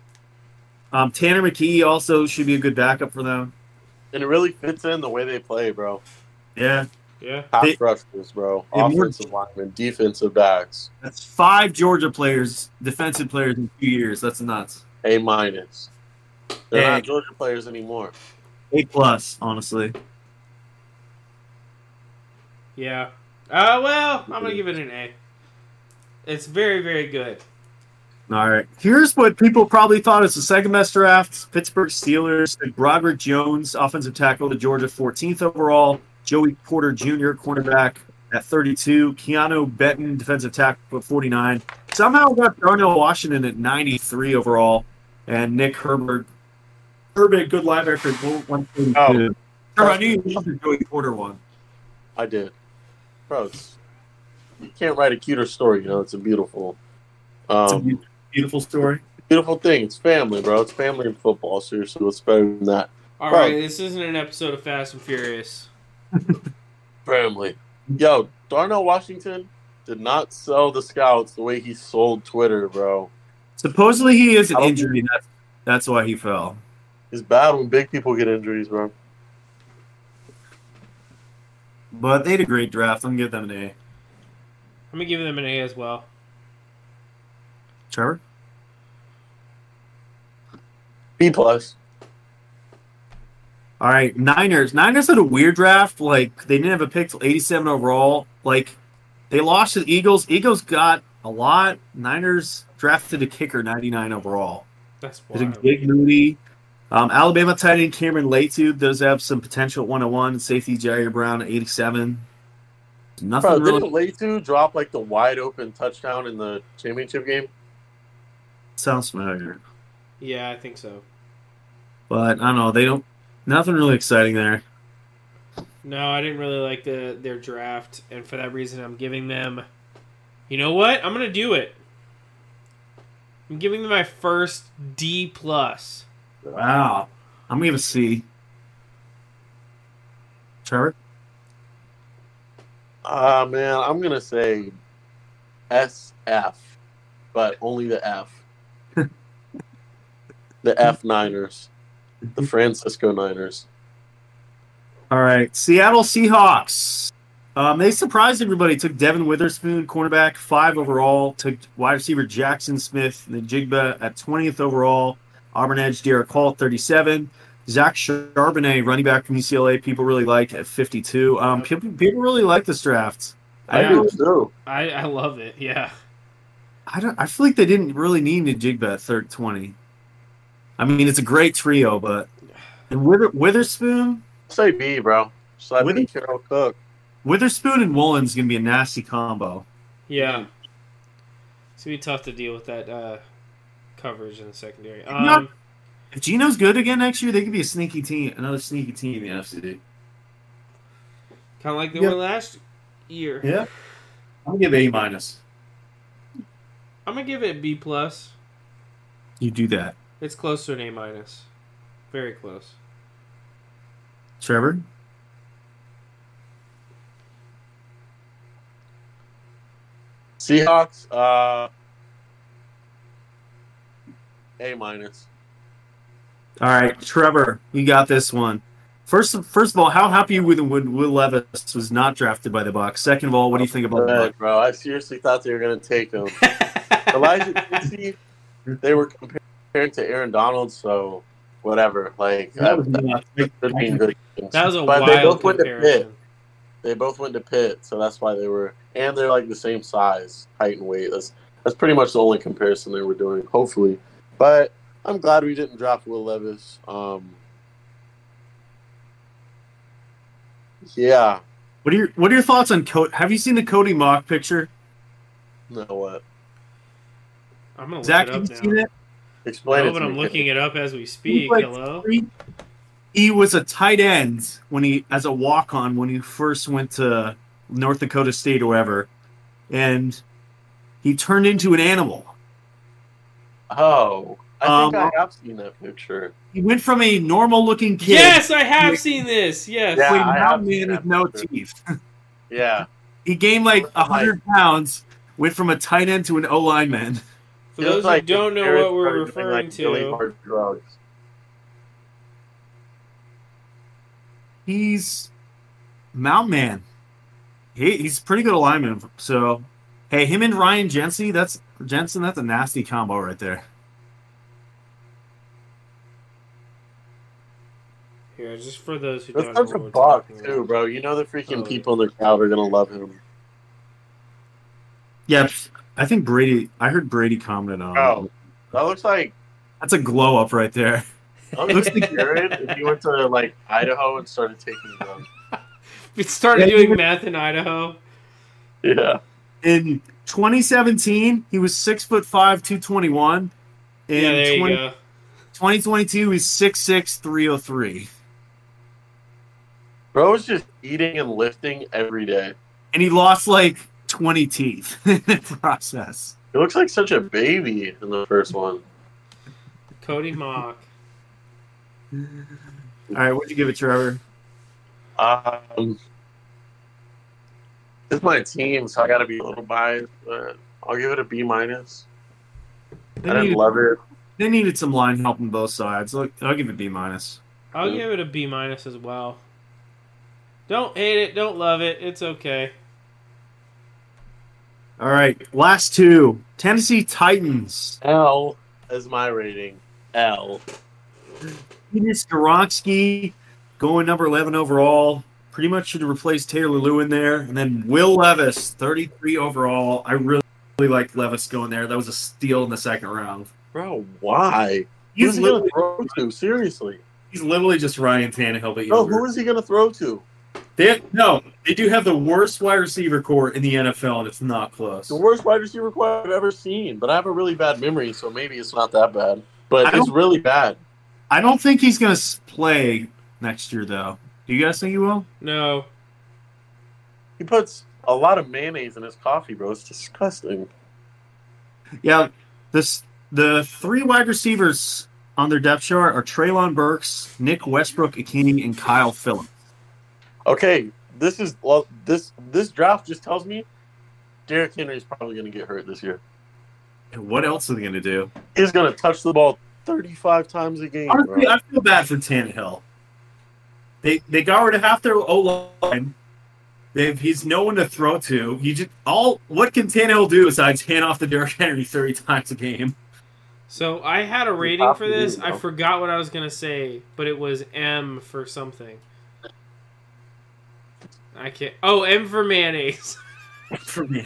Speaker 3: Um, Tanner McKee also should be a good backup for them.
Speaker 2: And it really fits in the way they play, bro.
Speaker 3: Yeah.
Speaker 1: Yeah.
Speaker 2: Pass
Speaker 3: They-
Speaker 2: rushers, bro.
Speaker 3: They more-
Speaker 2: Offensive linemen, defensive backs,
Speaker 3: That's five Georgia players, defensive players in two years. That's nuts.
Speaker 2: A minus. They're
Speaker 3: Dang.
Speaker 2: not Georgia players anymore.
Speaker 3: A plus, honestly.
Speaker 1: Yeah. Uh, well, I'm gonna give it an A. It's very, very good.
Speaker 3: All right. Here's what people probably thought is the second best draft. Pittsburgh Steelers took Broderick Jones, offensive tackle to Georgia, 14th overall. Joey Porter Jr., cornerback at 32. Keanu Benton, defensive tackle at 49. Somehow got Darnell Washington at 93 overall. And Nick Herbert. Herbert, good linebacker, at
Speaker 2: Oh.
Speaker 3: 132. Sure, I knew you loved the Joey Porter one.
Speaker 2: I did. Bro, it's, you can't write a cuter story, you know. It's a beautiful,
Speaker 3: It's a
Speaker 2: um,
Speaker 3: beautiful- beautiful story.
Speaker 2: beautiful thing. It's family, bro. It's family and football. Seriously, what's better than that?
Speaker 1: All
Speaker 2: Bro.
Speaker 1: right, this isn't an episode of Fast and Furious.
Speaker 2: Family. Yo, Darnell Washington did not sell the scouts the way he sold Twitter, bro.
Speaker 3: Supposedly he is an
Speaker 2: I don't
Speaker 3: injury. That's, that's why he fell.
Speaker 2: It's bad when big people get injuries, bro.
Speaker 3: But they had a great draft. I'm gonna give them an A.
Speaker 1: I'm gonna give them an A as well.
Speaker 3: Trevor.
Speaker 2: B plus.
Speaker 3: All right, Niners. Niners had a weird draft. Like they didn't have a pick till 87 overall. Like they lost to the Eagles. Eagles got a lot. Niners drafted a kicker 99 overall.
Speaker 1: That's
Speaker 3: They took
Speaker 1: wild.
Speaker 3: Big Moody. Um, Alabama tight end Cameron Latu does have some potential at 101. Safety Jair Brown at 87. Nothing
Speaker 2: Bro,
Speaker 3: really.
Speaker 2: didn't Leitu drop like the wide open touchdown in the championship game?
Speaker 3: Sounds familiar.
Speaker 1: Yeah, I think so.
Speaker 3: But I don't know. They don't. Nothing really exciting there.
Speaker 1: No, I didn't really like the their draft, and for that reason, I'm giving them. You know what? I'm gonna do it. I'm giving them my first D plus.
Speaker 3: Wow. I'm gonna give a C. Trevor?
Speaker 2: Ah man, I'm gonna say SF, but only the
Speaker 3: [laughs]
Speaker 2: F. the F Niners, the Francisco Niners.
Speaker 3: All right. Seattle Seahawks. Um, they surprised everybody. Took Devin Witherspoon, cornerback, five overall. Took wide receiver Jackson Smith, Najigba at 20th overall. Auburn Edge, Derek Hall, at 37. Zach Charbonnet, running back from UCLA, people really like at 52. Um, people, people really like this draft. I
Speaker 1: Yeah.
Speaker 3: don't,
Speaker 2: do too.
Speaker 1: I I love it. Yeah.
Speaker 3: I don't. I feel like they didn't really need Najigba at third twenty. I mean, it's a great trio, but and Wither, Witherspoon,
Speaker 2: Say B, bro. Slap
Speaker 3: Really?
Speaker 2: in Carol Cook.
Speaker 3: Witherspoon and Woolen's gonna be a nasty combo.
Speaker 1: Yeah. It's gonna be tough to deal with that uh, coverage in the secondary.
Speaker 3: Yeah.
Speaker 1: Um,
Speaker 3: If Geno's good again next year, they could be a sneaky team, another sneaky team in the NFC.
Speaker 1: kind of like they
Speaker 3: Yeah.
Speaker 1: were last year.
Speaker 3: Yeah, I'm gonna give A minus.
Speaker 1: I'm gonna give it a B plus.
Speaker 3: You do that.
Speaker 1: It's close to an A minus. Very close.
Speaker 3: Trevor?
Speaker 2: Seahawks, uh, A minus.
Speaker 3: All right, Trevor, you got this one. First, first of all, how happy with when Will Levis was not drafted by the Bucks? Second of all, what do you think about that?
Speaker 2: Good, bro. I seriously thought they were going to take him. Elijah Casey, they were compared to Aaron Donald, so whatever. Like that, that, could be good.
Speaker 1: [laughs] That was a
Speaker 2: but
Speaker 1: wild
Speaker 2: they both went to Pitt.
Speaker 1: comparison.
Speaker 2: They both went to Pitt, so that's why they were. And they're like the same size, height, and weight. That's that's pretty much the only comparison they were doing. Hopefully, but I'm glad we didn't drop Will Levis. Um, yeah,
Speaker 3: What are your What are your thoughts on Cody? Have you seen the Cody mock picture?
Speaker 2: you know what?
Speaker 1: I'm gonna look
Speaker 3: Zach,
Speaker 1: it
Speaker 3: have you
Speaker 1: up now.
Speaker 3: seen it?
Speaker 2: Explain
Speaker 1: No,
Speaker 2: it.
Speaker 1: but
Speaker 2: to
Speaker 1: I'm
Speaker 2: me.
Speaker 1: looking it up as we speak.
Speaker 3: like
Speaker 1: Hello.
Speaker 3: three- He was a tight end when he as a walk on when he first went to North Dakota State or wherever, and he turned into an animal.
Speaker 2: Oh, I think
Speaker 3: Um,
Speaker 2: I have seen that picture.
Speaker 3: He went from a normal looking kid
Speaker 1: Yes, I have seen this. Yes.
Speaker 3: to
Speaker 2: Yeah.
Speaker 3: a
Speaker 2: I
Speaker 3: now
Speaker 2: have seen
Speaker 3: man
Speaker 2: that
Speaker 3: with no
Speaker 2: picture.
Speaker 3: teeth.
Speaker 2: Yeah.
Speaker 3: He gained like
Speaker 2: Looks like-
Speaker 3: hundred pounds, went from a tight end to an O lineman.
Speaker 1: For
Speaker 2: It looks
Speaker 1: those who
Speaker 2: like
Speaker 1: don't know
Speaker 2: Jared
Speaker 1: what we're
Speaker 2: started doing, like,
Speaker 1: referring
Speaker 2: Really
Speaker 1: to,
Speaker 2: hard drugs.
Speaker 3: He's Mountain Man. He, he's pretty good alignment. So, hey, him and Ryan Jensen, that's Jensen. That's a nasty combo right there.
Speaker 1: here just for those who don't
Speaker 2: That's
Speaker 1: know
Speaker 2: such
Speaker 1: what
Speaker 2: a
Speaker 1: we're
Speaker 2: buck
Speaker 1: talking
Speaker 2: too,
Speaker 1: about.
Speaker 2: bro. You know the freaking
Speaker 1: Oh,
Speaker 2: people in the crowd are gonna love him.
Speaker 3: Yeah, I think Brady. I heard Brady comment on.
Speaker 2: Oh, that looks like
Speaker 3: That's a glow up right there.
Speaker 2: that [laughs]
Speaker 3: Looks
Speaker 2: looks like
Speaker 3: like-
Speaker 2: Jared if he went to like Idaho and started taking drugs.
Speaker 1: It started
Speaker 3: Yeah, you
Speaker 1: doing
Speaker 3: were-
Speaker 1: math in Idaho.
Speaker 2: Yeah,
Speaker 3: In 2017, he was six foot five, 221. In
Speaker 1: yeah, there
Speaker 3: 20
Speaker 1: you go.
Speaker 3: 2022, he's 6'6", 303.
Speaker 2: bro was just eating and lifting every day.
Speaker 3: and he lost like 20 teeth [laughs] in the process.
Speaker 2: He looks like such a baby in the first one.
Speaker 3: [laughs]
Speaker 1: Cody Mock.
Speaker 3: All right, what'd you give it, Trevor?
Speaker 2: Um, it's my team, so I gotta be a little biased, but I'll give it a B minus. I
Speaker 3: needed,
Speaker 2: didn't love it.
Speaker 3: They needed some line help on both sides. Look, I'll give it B minus.
Speaker 1: I'll
Speaker 2: Yeah.
Speaker 1: give it a B minus as well. Don't hate it. Don't love it. It's okay.
Speaker 3: All right, last two Tennessee Titans.
Speaker 2: L is my rating. L.
Speaker 3: Peter Skoronsky going number 11 overall. Pretty much should replace Taylor Lewin there. And then Will Levis, 33 overall. I really, really liked Levis going there. That was a steal in the second round.
Speaker 2: Bro, why? Who's
Speaker 3: He's
Speaker 2: he gonna
Speaker 3: literally,
Speaker 2: throw to? Seriously.
Speaker 3: he's literally just Ryan Tannehill, but
Speaker 2: No,
Speaker 3: younger.
Speaker 2: Oh, who is he gonna throw to?
Speaker 3: They no, they do have the worst wide receiver core in the NFL, and it's not close.
Speaker 2: The worst wide receiver core I've ever seen, but I have a really bad memory, so maybe it's not that bad. But
Speaker 3: I
Speaker 2: it's really bad.
Speaker 3: I don't think he's going to play next year, though. Do you guys think he will?
Speaker 1: No.
Speaker 2: He puts a lot of mayonnaise in his coffee, bro. It's disgusting.
Speaker 3: Yeah. This the three wide receivers on their depth chart are Traylon Burks, Nick Westbrook, Akini, and Kyle Phillips.
Speaker 2: Okay, this is well, this this draft just tells me Derrick Henry's probably gonna get hurt this year.
Speaker 3: And what else are they going to do?
Speaker 2: He's gonna touch the ball thirty five times a game, bro.
Speaker 3: Honestly, I feel bad for Tannehill. They they got rid of half their O line. They've, he's no one to throw to. He just all what can Tannehill do besides hand off the Derrick Henry thirty times a game? [laughs]
Speaker 1: So I had a rating for this. I forgot what I was gonna say, but it was M for something. I can't. Oh, M for mayonnaise. [laughs]
Speaker 3: for me.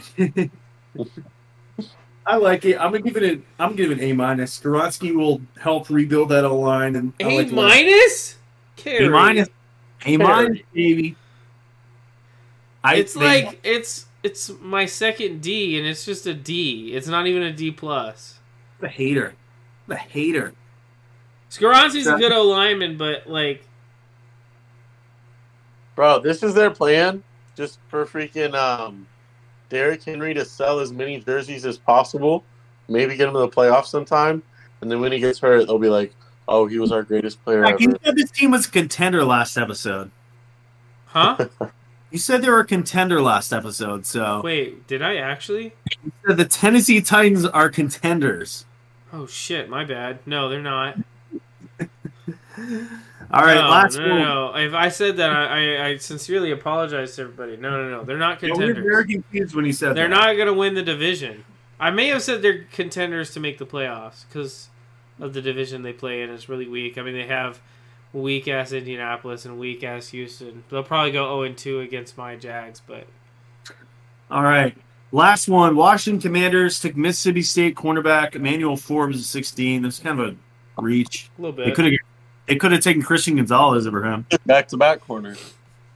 Speaker 3: I like it. I'm gonna give it an I'm giving it an A minus. Skaronski will help rebuild that O line and I
Speaker 1: A
Speaker 3: like
Speaker 1: minus. Carry.
Speaker 3: A minus. A minus,
Speaker 2: Carry.
Speaker 3: baby. I,
Speaker 1: It's
Speaker 3: they-
Speaker 1: like it's it's my second D, and it's just a D. It's not even a D plus.
Speaker 3: the hater, the hater.
Speaker 1: Skaronski's a
Speaker 3: Yeah.
Speaker 1: good O lineman, but like
Speaker 2: Bro, this is their plan just for freaking um Derrick Henry to sell as many jerseys as possible, maybe get him to the playoffs sometime, And then when he gets hurt, they'll be like, "Oh, he was our greatest player
Speaker 3: Like, you
Speaker 2: ever."
Speaker 3: said this team was a contender last episode. [laughs]
Speaker 1: Huh?
Speaker 3: You said they were a contender last episode, so
Speaker 1: Wait, did I actually?
Speaker 3: you said the Tennessee Titans are contenders.
Speaker 1: Oh shit, my bad. No, they're not.
Speaker 3: All right,
Speaker 1: no,
Speaker 3: last
Speaker 1: no,
Speaker 3: one.
Speaker 1: no, no. If I said that, I, I, I sincerely apologize to everybody. No, no, no. They're not
Speaker 3: Yeah, we were
Speaker 1: contenders.
Speaker 3: American kids when he said
Speaker 1: They're
Speaker 3: that.
Speaker 1: not going to win the division. I may have said they're contenders to make the playoffs because of the division they play in. It's really weak. I mean, they have weak ass Indianapolis and weak ass Houston. They'll probably go 0 and 2 against my Jags, but
Speaker 3: All right. Last one. Washington Commanders took Mississippi State cornerback Emmanuel Forbes at 16. That's kind of a reach.
Speaker 1: a little
Speaker 3: They
Speaker 1: bit.
Speaker 3: could have they could have taken Christian Gonzalez over him.
Speaker 2: Back to back corner.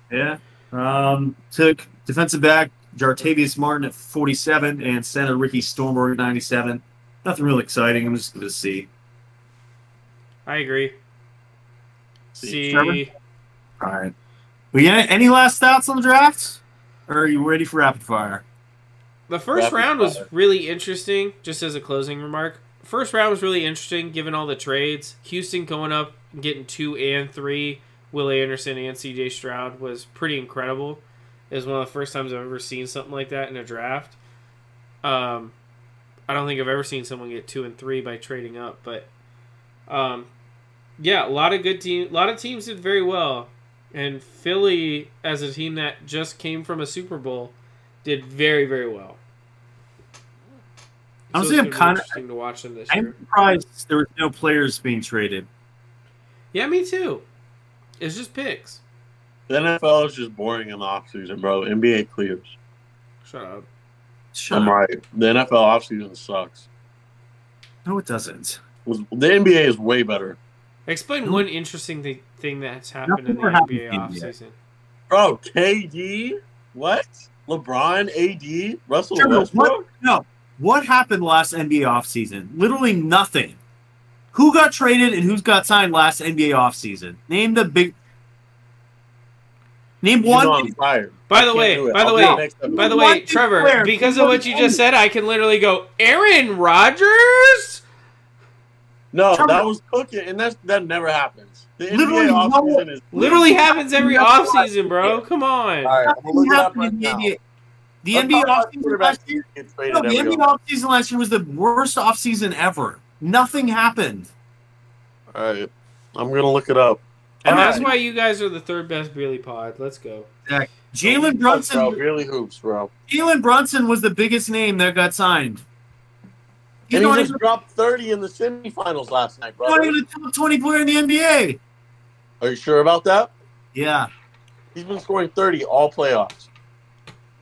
Speaker 3: Yeah. Um, took defensive back Jartavius Martin at 47 and center Ricky Stormberg at 97. Nothing real exciting. I'm just going to see.
Speaker 1: I agree.
Speaker 2: See,
Speaker 1: See,
Speaker 3: Trevor? All right. Well, yeah, any last thoughts on the draft? Or are you ready for rapid fire?
Speaker 1: the first
Speaker 2: Rapid
Speaker 1: round was
Speaker 2: fire.
Speaker 1: really interesting, just as a closing remark. First round was really interesting given all the trades. Houston going up, and getting two and three, Willie Anderson and CJ Stroud was pretty incredible. It was one of the first times I've ever seen something like that in a draft. Um, I don't think I've ever seen someone get two and three by trading up, but um, yeah, a lot of good team, a lot of teams did very well, and Philly as a team that just came from a Super Bowl did very very well.
Speaker 3: I'm
Speaker 1: it's
Speaker 3: saying I'm
Speaker 1: gonna be
Speaker 3: kinda-
Speaker 1: interesting to watch them this
Speaker 3: I'm
Speaker 1: year.
Speaker 3: surprised there were no players being traded.
Speaker 1: Yeah, me too. It's just picks.
Speaker 2: the NFL is just boring in the offseason, bro. NBA clears.
Speaker 1: Shut up.
Speaker 3: Shut
Speaker 2: I'm
Speaker 3: up.
Speaker 2: right. The NFL offseason sucks.
Speaker 3: No, it doesn't.
Speaker 2: The NBA is way better.
Speaker 1: Explain
Speaker 3: Who-
Speaker 1: one interesting thi- thing that's happened in the
Speaker 3: Nothing ever
Speaker 1: NBA
Speaker 3: happens in
Speaker 1: offseason.
Speaker 2: Bro, KD, what? LeBron, AD, Russell
Speaker 3: Trevor,
Speaker 2: Westbrook.
Speaker 3: No. What happened last NBA offseason? Literally nothing. Who got traded and who's got signed last NBA offseason? Name the big. Name
Speaker 2: He's
Speaker 3: one.
Speaker 2: on fire.
Speaker 1: By the
Speaker 2: Can't
Speaker 1: way,
Speaker 2: do it.
Speaker 1: by the
Speaker 2: I'll
Speaker 1: way,
Speaker 2: do it next episode.
Speaker 1: By the
Speaker 3: What
Speaker 1: way,
Speaker 3: is
Speaker 1: Trevor,
Speaker 3: where?
Speaker 1: because of what you just said, I can literally go Aaron Rodgers.
Speaker 2: no,
Speaker 3: Trevor-
Speaker 2: that was cooking, and that's that never happens. The NBA
Speaker 3: Literally no
Speaker 2: offseason
Speaker 3: one-
Speaker 2: is
Speaker 1: Literally happens every
Speaker 3: That's what I
Speaker 1: offseason, bro. Come on.
Speaker 2: All right, I'm gonna look
Speaker 3: Nothing
Speaker 2: it up
Speaker 3: happened
Speaker 2: right
Speaker 3: in the
Speaker 2: now.
Speaker 3: NBA. The
Speaker 2: I'm talking
Speaker 3: NBA
Speaker 2: about
Speaker 3: offseason
Speaker 2: quarterbacks
Speaker 3: last year.
Speaker 2: get
Speaker 3: No,
Speaker 2: traded every
Speaker 3: the NBA
Speaker 2: off-
Speaker 3: offseason last year was the worst offseason ever. Nothing happened.
Speaker 2: All right, I'm gonna look it up.
Speaker 1: And that's
Speaker 3: Alright.
Speaker 1: why you guys are the third best Beerly pod. Let's go.
Speaker 3: Jalen
Speaker 2: bro,
Speaker 3: Brunson.
Speaker 2: really hoops, bro.
Speaker 3: Jalen Brunson was the biggest name that got signed. He's
Speaker 2: And he
Speaker 3: not
Speaker 2: just
Speaker 3: even,
Speaker 2: dropped 30 in the semifinals last night, bro.
Speaker 3: not even a top twenty player in the NBA.
Speaker 2: Are you sure about that?
Speaker 3: Yeah.
Speaker 2: He's been scoring 30 all playoffs.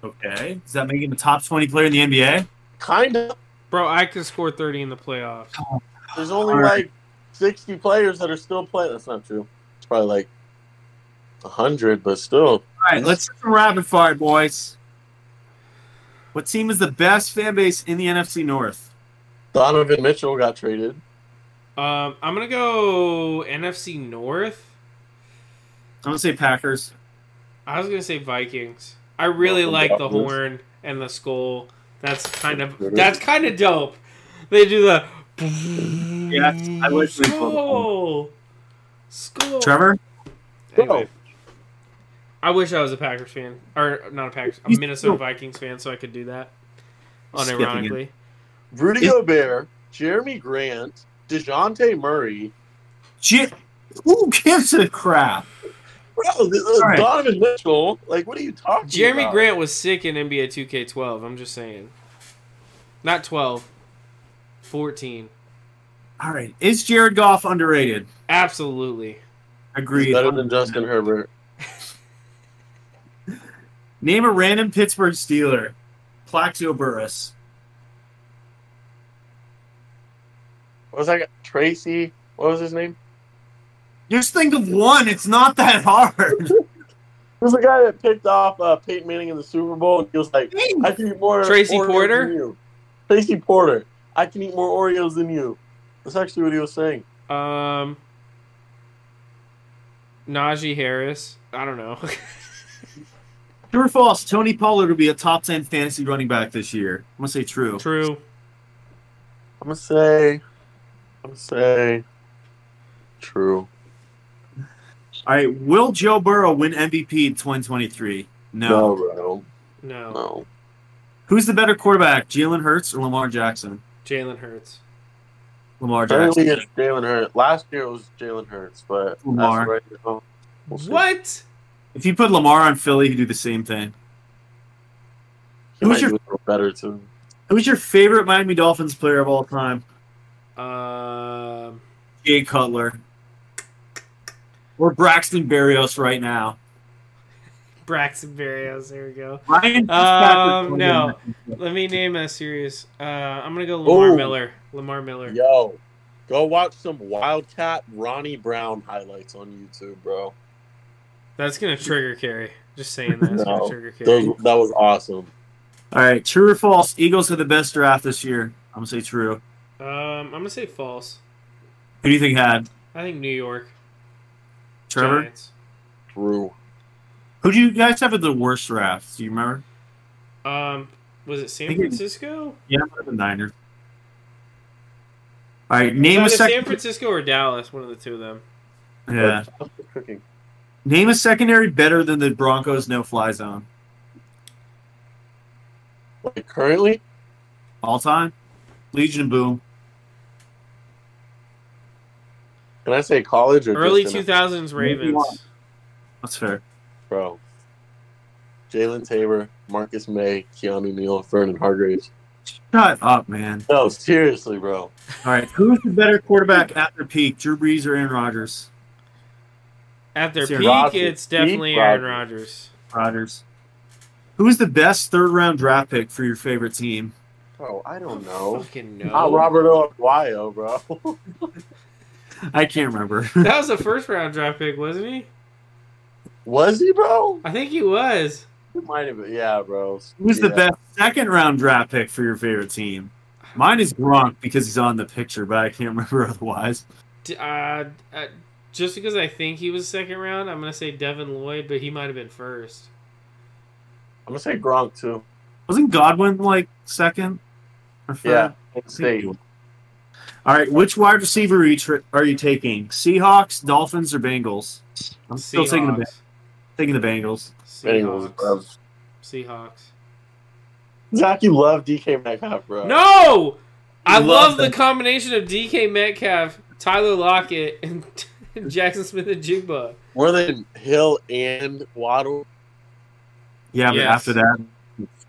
Speaker 3: Okay. Does that make him a top twenty player in the NBA?
Speaker 2: Kind of.
Speaker 1: Bro, I could score 30 in the playoffs.
Speaker 2: There's only
Speaker 3: All right.
Speaker 2: like 60 players that are still playing. That's not true. It's probably like 100, but still.
Speaker 3: All right, let's do some rapid fire, boys. What team is the best fan base in the NFC North?
Speaker 2: Donovan Mitchell got traded.
Speaker 1: Um, I'm going to go NFC North.
Speaker 3: I'm gonna say Packers.
Speaker 1: I was going to say Vikings. I really
Speaker 2: Welcome
Speaker 1: like
Speaker 2: back,
Speaker 1: the
Speaker 2: Bruce.
Speaker 1: horn and the skull. That's kind of
Speaker 2: There it is.
Speaker 1: that's kind of dope. They do the
Speaker 3: Yes, I like the
Speaker 1: skull. Skull.
Speaker 3: Trevor,
Speaker 1: Anyway. I wish I was a Packers fan, or not a Packers, a
Speaker 3: You-
Speaker 1: Minnesota
Speaker 3: no.
Speaker 1: Vikings fan, so I could do that.
Speaker 3: Skipping it.
Speaker 1: Unironically,
Speaker 2: Rudy
Speaker 3: Is-
Speaker 2: Gobert, Jeremy Grant, DeJounte Murray.
Speaker 3: J- who gives a crap?
Speaker 2: Bro, this is
Speaker 3: All right.
Speaker 2: Donovan Mitchell. Like, what are you talking
Speaker 1: Jeremy
Speaker 2: about?
Speaker 1: Grant was sick in NBA 2K12. I'm just saying, not 12, 14.
Speaker 3: All right, is Jared Goff underrated?
Speaker 1: Absolutely,
Speaker 2: He's
Speaker 3: Agreed.
Speaker 2: better than Justin Herbert.
Speaker 3: Name a random Pittsburgh Steeler. Plaxio Burris.
Speaker 2: What was that? Tracy? What was his name?
Speaker 3: Just think of one. It's not that hard.
Speaker 2: Who's the guy that picked off uh, Peyton Manning in the Super Bowl? And he was like, I can eat more
Speaker 1: Tracy
Speaker 2: Oreos
Speaker 1: Porter?
Speaker 2: than you. Tracy Porter. I can eat more Oreos than you. That's actually what he was saying.
Speaker 1: um, Najee Harris. I don't know. [laughs]
Speaker 3: True or false? Tony Pollard will be a top ten fantasy running back this year. I'm gonna say true.
Speaker 1: True.
Speaker 2: I'm gonna say I'll say true.
Speaker 3: All right, will Joe Burrow win MVP in 2023? No.
Speaker 2: No, bro.
Speaker 1: No,
Speaker 2: No.
Speaker 3: Who's the better quarterback, Jalen Hurts or Lamar Jackson?
Speaker 1: Jalen Hurts.
Speaker 3: Lamar
Speaker 2: Apparently
Speaker 3: Jackson.
Speaker 2: it's Jalen Hurts. Last year it was Jalen Hurts, but as
Speaker 3: Lamar.
Speaker 2: right now, we'll see.
Speaker 1: What?
Speaker 3: If you put Lamar on Philly, he'd do the same thing.
Speaker 2: He
Speaker 3: Who's
Speaker 2: might
Speaker 3: your-
Speaker 2: do a little better too.
Speaker 3: Who's your favorite Miami Dolphins player of all time?
Speaker 1: Um,
Speaker 3: Jay Cutler. Or Braxton Berrios right now.
Speaker 1: Braxton Berrios. There we go.
Speaker 3: Ryan
Speaker 1: Um,
Speaker 3: Fitzpatrick-
Speaker 1: no. Let me name a series. Uh, I'm gonna go Lamar
Speaker 2: Ooh.
Speaker 1: Miller. Lamar Miller.
Speaker 2: Yo, go watch some Wildcat Ronnie Brown highlights on YouTube, bro.
Speaker 1: That's gonna trigger carry. Just saying that's
Speaker 2: No.
Speaker 1: gonna trigger
Speaker 2: Those,
Speaker 1: carry.
Speaker 2: that was awesome.
Speaker 3: All right, true or false? Eagles are the best draft this year. I'm gonna say true.
Speaker 1: Um, I'm gonna say false.
Speaker 3: Who do you think had
Speaker 1: I think New York.
Speaker 3: Trevor?
Speaker 1: Giants.
Speaker 2: True.
Speaker 3: Who do you guys have at the worst draft? Do you remember?
Speaker 1: Um, was it San
Speaker 3: Think it-
Speaker 1: Francisco?
Speaker 3: Yeah, the Niners. All right, name
Speaker 1: It
Speaker 3: a
Speaker 1: was either San
Speaker 3: second.
Speaker 1: Francisco or Dallas. One of the two of them.
Speaker 3: Yeah.
Speaker 2: Cooking.
Speaker 3: Name a secondary better than the Broncos' no-fly zone
Speaker 2: Like currently,
Speaker 3: all time. Legion and Boom.
Speaker 2: can I say college or
Speaker 1: Early
Speaker 2: just in-
Speaker 1: 2000s Ravens.
Speaker 3: That's fair.
Speaker 2: bro? Jalen Tabor, Marcus May, Keanu Neal, Vernon Hargreaves.
Speaker 3: Shut up, man.
Speaker 2: No, seriously, bro.
Speaker 3: All right, who's the better quarterback at their peak, Drew Brees or Aaron Rodgers?
Speaker 1: At their
Speaker 3: It's
Speaker 1: peak,
Speaker 3: your
Speaker 2: Rodgers.
Speaker 1: it's definitely
Speaker 2: Peak
Speaker 1: Aaron Rodgers.
Speaker 2: Rodgers.
Speaker 3: Rodgers. Who's the best third-round draft pick for your favorite team?
Speaker 2: Bro, I don't know.
Speaker 1: Fucking
Speaker 2: Not
Speaker 1: no.
Speaker 2: Robert Oguayo, bro. [laughs]
Speaker 3: I can't remember. [laughs]
Speaker 1: That was a first round draft pick, wasn't he?
Speaker 2: was he, bro?
Speaker 1: I think he was.
Speaker 2: He might have been. Yeah, bro.
Speaker 3: Who's the
Speaker 2: Yeah.
Speaker 3: best second round draft pick for your favorite team? Mine is Gronk because he's on the picture, but I can't [laughs] remember otherwise.
Speaker 1: D- Uh, uh, just because I think he was second round, I'm gonna say Devin Lloyd, but he might have been first.
Speaker 2: I'm gonna say Gronk too.
Speaker 3: Wasn't Godwin like second or third?
Speaker 2: Yeah, Penn State.
Speaker 3: All right, which wide receiver are you, tr are you taking? Seahawks, Dolphins, or Bengals? I'm still taking the, Ba-
Speaker 1: Seahawks.
Speaker 3: taking the Bengals.
Speaker 2: Bengals, bro.
Speaker 1: Seahawks. Seahawks.
Speaker 2: Zach, you love DK Metcalf, bro.
Speaker 1: No! I
Speaker 3: Love
Speaker 1: love the
Speaker 3: them.
Speaker 1: combination of DK Metcalf, Tyler Lockett, and [laughs] and Jackson Smith and Jigba.
Speaker 2: more than Hill and Waddle.
Speaker 3: Yeah, but
Speaker 1: Yes.
Speaker 3: after that,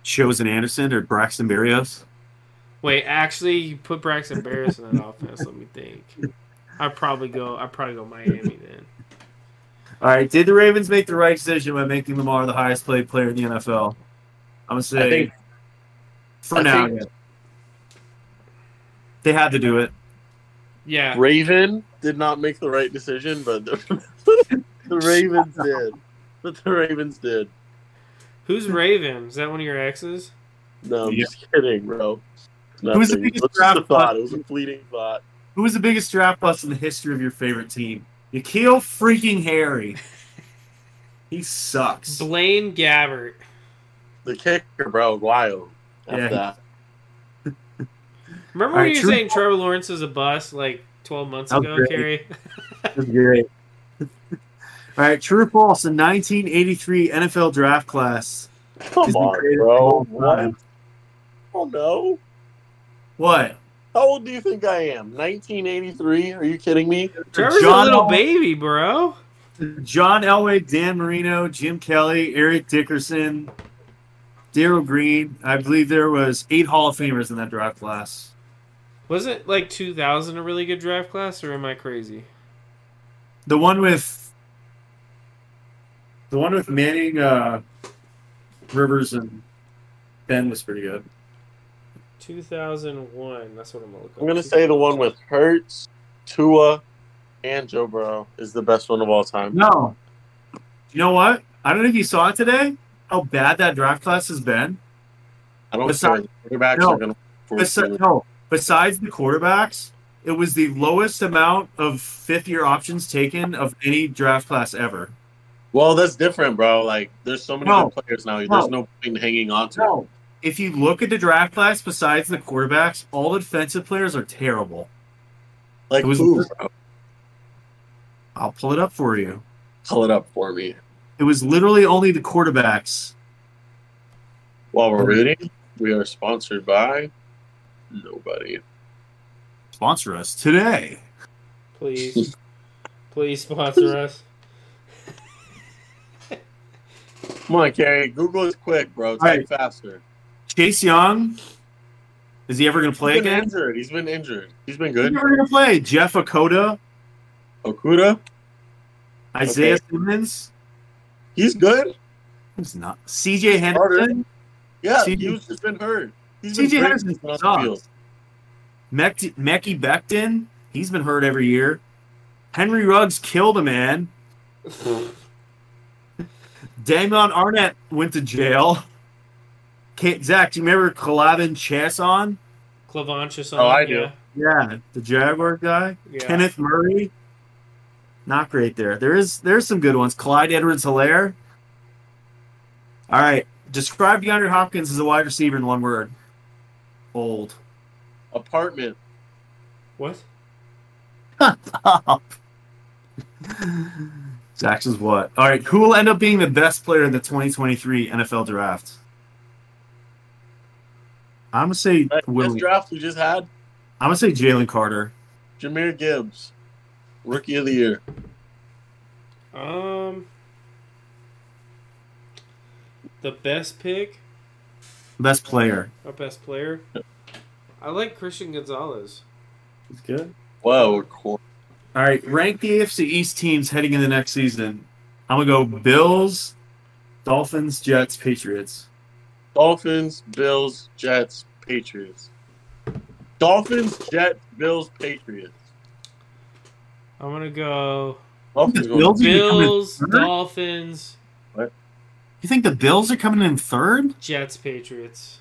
Speaker 3: Chosen Anderson or Braxton Berrios?
Speaker 1: Wait, actually, you put Braxton Barris in that offense. Let me think. I probably go. I probably go Miami then.
Speaker 3: All right, did the Ravens make the right decision by making Lamar the highest paid player in the NFL? I'm gonna say
Speaker 2: think-
Speaker 3: for
Speaker 2: I
Speaker 3: now,
Speaker 2: think-
Speaker 3: yeah. they had to do it.
Speaker 1: Yeah,
Speaker 2: Raven did not make the right decision, but [laughs] the, the Ravens did. But the Ravens did.
Speaker 1: who's Raven? Is that one of your exes?
Speaker 2: No, I'm
Speaker 3: Yeah.
Speaker 2: just kidding, bro.
Speaker 3: Who's the
Speaker 2: Nothing. It
Speaker 3: biggest
Speaker 2: was just a
Speaker 3: draft
Speaker 2: thought.
Speaker 3: bust?
Speaker 2: It was a fleeting thought.
Speaker 3: Who was the biggest draft bust in the history of your favorite team? Nikhil freaking Harry. He sucks.
Speaker 1: Blaine Gabbert.
Speaker 2: The kicker, bro, wild.
Speaker 3: Yeah.
Speaker 2: Yeah. That.
Speaker 1: Remember when
Speaker 3: All right,
Speaker 1: you were
Speaker 3: true-
Speaker 1: saying Trevor Lawrence is a bust like 12 months
Speaker 3: That was
Speaker 1: ago,
Speaker 3: great. [laughs]
Speaker 1: Carrie?
Speaker 3: That's great. [laughs] All right, true or false? The 1983 NFL draft class.
Speaker 2: Come
Speaker 3: is the
Speaker 2: on,
Speaker 3: greatest
Speaker 2: bro.
Speaker 3: of all
Speaker 2: What?
Speaker 3: time.
Speaker 2: Oh no.
Speaker 3: What?
Speaker 2: How old do you think I am? 1983? Are you kidding me?
Speaker 1: Trevor's a
Speaker 3: John
Speaker 1: little
Speaker 3: Elway-
Speaker 1: baby, bro.
Speaker 3: John Elway, Dan Marino, Jim Kelly, Eric Dickerson, Daryl Green. I believe there was eight Hall of Famers in that draft class.
Speaker 1: Wasn't like 2000 a really good draft class, or am I crazy?
Speaker 3: The one with the one with Manning, uh, Rivers, and Ben was pretty good.
Speaker 1: 2001. That's what I'm gonna look.
Speaker 2: I'm gonna say the one with Hertz, Tua, and Joe Burrow is the best one of all time.
Speaker 3: No, you know what? I don't know if you saw it today. How bad that draft class has been.
Speaker 2: I don't
Speaker 3: Besides-
Speaker 2: care. Quarterbacks
Speaker 3: no.
Speaker 2: are gonna
Speaker 3: Besi- no, besides the quarterbacks, it was the lowest amount of fifth-year options taken of any draft class ever.
Speaker 2: Well, that's different, bro. Like there's so many
Speaker 3: No.
Speaker 2: good players now. There's
Speaker 3: No.
Speaker 2: no, point in hanging on to it.
Speaker 3: No. If you look at the draft class, besides the quarterbacks, all the defensive players are terrible.
Speaker 2: Like
Speaker 3: It was-
Speaker 2: who? bro?
Speaker 3: I'll pull it up for you.
Speaker 2: Pull it up for me
Speaker 3: It was literally only the quarterbacks.
Speaker 2: while we're reading. We are sponsored by nobody.
Speaker 3: Sponsor us today.
Speaker 2: [laughs]
Speaker 1: Please, please sponsor us.
Speaker 2: Come on, Carrie. Google is quick, bro. Type
Speaker 3: Alright.
Speaker 2: faster.
Speaker 3: Chase Young. Is he ever going to play
Speaker 2: He's been
Speaker 3: again?
Speaker 2: injured. He's been injured. He's been
Speaker 3: He's
Speaker 2: good.
Speaker 3: never going to play. Jeff Okuda,
Speaker 2: Okuda,
Speaker 3: Isaiah
Speaker 2: Okay.
Speaker 3: Simmons.
Speaker 2: he's good.
Speaker 3: He's not. CJ
Speaker 2: Carter.
Speaker 3: Henderson.
Speaker 2: Yeah,
Speaker 3: CJ
Speaker 2: he was just been hurt. He's been
Speaker 3: CJ
Speaker 2: great
Speaker 3: Henderson
Speaker 2: on the field.
Speaker 3: sucks. Mec- Mekhi Becton. He's been hurt every year. Henry Ruggs killed a man. Damon Arnett went to jail. Can't, Zach, do you remember Kalavin Chasson?
Speaker 1: Clavanchus on.
Speaker 2: Oh, I do.
Speaker 1: yeah.
Speaker 3: Yeah, the Jaguar guy.
Speaker 1: Yeah.
Speaker 3: Kenneth Murray. Not great there. There is there's some good ones. Clyde Edwards Hilaire. All right. Describe DeAndre Hopkins as a wide receiver in one word. Old.
Speaker 2: Apartment.
Speaker 1: What?
Speaker 3: Zach's is what? All right. Who will end up being the best player in the 2023 NFL draft? I'm gonna say
Speaker 2: Right,
Speaker 3: Will-
Speaker 2: This draft we just had,
Speaker 3: I'm gonna say Jalen Carter.
Speaker 2: Jameer Gibbs, rookie of the year.
Speaker 1: Um, the best pick
Speaker 3: Best player.
Speaker 1: or best player? I like Christian Gonzalez.
Speaker 3: That's good.
Speaker 2: Whoa, cool.
Speaker 3: All right, rank the AFC East teams heading into next season. I'm gonna go Bills, Dolphins, Jets, Patriots.
Speaker 2: Dolphins, Bills, Jets, Patriots. Dolphins, Jets, Bills, Patriots.
Speaker 1: I'm gonna go
Speaker 2: Dolphins going
Speaker 3: Bills? Did you come in
Speaker 1: Bills,
Speaker 3: third?
Speaker 1: Dolphins,
Speaker 3: You think the Bills are coming in third?
Speaker 1: Jets, Patriots.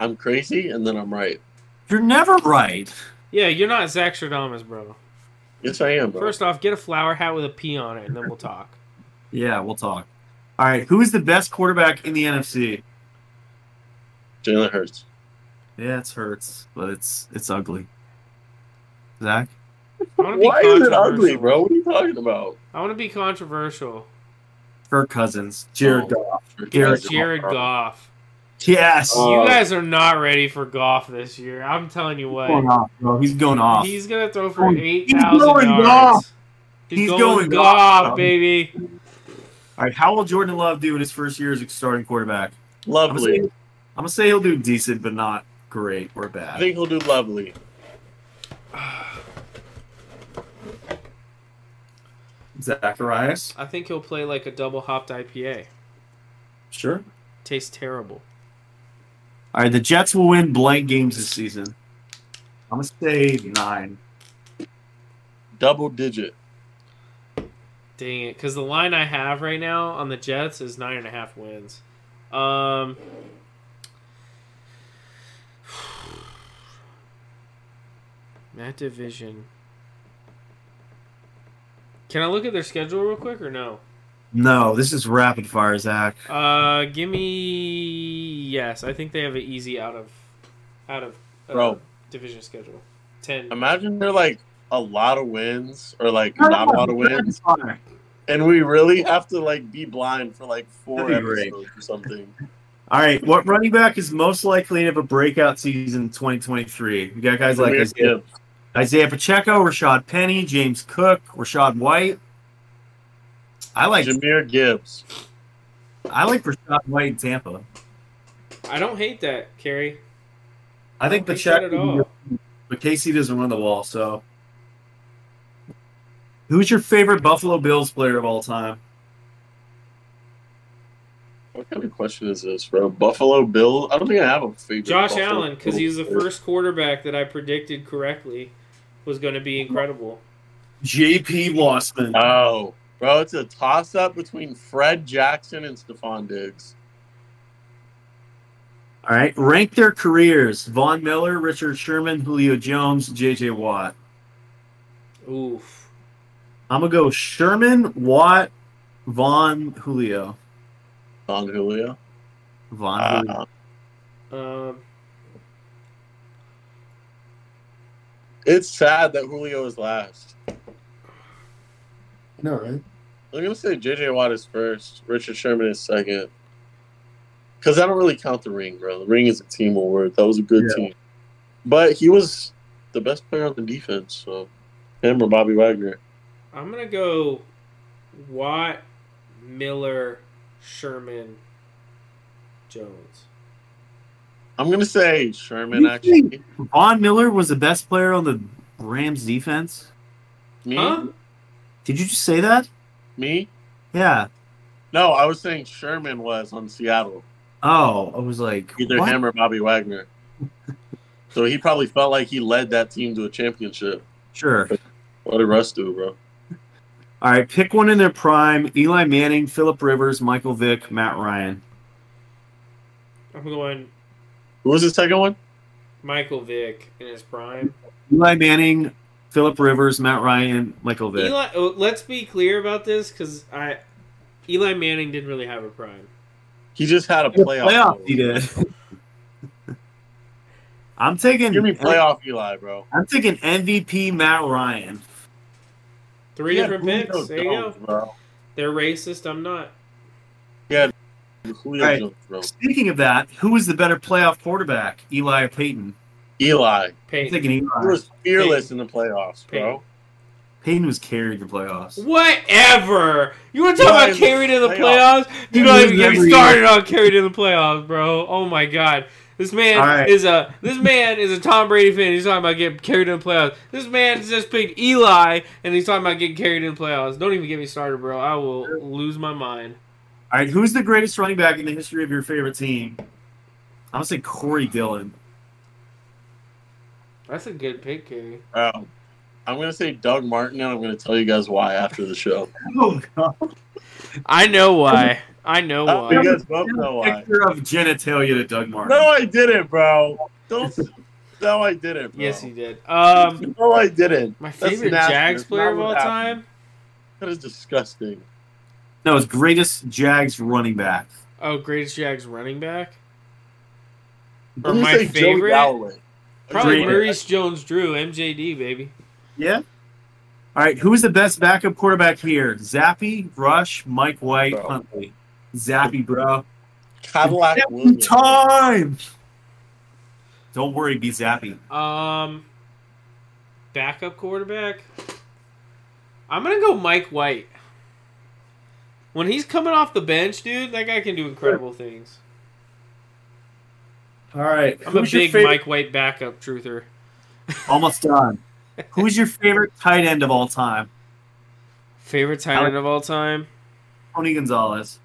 Speaker 2: I'm crazy, and then I'm right.
Speaker 3: You're never right.
Speaker 1: Yeah, you're not Zach Stradamus, bro.
Speaker 2: Yes, I am, bro.
Speaker 1: First off, get a flower hat with a P on it, and then we'll talk.
Speaker 3: Yeah, we'll talk. All right, who is the best quarterback in the NFC?
Speaker 2: Jalen Hurts.
Speaker 3: Yeah, it hurts, but it's it's ugly. Zach,
Speaker 1: I wanna be
Speaker 2: Why is it ugly,
Speaker 1: controversial.
Speaker 2: bro? What are you talking about?
Speaker 1: I want to be controversial.
Speaker 3: Kirk Cousins, Jared
Speaker 2: Oh.
Speaker 3: Goff.
Speaker 2: Jared
Speaker 1: Jared
Speaker 2: Goff.
Speaker 1: Goff.
Speaker 3: Yes,
Speaker 2: Oh,
Speaker 1: you guys are not ready for Goff this year. I'm telling you
Speaker 3: he's going
Speaker 1: what.
Speaker 3: off, bro. He's going off.
Speaker 1: He's gonna throw
Speaker 3: Oh,
Speaker 1: for eight
Speaker 3: he's
Speaker 1: thousand
Speaker 3: going
Speaker 1: yards.
Speaker 3: Goff.
Speaker 1: He's,
Speaker 3: He's
Speaker 1: going,
Speaker 3: going
Speaker 1: Goff,
Speaker 3: Goff.
Speaker 1: baby.
Speaker 3: All right, how will Jordan Love do in his first year as a starting quarterback? I'm gonna, say,
Speaker 2: Lovely.
Speaker 3: I'm gonna say he'll do decent, but not great or bad.
Speaker 2: I think he'll do lovely.
Speaker 3: Zacharias,
Speaker 1: I think he'll play like a double hopped IPA.
Speaker 3: sure.
Speaker 1: Tastes terrible.
Speaker 3: All right, the Jets will win blank games this season. I'm gonna say nine.
Speaker 2: Double digit.
Speaker 1: Dang it! Because the line I have right now on the Jets is nine and a half wins. Um, [sighs] that division. Can I look at their schedule real quick or no?
Speaker 3: No, this is rapid fire, Zach.
Speaker 1: Uh, give me yes. I think they have an easy out of out of uh,
Speaker 2: Bro.
Speaker 1: division schedule. Ten.
Speaker 2: Imagine they're like a lot of wins or like
Speaker 3: Oh,
Speaker 2: not a lot of wins.
Speaker 3: Rapid fire.
Speaker 2: And we really have to like be blind for like four
Speaker 3: That'd be great.
Speaker 2: episodes or something.
Speaker 3: All right, what running back is most likely to have a breakout season in 2023? We got guys like
Speaker 2: Jameer
Speaker 3: Isaiah,
Speaker 2: Gibbs.
Speaker 3: Isaiah Pacheco, Rashad Penny, James Cook, Rashad White. I like
Speaker 2: Jameer Gibbs.
Speaker 3: I like Rashad White in Tampa.
Speaker 1: I don't hate that, Carrie.
Speaker 3: I think
Speaker 1: don't hate that
Speaker 3: Pacheco
Speaker 1: at all.
Speaker 3: But KC doesn't run the ball, so. Who's your favorite Buffalo Bills player of all time?
Speaker 2: What kind of question is this, bro? Buffalo Bill? I don't think I have a favorite.
Speaker 1: Josh
Speaker 2: Buffalo
Speaker 1: Allen, because he was the
Speaker 2: Bill.
Speaker 1: first quarterback that I predicted correctly was going to be incredible.
Speaker 3: JP Lossman.
Speaker 2: Oh, bro, it's a toss up between Fred Jackson and Stephon Diggs.
Speaker 3: all right. Rank their careers Vaughn Miller, Richard Sherman, Julio Jones, JJ Watt.
Speaker 1: Oof.
Speaker 3: I'm going to go Sherman, Watt, Vaughn, Julio.
Speaker 2: On Julio.
Speaker 3: Vaughn, Julio.
Speaker 2: Uh,
Speaker 1: Um,
Speaker 2: It's sad that Julio is last.
Speaker 5: No, right?
Speaker 2: I'm gonna say JJ Watt is first. Richard Sherman is second. Because I don't really count the ring, bro. The ring is a team award. That was a good team, but he was the best player on the defense. So him or Bobby Wagner.
Speaker 1: I'm gonna go Watt, Miller, Sherman, Jones.
Speaker 2: I'm gonna say Sherman
Speaker 3: You
Speaker 2: actually.
Speaker 3: Von Miller was the best player on the Rams defense.
Speaker 2: Me,
Speaker 1: Huh?
Speaker 3: Did you just say that?
Speaker 2: me.
Speaker 3: Yeah.
Speaker 2: No, I was saying Sherman was on Seattle.
Speaker 3: Oh, I was like,
Speaker 2: Either
Speaker 3: what?
Speaker 2: him or Bobby Wagner. so he probably felt like he led that team to a championship.
Speaker 3: Sure.
Speaker 2: What did Russ do, bro?
Speaker 3: All right, pick one in their prime: Eli Manning, Philip Rivers, Michael Vick, Matt Ryan.
Speaker 1: I'm going
Speaker 2: Who was the second one?
Speaker 1: Michael Vick in his prime.
Speaker 3: Eli Manning, Philip Rivers, Matt Ryan, Michael Vick.
Speaker 1: Eli, oh, let's be clear about this because I, Eli Manning didn't really have a prime.
Speaker 2: He just had a playoff.
Speaker 3: playoff, he did. [laughs] I'm taking.
Speaker 2: Give me playoff Eli, bro.
Speaker 3: I'm taking MVP Matt Ryan.
Speaker 1: Three
Speaker 2: Yeah,
Speaker 1: different
Speaker 2: Julio
Speaker 1: picks. there you
Speaker 2: Jones,
Speaker 1: go.
Speaker 2: Bro.
Speaker 1: They're racist. I'm not.
Speaker 2: Julio
Speaker 3: Right.
Speaker 2: Jones, bro.
Speaker 3: Speaking of that, who is the better playoff quarterback, Eli or Peyton?
Speaker 2: Eli.
Speaker 3: I'm
Speaker 1: Peyton.
Speaker 3: taking
Speaker 2: He
Speaker 3: Eli.
Speaker 2: was fearless in the playoffs, bro.
Speaker 3: Peyton was carried the playoffs.
Speaker 1: Whatever. You want to talk
Speaker 2: Why
Speaker 1: about
Speaker 2: is
Speaker 1: carried in
Speaker 2: it
Speaker 1: the
Speaker 2: playoff?
Speaker 1: playoffs? Do
Speaker 3: Dude,
Speaker 1: not
Speaker 3: he
Speaker 1: even get
Speaker 3: never
Speaker 1: me started on carried in the playoffs, bro. Oh my god. This man
Speaker 3: All right.
Speaker 1: is a this man is a Tom Brady fan. He's talking about getting carried in the playoffs. This man just picked Eli and he's talking about getting carried in the playoffs. Don't even get me started, bro. I will lose my mind.
Speaker 3: All right, who's the greatest running back in the history of your favorite team? I'm gonna say Corey Dillon.
Speaker 1: That's a good pick, Gary.
Speaker 2: Bro. Um, I'm gonna say Doug Martin, and I'm gonna tell you guys why after the show.
Speaker 3: Oh God!
Speaker 1: I know why. I know
Speaker 2: Uh,
Speaker 1: why.
Speaker 2: you guys both know why.
Speaker 3: Picture of genitalia to Doug Martin.
Speaker 2: No, I didn't, bro. Don't. No, I didn't. Bro.
Speaker 1: Yes, he did. Um,
Speaker 2: no, I didn't.
Speaker 1: my
Speaker 2: That's
Speaker 1: favorite
Speaker 2: nasty.
Speaker 1: Jags
Speaker 2: That's
Speaker 1: player
Speaker 2: not
Speaker 1: of
Speaker 2: what
Speaker 1: all
Speaker 2: happened.
Speaker 1: time.
Speaker 2: That is disgusting.
Speaker 3: No, it's greatest Jags running back.
Speaker 1: Oh, greatest Jags running back. Or
Speaker 2: I'm gonna
Speaker 1: my
Speaker 2: say Joey
Speaker 1: favorite?
Speaker 2: Galloway.
Speaker 1: Probably
Speaker 3: Agreed.
Speaker 1: Maurice Jones-Drew, MJD, baby.
Speaker 3: Yeah. All right. Who is the best backup quarterback here? Zappy, Rush, Mike White,
Speaker 2: Bro.
Speaker 3: Huntley. Zappy, bro.
Speaker 2: Cadillac
Speaker 3: Zappy
Speaker 2: Williams.
Speaker 3: time. Don't worry, be Zappy.
Speaker 1: Um, backup quarterback. I'm gonna go Mike White. When he's coming off the bench, dude, that guy can do incredible things.
Speaker 3: All right.
Speaker 1: I'm
Speaker 3: who's
Speaker 1: a
Speaker 3: your
Speaker 1: big
Speaker 3: favorite-
Speaker 1: Mike White backup truther.
Speaker 3: Almost [laughs] done. Who's your favorite tight end of all time?
Speaker 1: Favorite tight end of all time.
Speaker 3: Tony Gonzalez.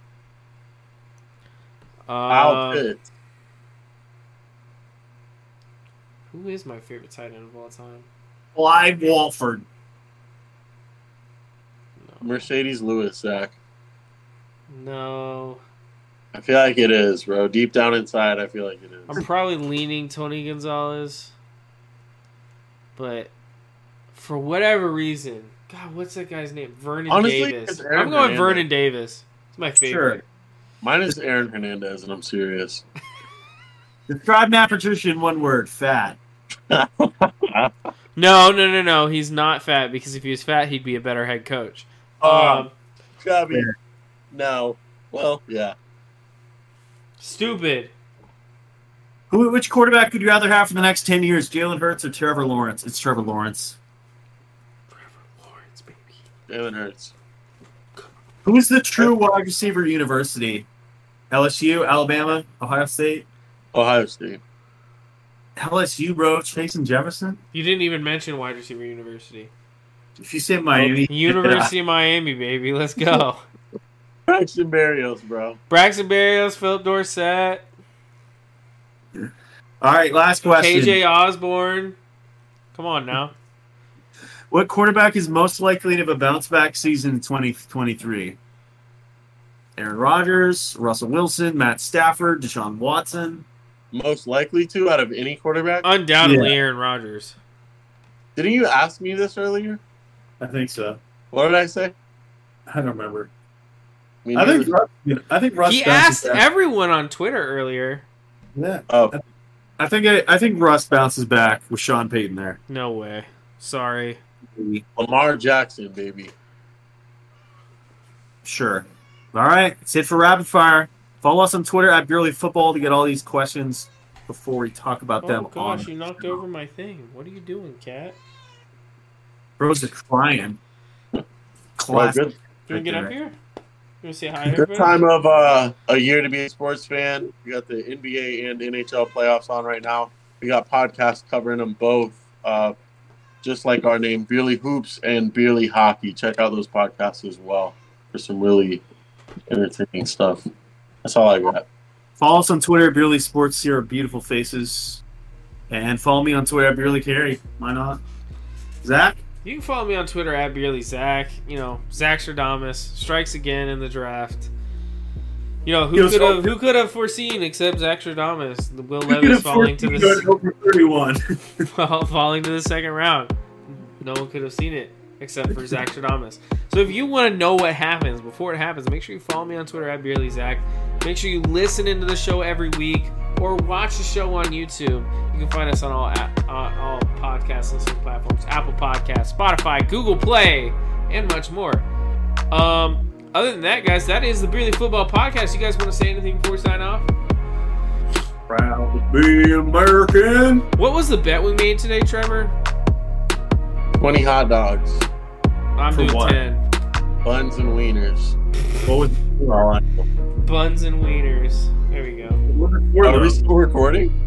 Speaker 2: Kyle
Speaker 1: Um,
Speaker 2: Pitts.
Speaker 1: who is my favorite tight end of all time?
Speaker 3: Clyde Walford.
Speaker 1: No.
Speaker 2: Mercedes Lewis, Zach.
Speaker 1: No.
Speaker 2: I feel like it is, bro. Deep down inside, I feel like it is.
Speaker 1: I'm probably leaning Tony Gonzalez. But for whatever reason, God, what's that guy's name? Vernon
Speaker 2: Honestly,
Speaker 1: Davis.
Speaker 2: it's
Speaker 1: I'm
Speaker 2: Aaron
Speaker 1: going
Speaker 2: Hernandez.
Speaker 1: Vernon Davis. It's my favorite.
Speaker 2: Mine is Aaron Hernandez, and I'm serious.
Speaker 3: Describe Matt Patricia in one word. Fat.
Speaker 1: No, no, no, no. He's not fat because if he was fat, he'd be a better head coach.
Speaker 2: Um,
Speaker 1: um,
Speaker 2: Chubby. No. Well, yeah.
Speaker 1: stupid.
Speaker 3: Who? Which quarterback would you rather have for the next ten years? Jalen Hurts or Trevor Lawrence? It's Trevor Lawrence.
Speaker 1: Trevor Lawrence, baby.
Speaker 2: Jalen Hurts.
Speaker 3: Who's the true wide receiver university? LSU, Alabama, Ohio State.
Speaker 2: Ohio State.
Speaker 3: LSU, bro, Chase and Jefferson.
Speaker 1: You didn't even mention wide receiver
Speaker 2: [laughs]
Speaker 1: university.
Speaker 3: If you say Miami,
Speaker 1: University of Miami, baby. Let's
Speaker 2: [laughs]
Speaker 1: go.
Speaker 2: Braxton Berrios, bro.
Speaker 1: Braxton Berrios, Philip Dorsett,
Speaker 3: [laughs] All right, last question.
Speaker 1: KJ Osborne. Come on now.
Speaker 3: What quarterback is most likely to have a bounce back season in 2023? Aaron Rodgers, Russell Wilson, Matt Stafford, Deshaun Watson.
Speaker 2: Most likely to out of any quarterback.
Speaker 1: Undoubtedly,
Speaker 3: Yeah.
Speaker 1: Aaron Rodgers.
Speaker 2: Didn't you ask me this earlier?
Speaker 3: I think so.
Speaker 2: What did I say?
Speaker 3: I don't remember.
Speaker 2: Me
Speaker 3: I think
Speaker 2: neither.
Speaker 3: Russ, I think Russ
Speaker 1: he asked
Speaker 3: bounces back.
Speaker 1: everyone on Twitter earlier.
Speaker 3: yeah.
Speaker 2: Oh,
Speaker 3: I think I, I think Russ bounces back with Sean Payton there.
Speaker 1: No way. Sorry.
Speaker 2: Oh, Lamar Jackson, baby.
Speaker 3: Sure. All right, it's it for rapid fire. Follow us on Twitter at Burley Football to get all these questions before we talk about
Speaker 1: Oh
Speaker 3: them.
Speaker 1: gosh,
Speaker 3: on-
Speaker 1: you knocked over my thing. What are you doing, cat?
Speaker 3: Bros are crying.
Speaker 2: Well,
Speaker 3: Classic.
Speaker 2: good,
Speaker 1: You wanna get up here? You wanna say hi?
Speaker 2: good
Speaker 1: everybody?
Speaker 2: time of uh, a year to be a sports fan. We got the NBA and NHL playoffs on right now. We got podcasts covering them both, uh, just like our name, Beerly Hoops and Beerly Hockey. Check out those podcasts as well for some really entertaining stuff. That's all I got.
Speaker 3: Follow us on Twitter at Beerly Sports. See our beautiful faces. And follow me on Twitter at Beerly Carey. Why not? Zach?
Speaker 1: You can follow me on Twitter at Beerly Zach. You know, Zach Stradamus strikes again in the draft. You know who
Speaker 3: Yo,
Speaker 1: could
Speaker 3: so-
Speaker 1: have who could have foreseen except Zach Stradamus, the
Speaker 3: [laughs]
Speaker 1: Will Levis falling to the
Speaker 3: over 31.
Speaker 1: s- fall- [laughs] falling to the second round. No one could have seen it except for
Speaker 3: [laughs]
Speaker 1: Zach Stradamus. So if you want to know what happens before it happens, make sure you follow me on Twitter at Beerly Zach. Make sure you listen into the show every week or watch the show on YouTube. You can find us on all app, on all podcast listening platforms: Apple Podcasts, Spotify, Google Play, and much more. Um, other than that, guys, that is the Beerly Football Podcast. You guys want to say anything before we sign off?
Speaker 3: Proud to be American.
Speaker 1: What was the bet we made today, Trevor?
Speaker 2: 20 hot dogs,
Speaker 1: I'm
Speaker 3: For
Speaker 1: doing
Speaker 3: what?
Speaker 1: ten
Speaker 2: buns, and wieners.
Speaker 3: What was
Speaker 1: buns and wieners. There we go.
Speaker 3: what were
Speaker 2: Are Oh, we
Speaker 3: those?
Speaker 2: still recording?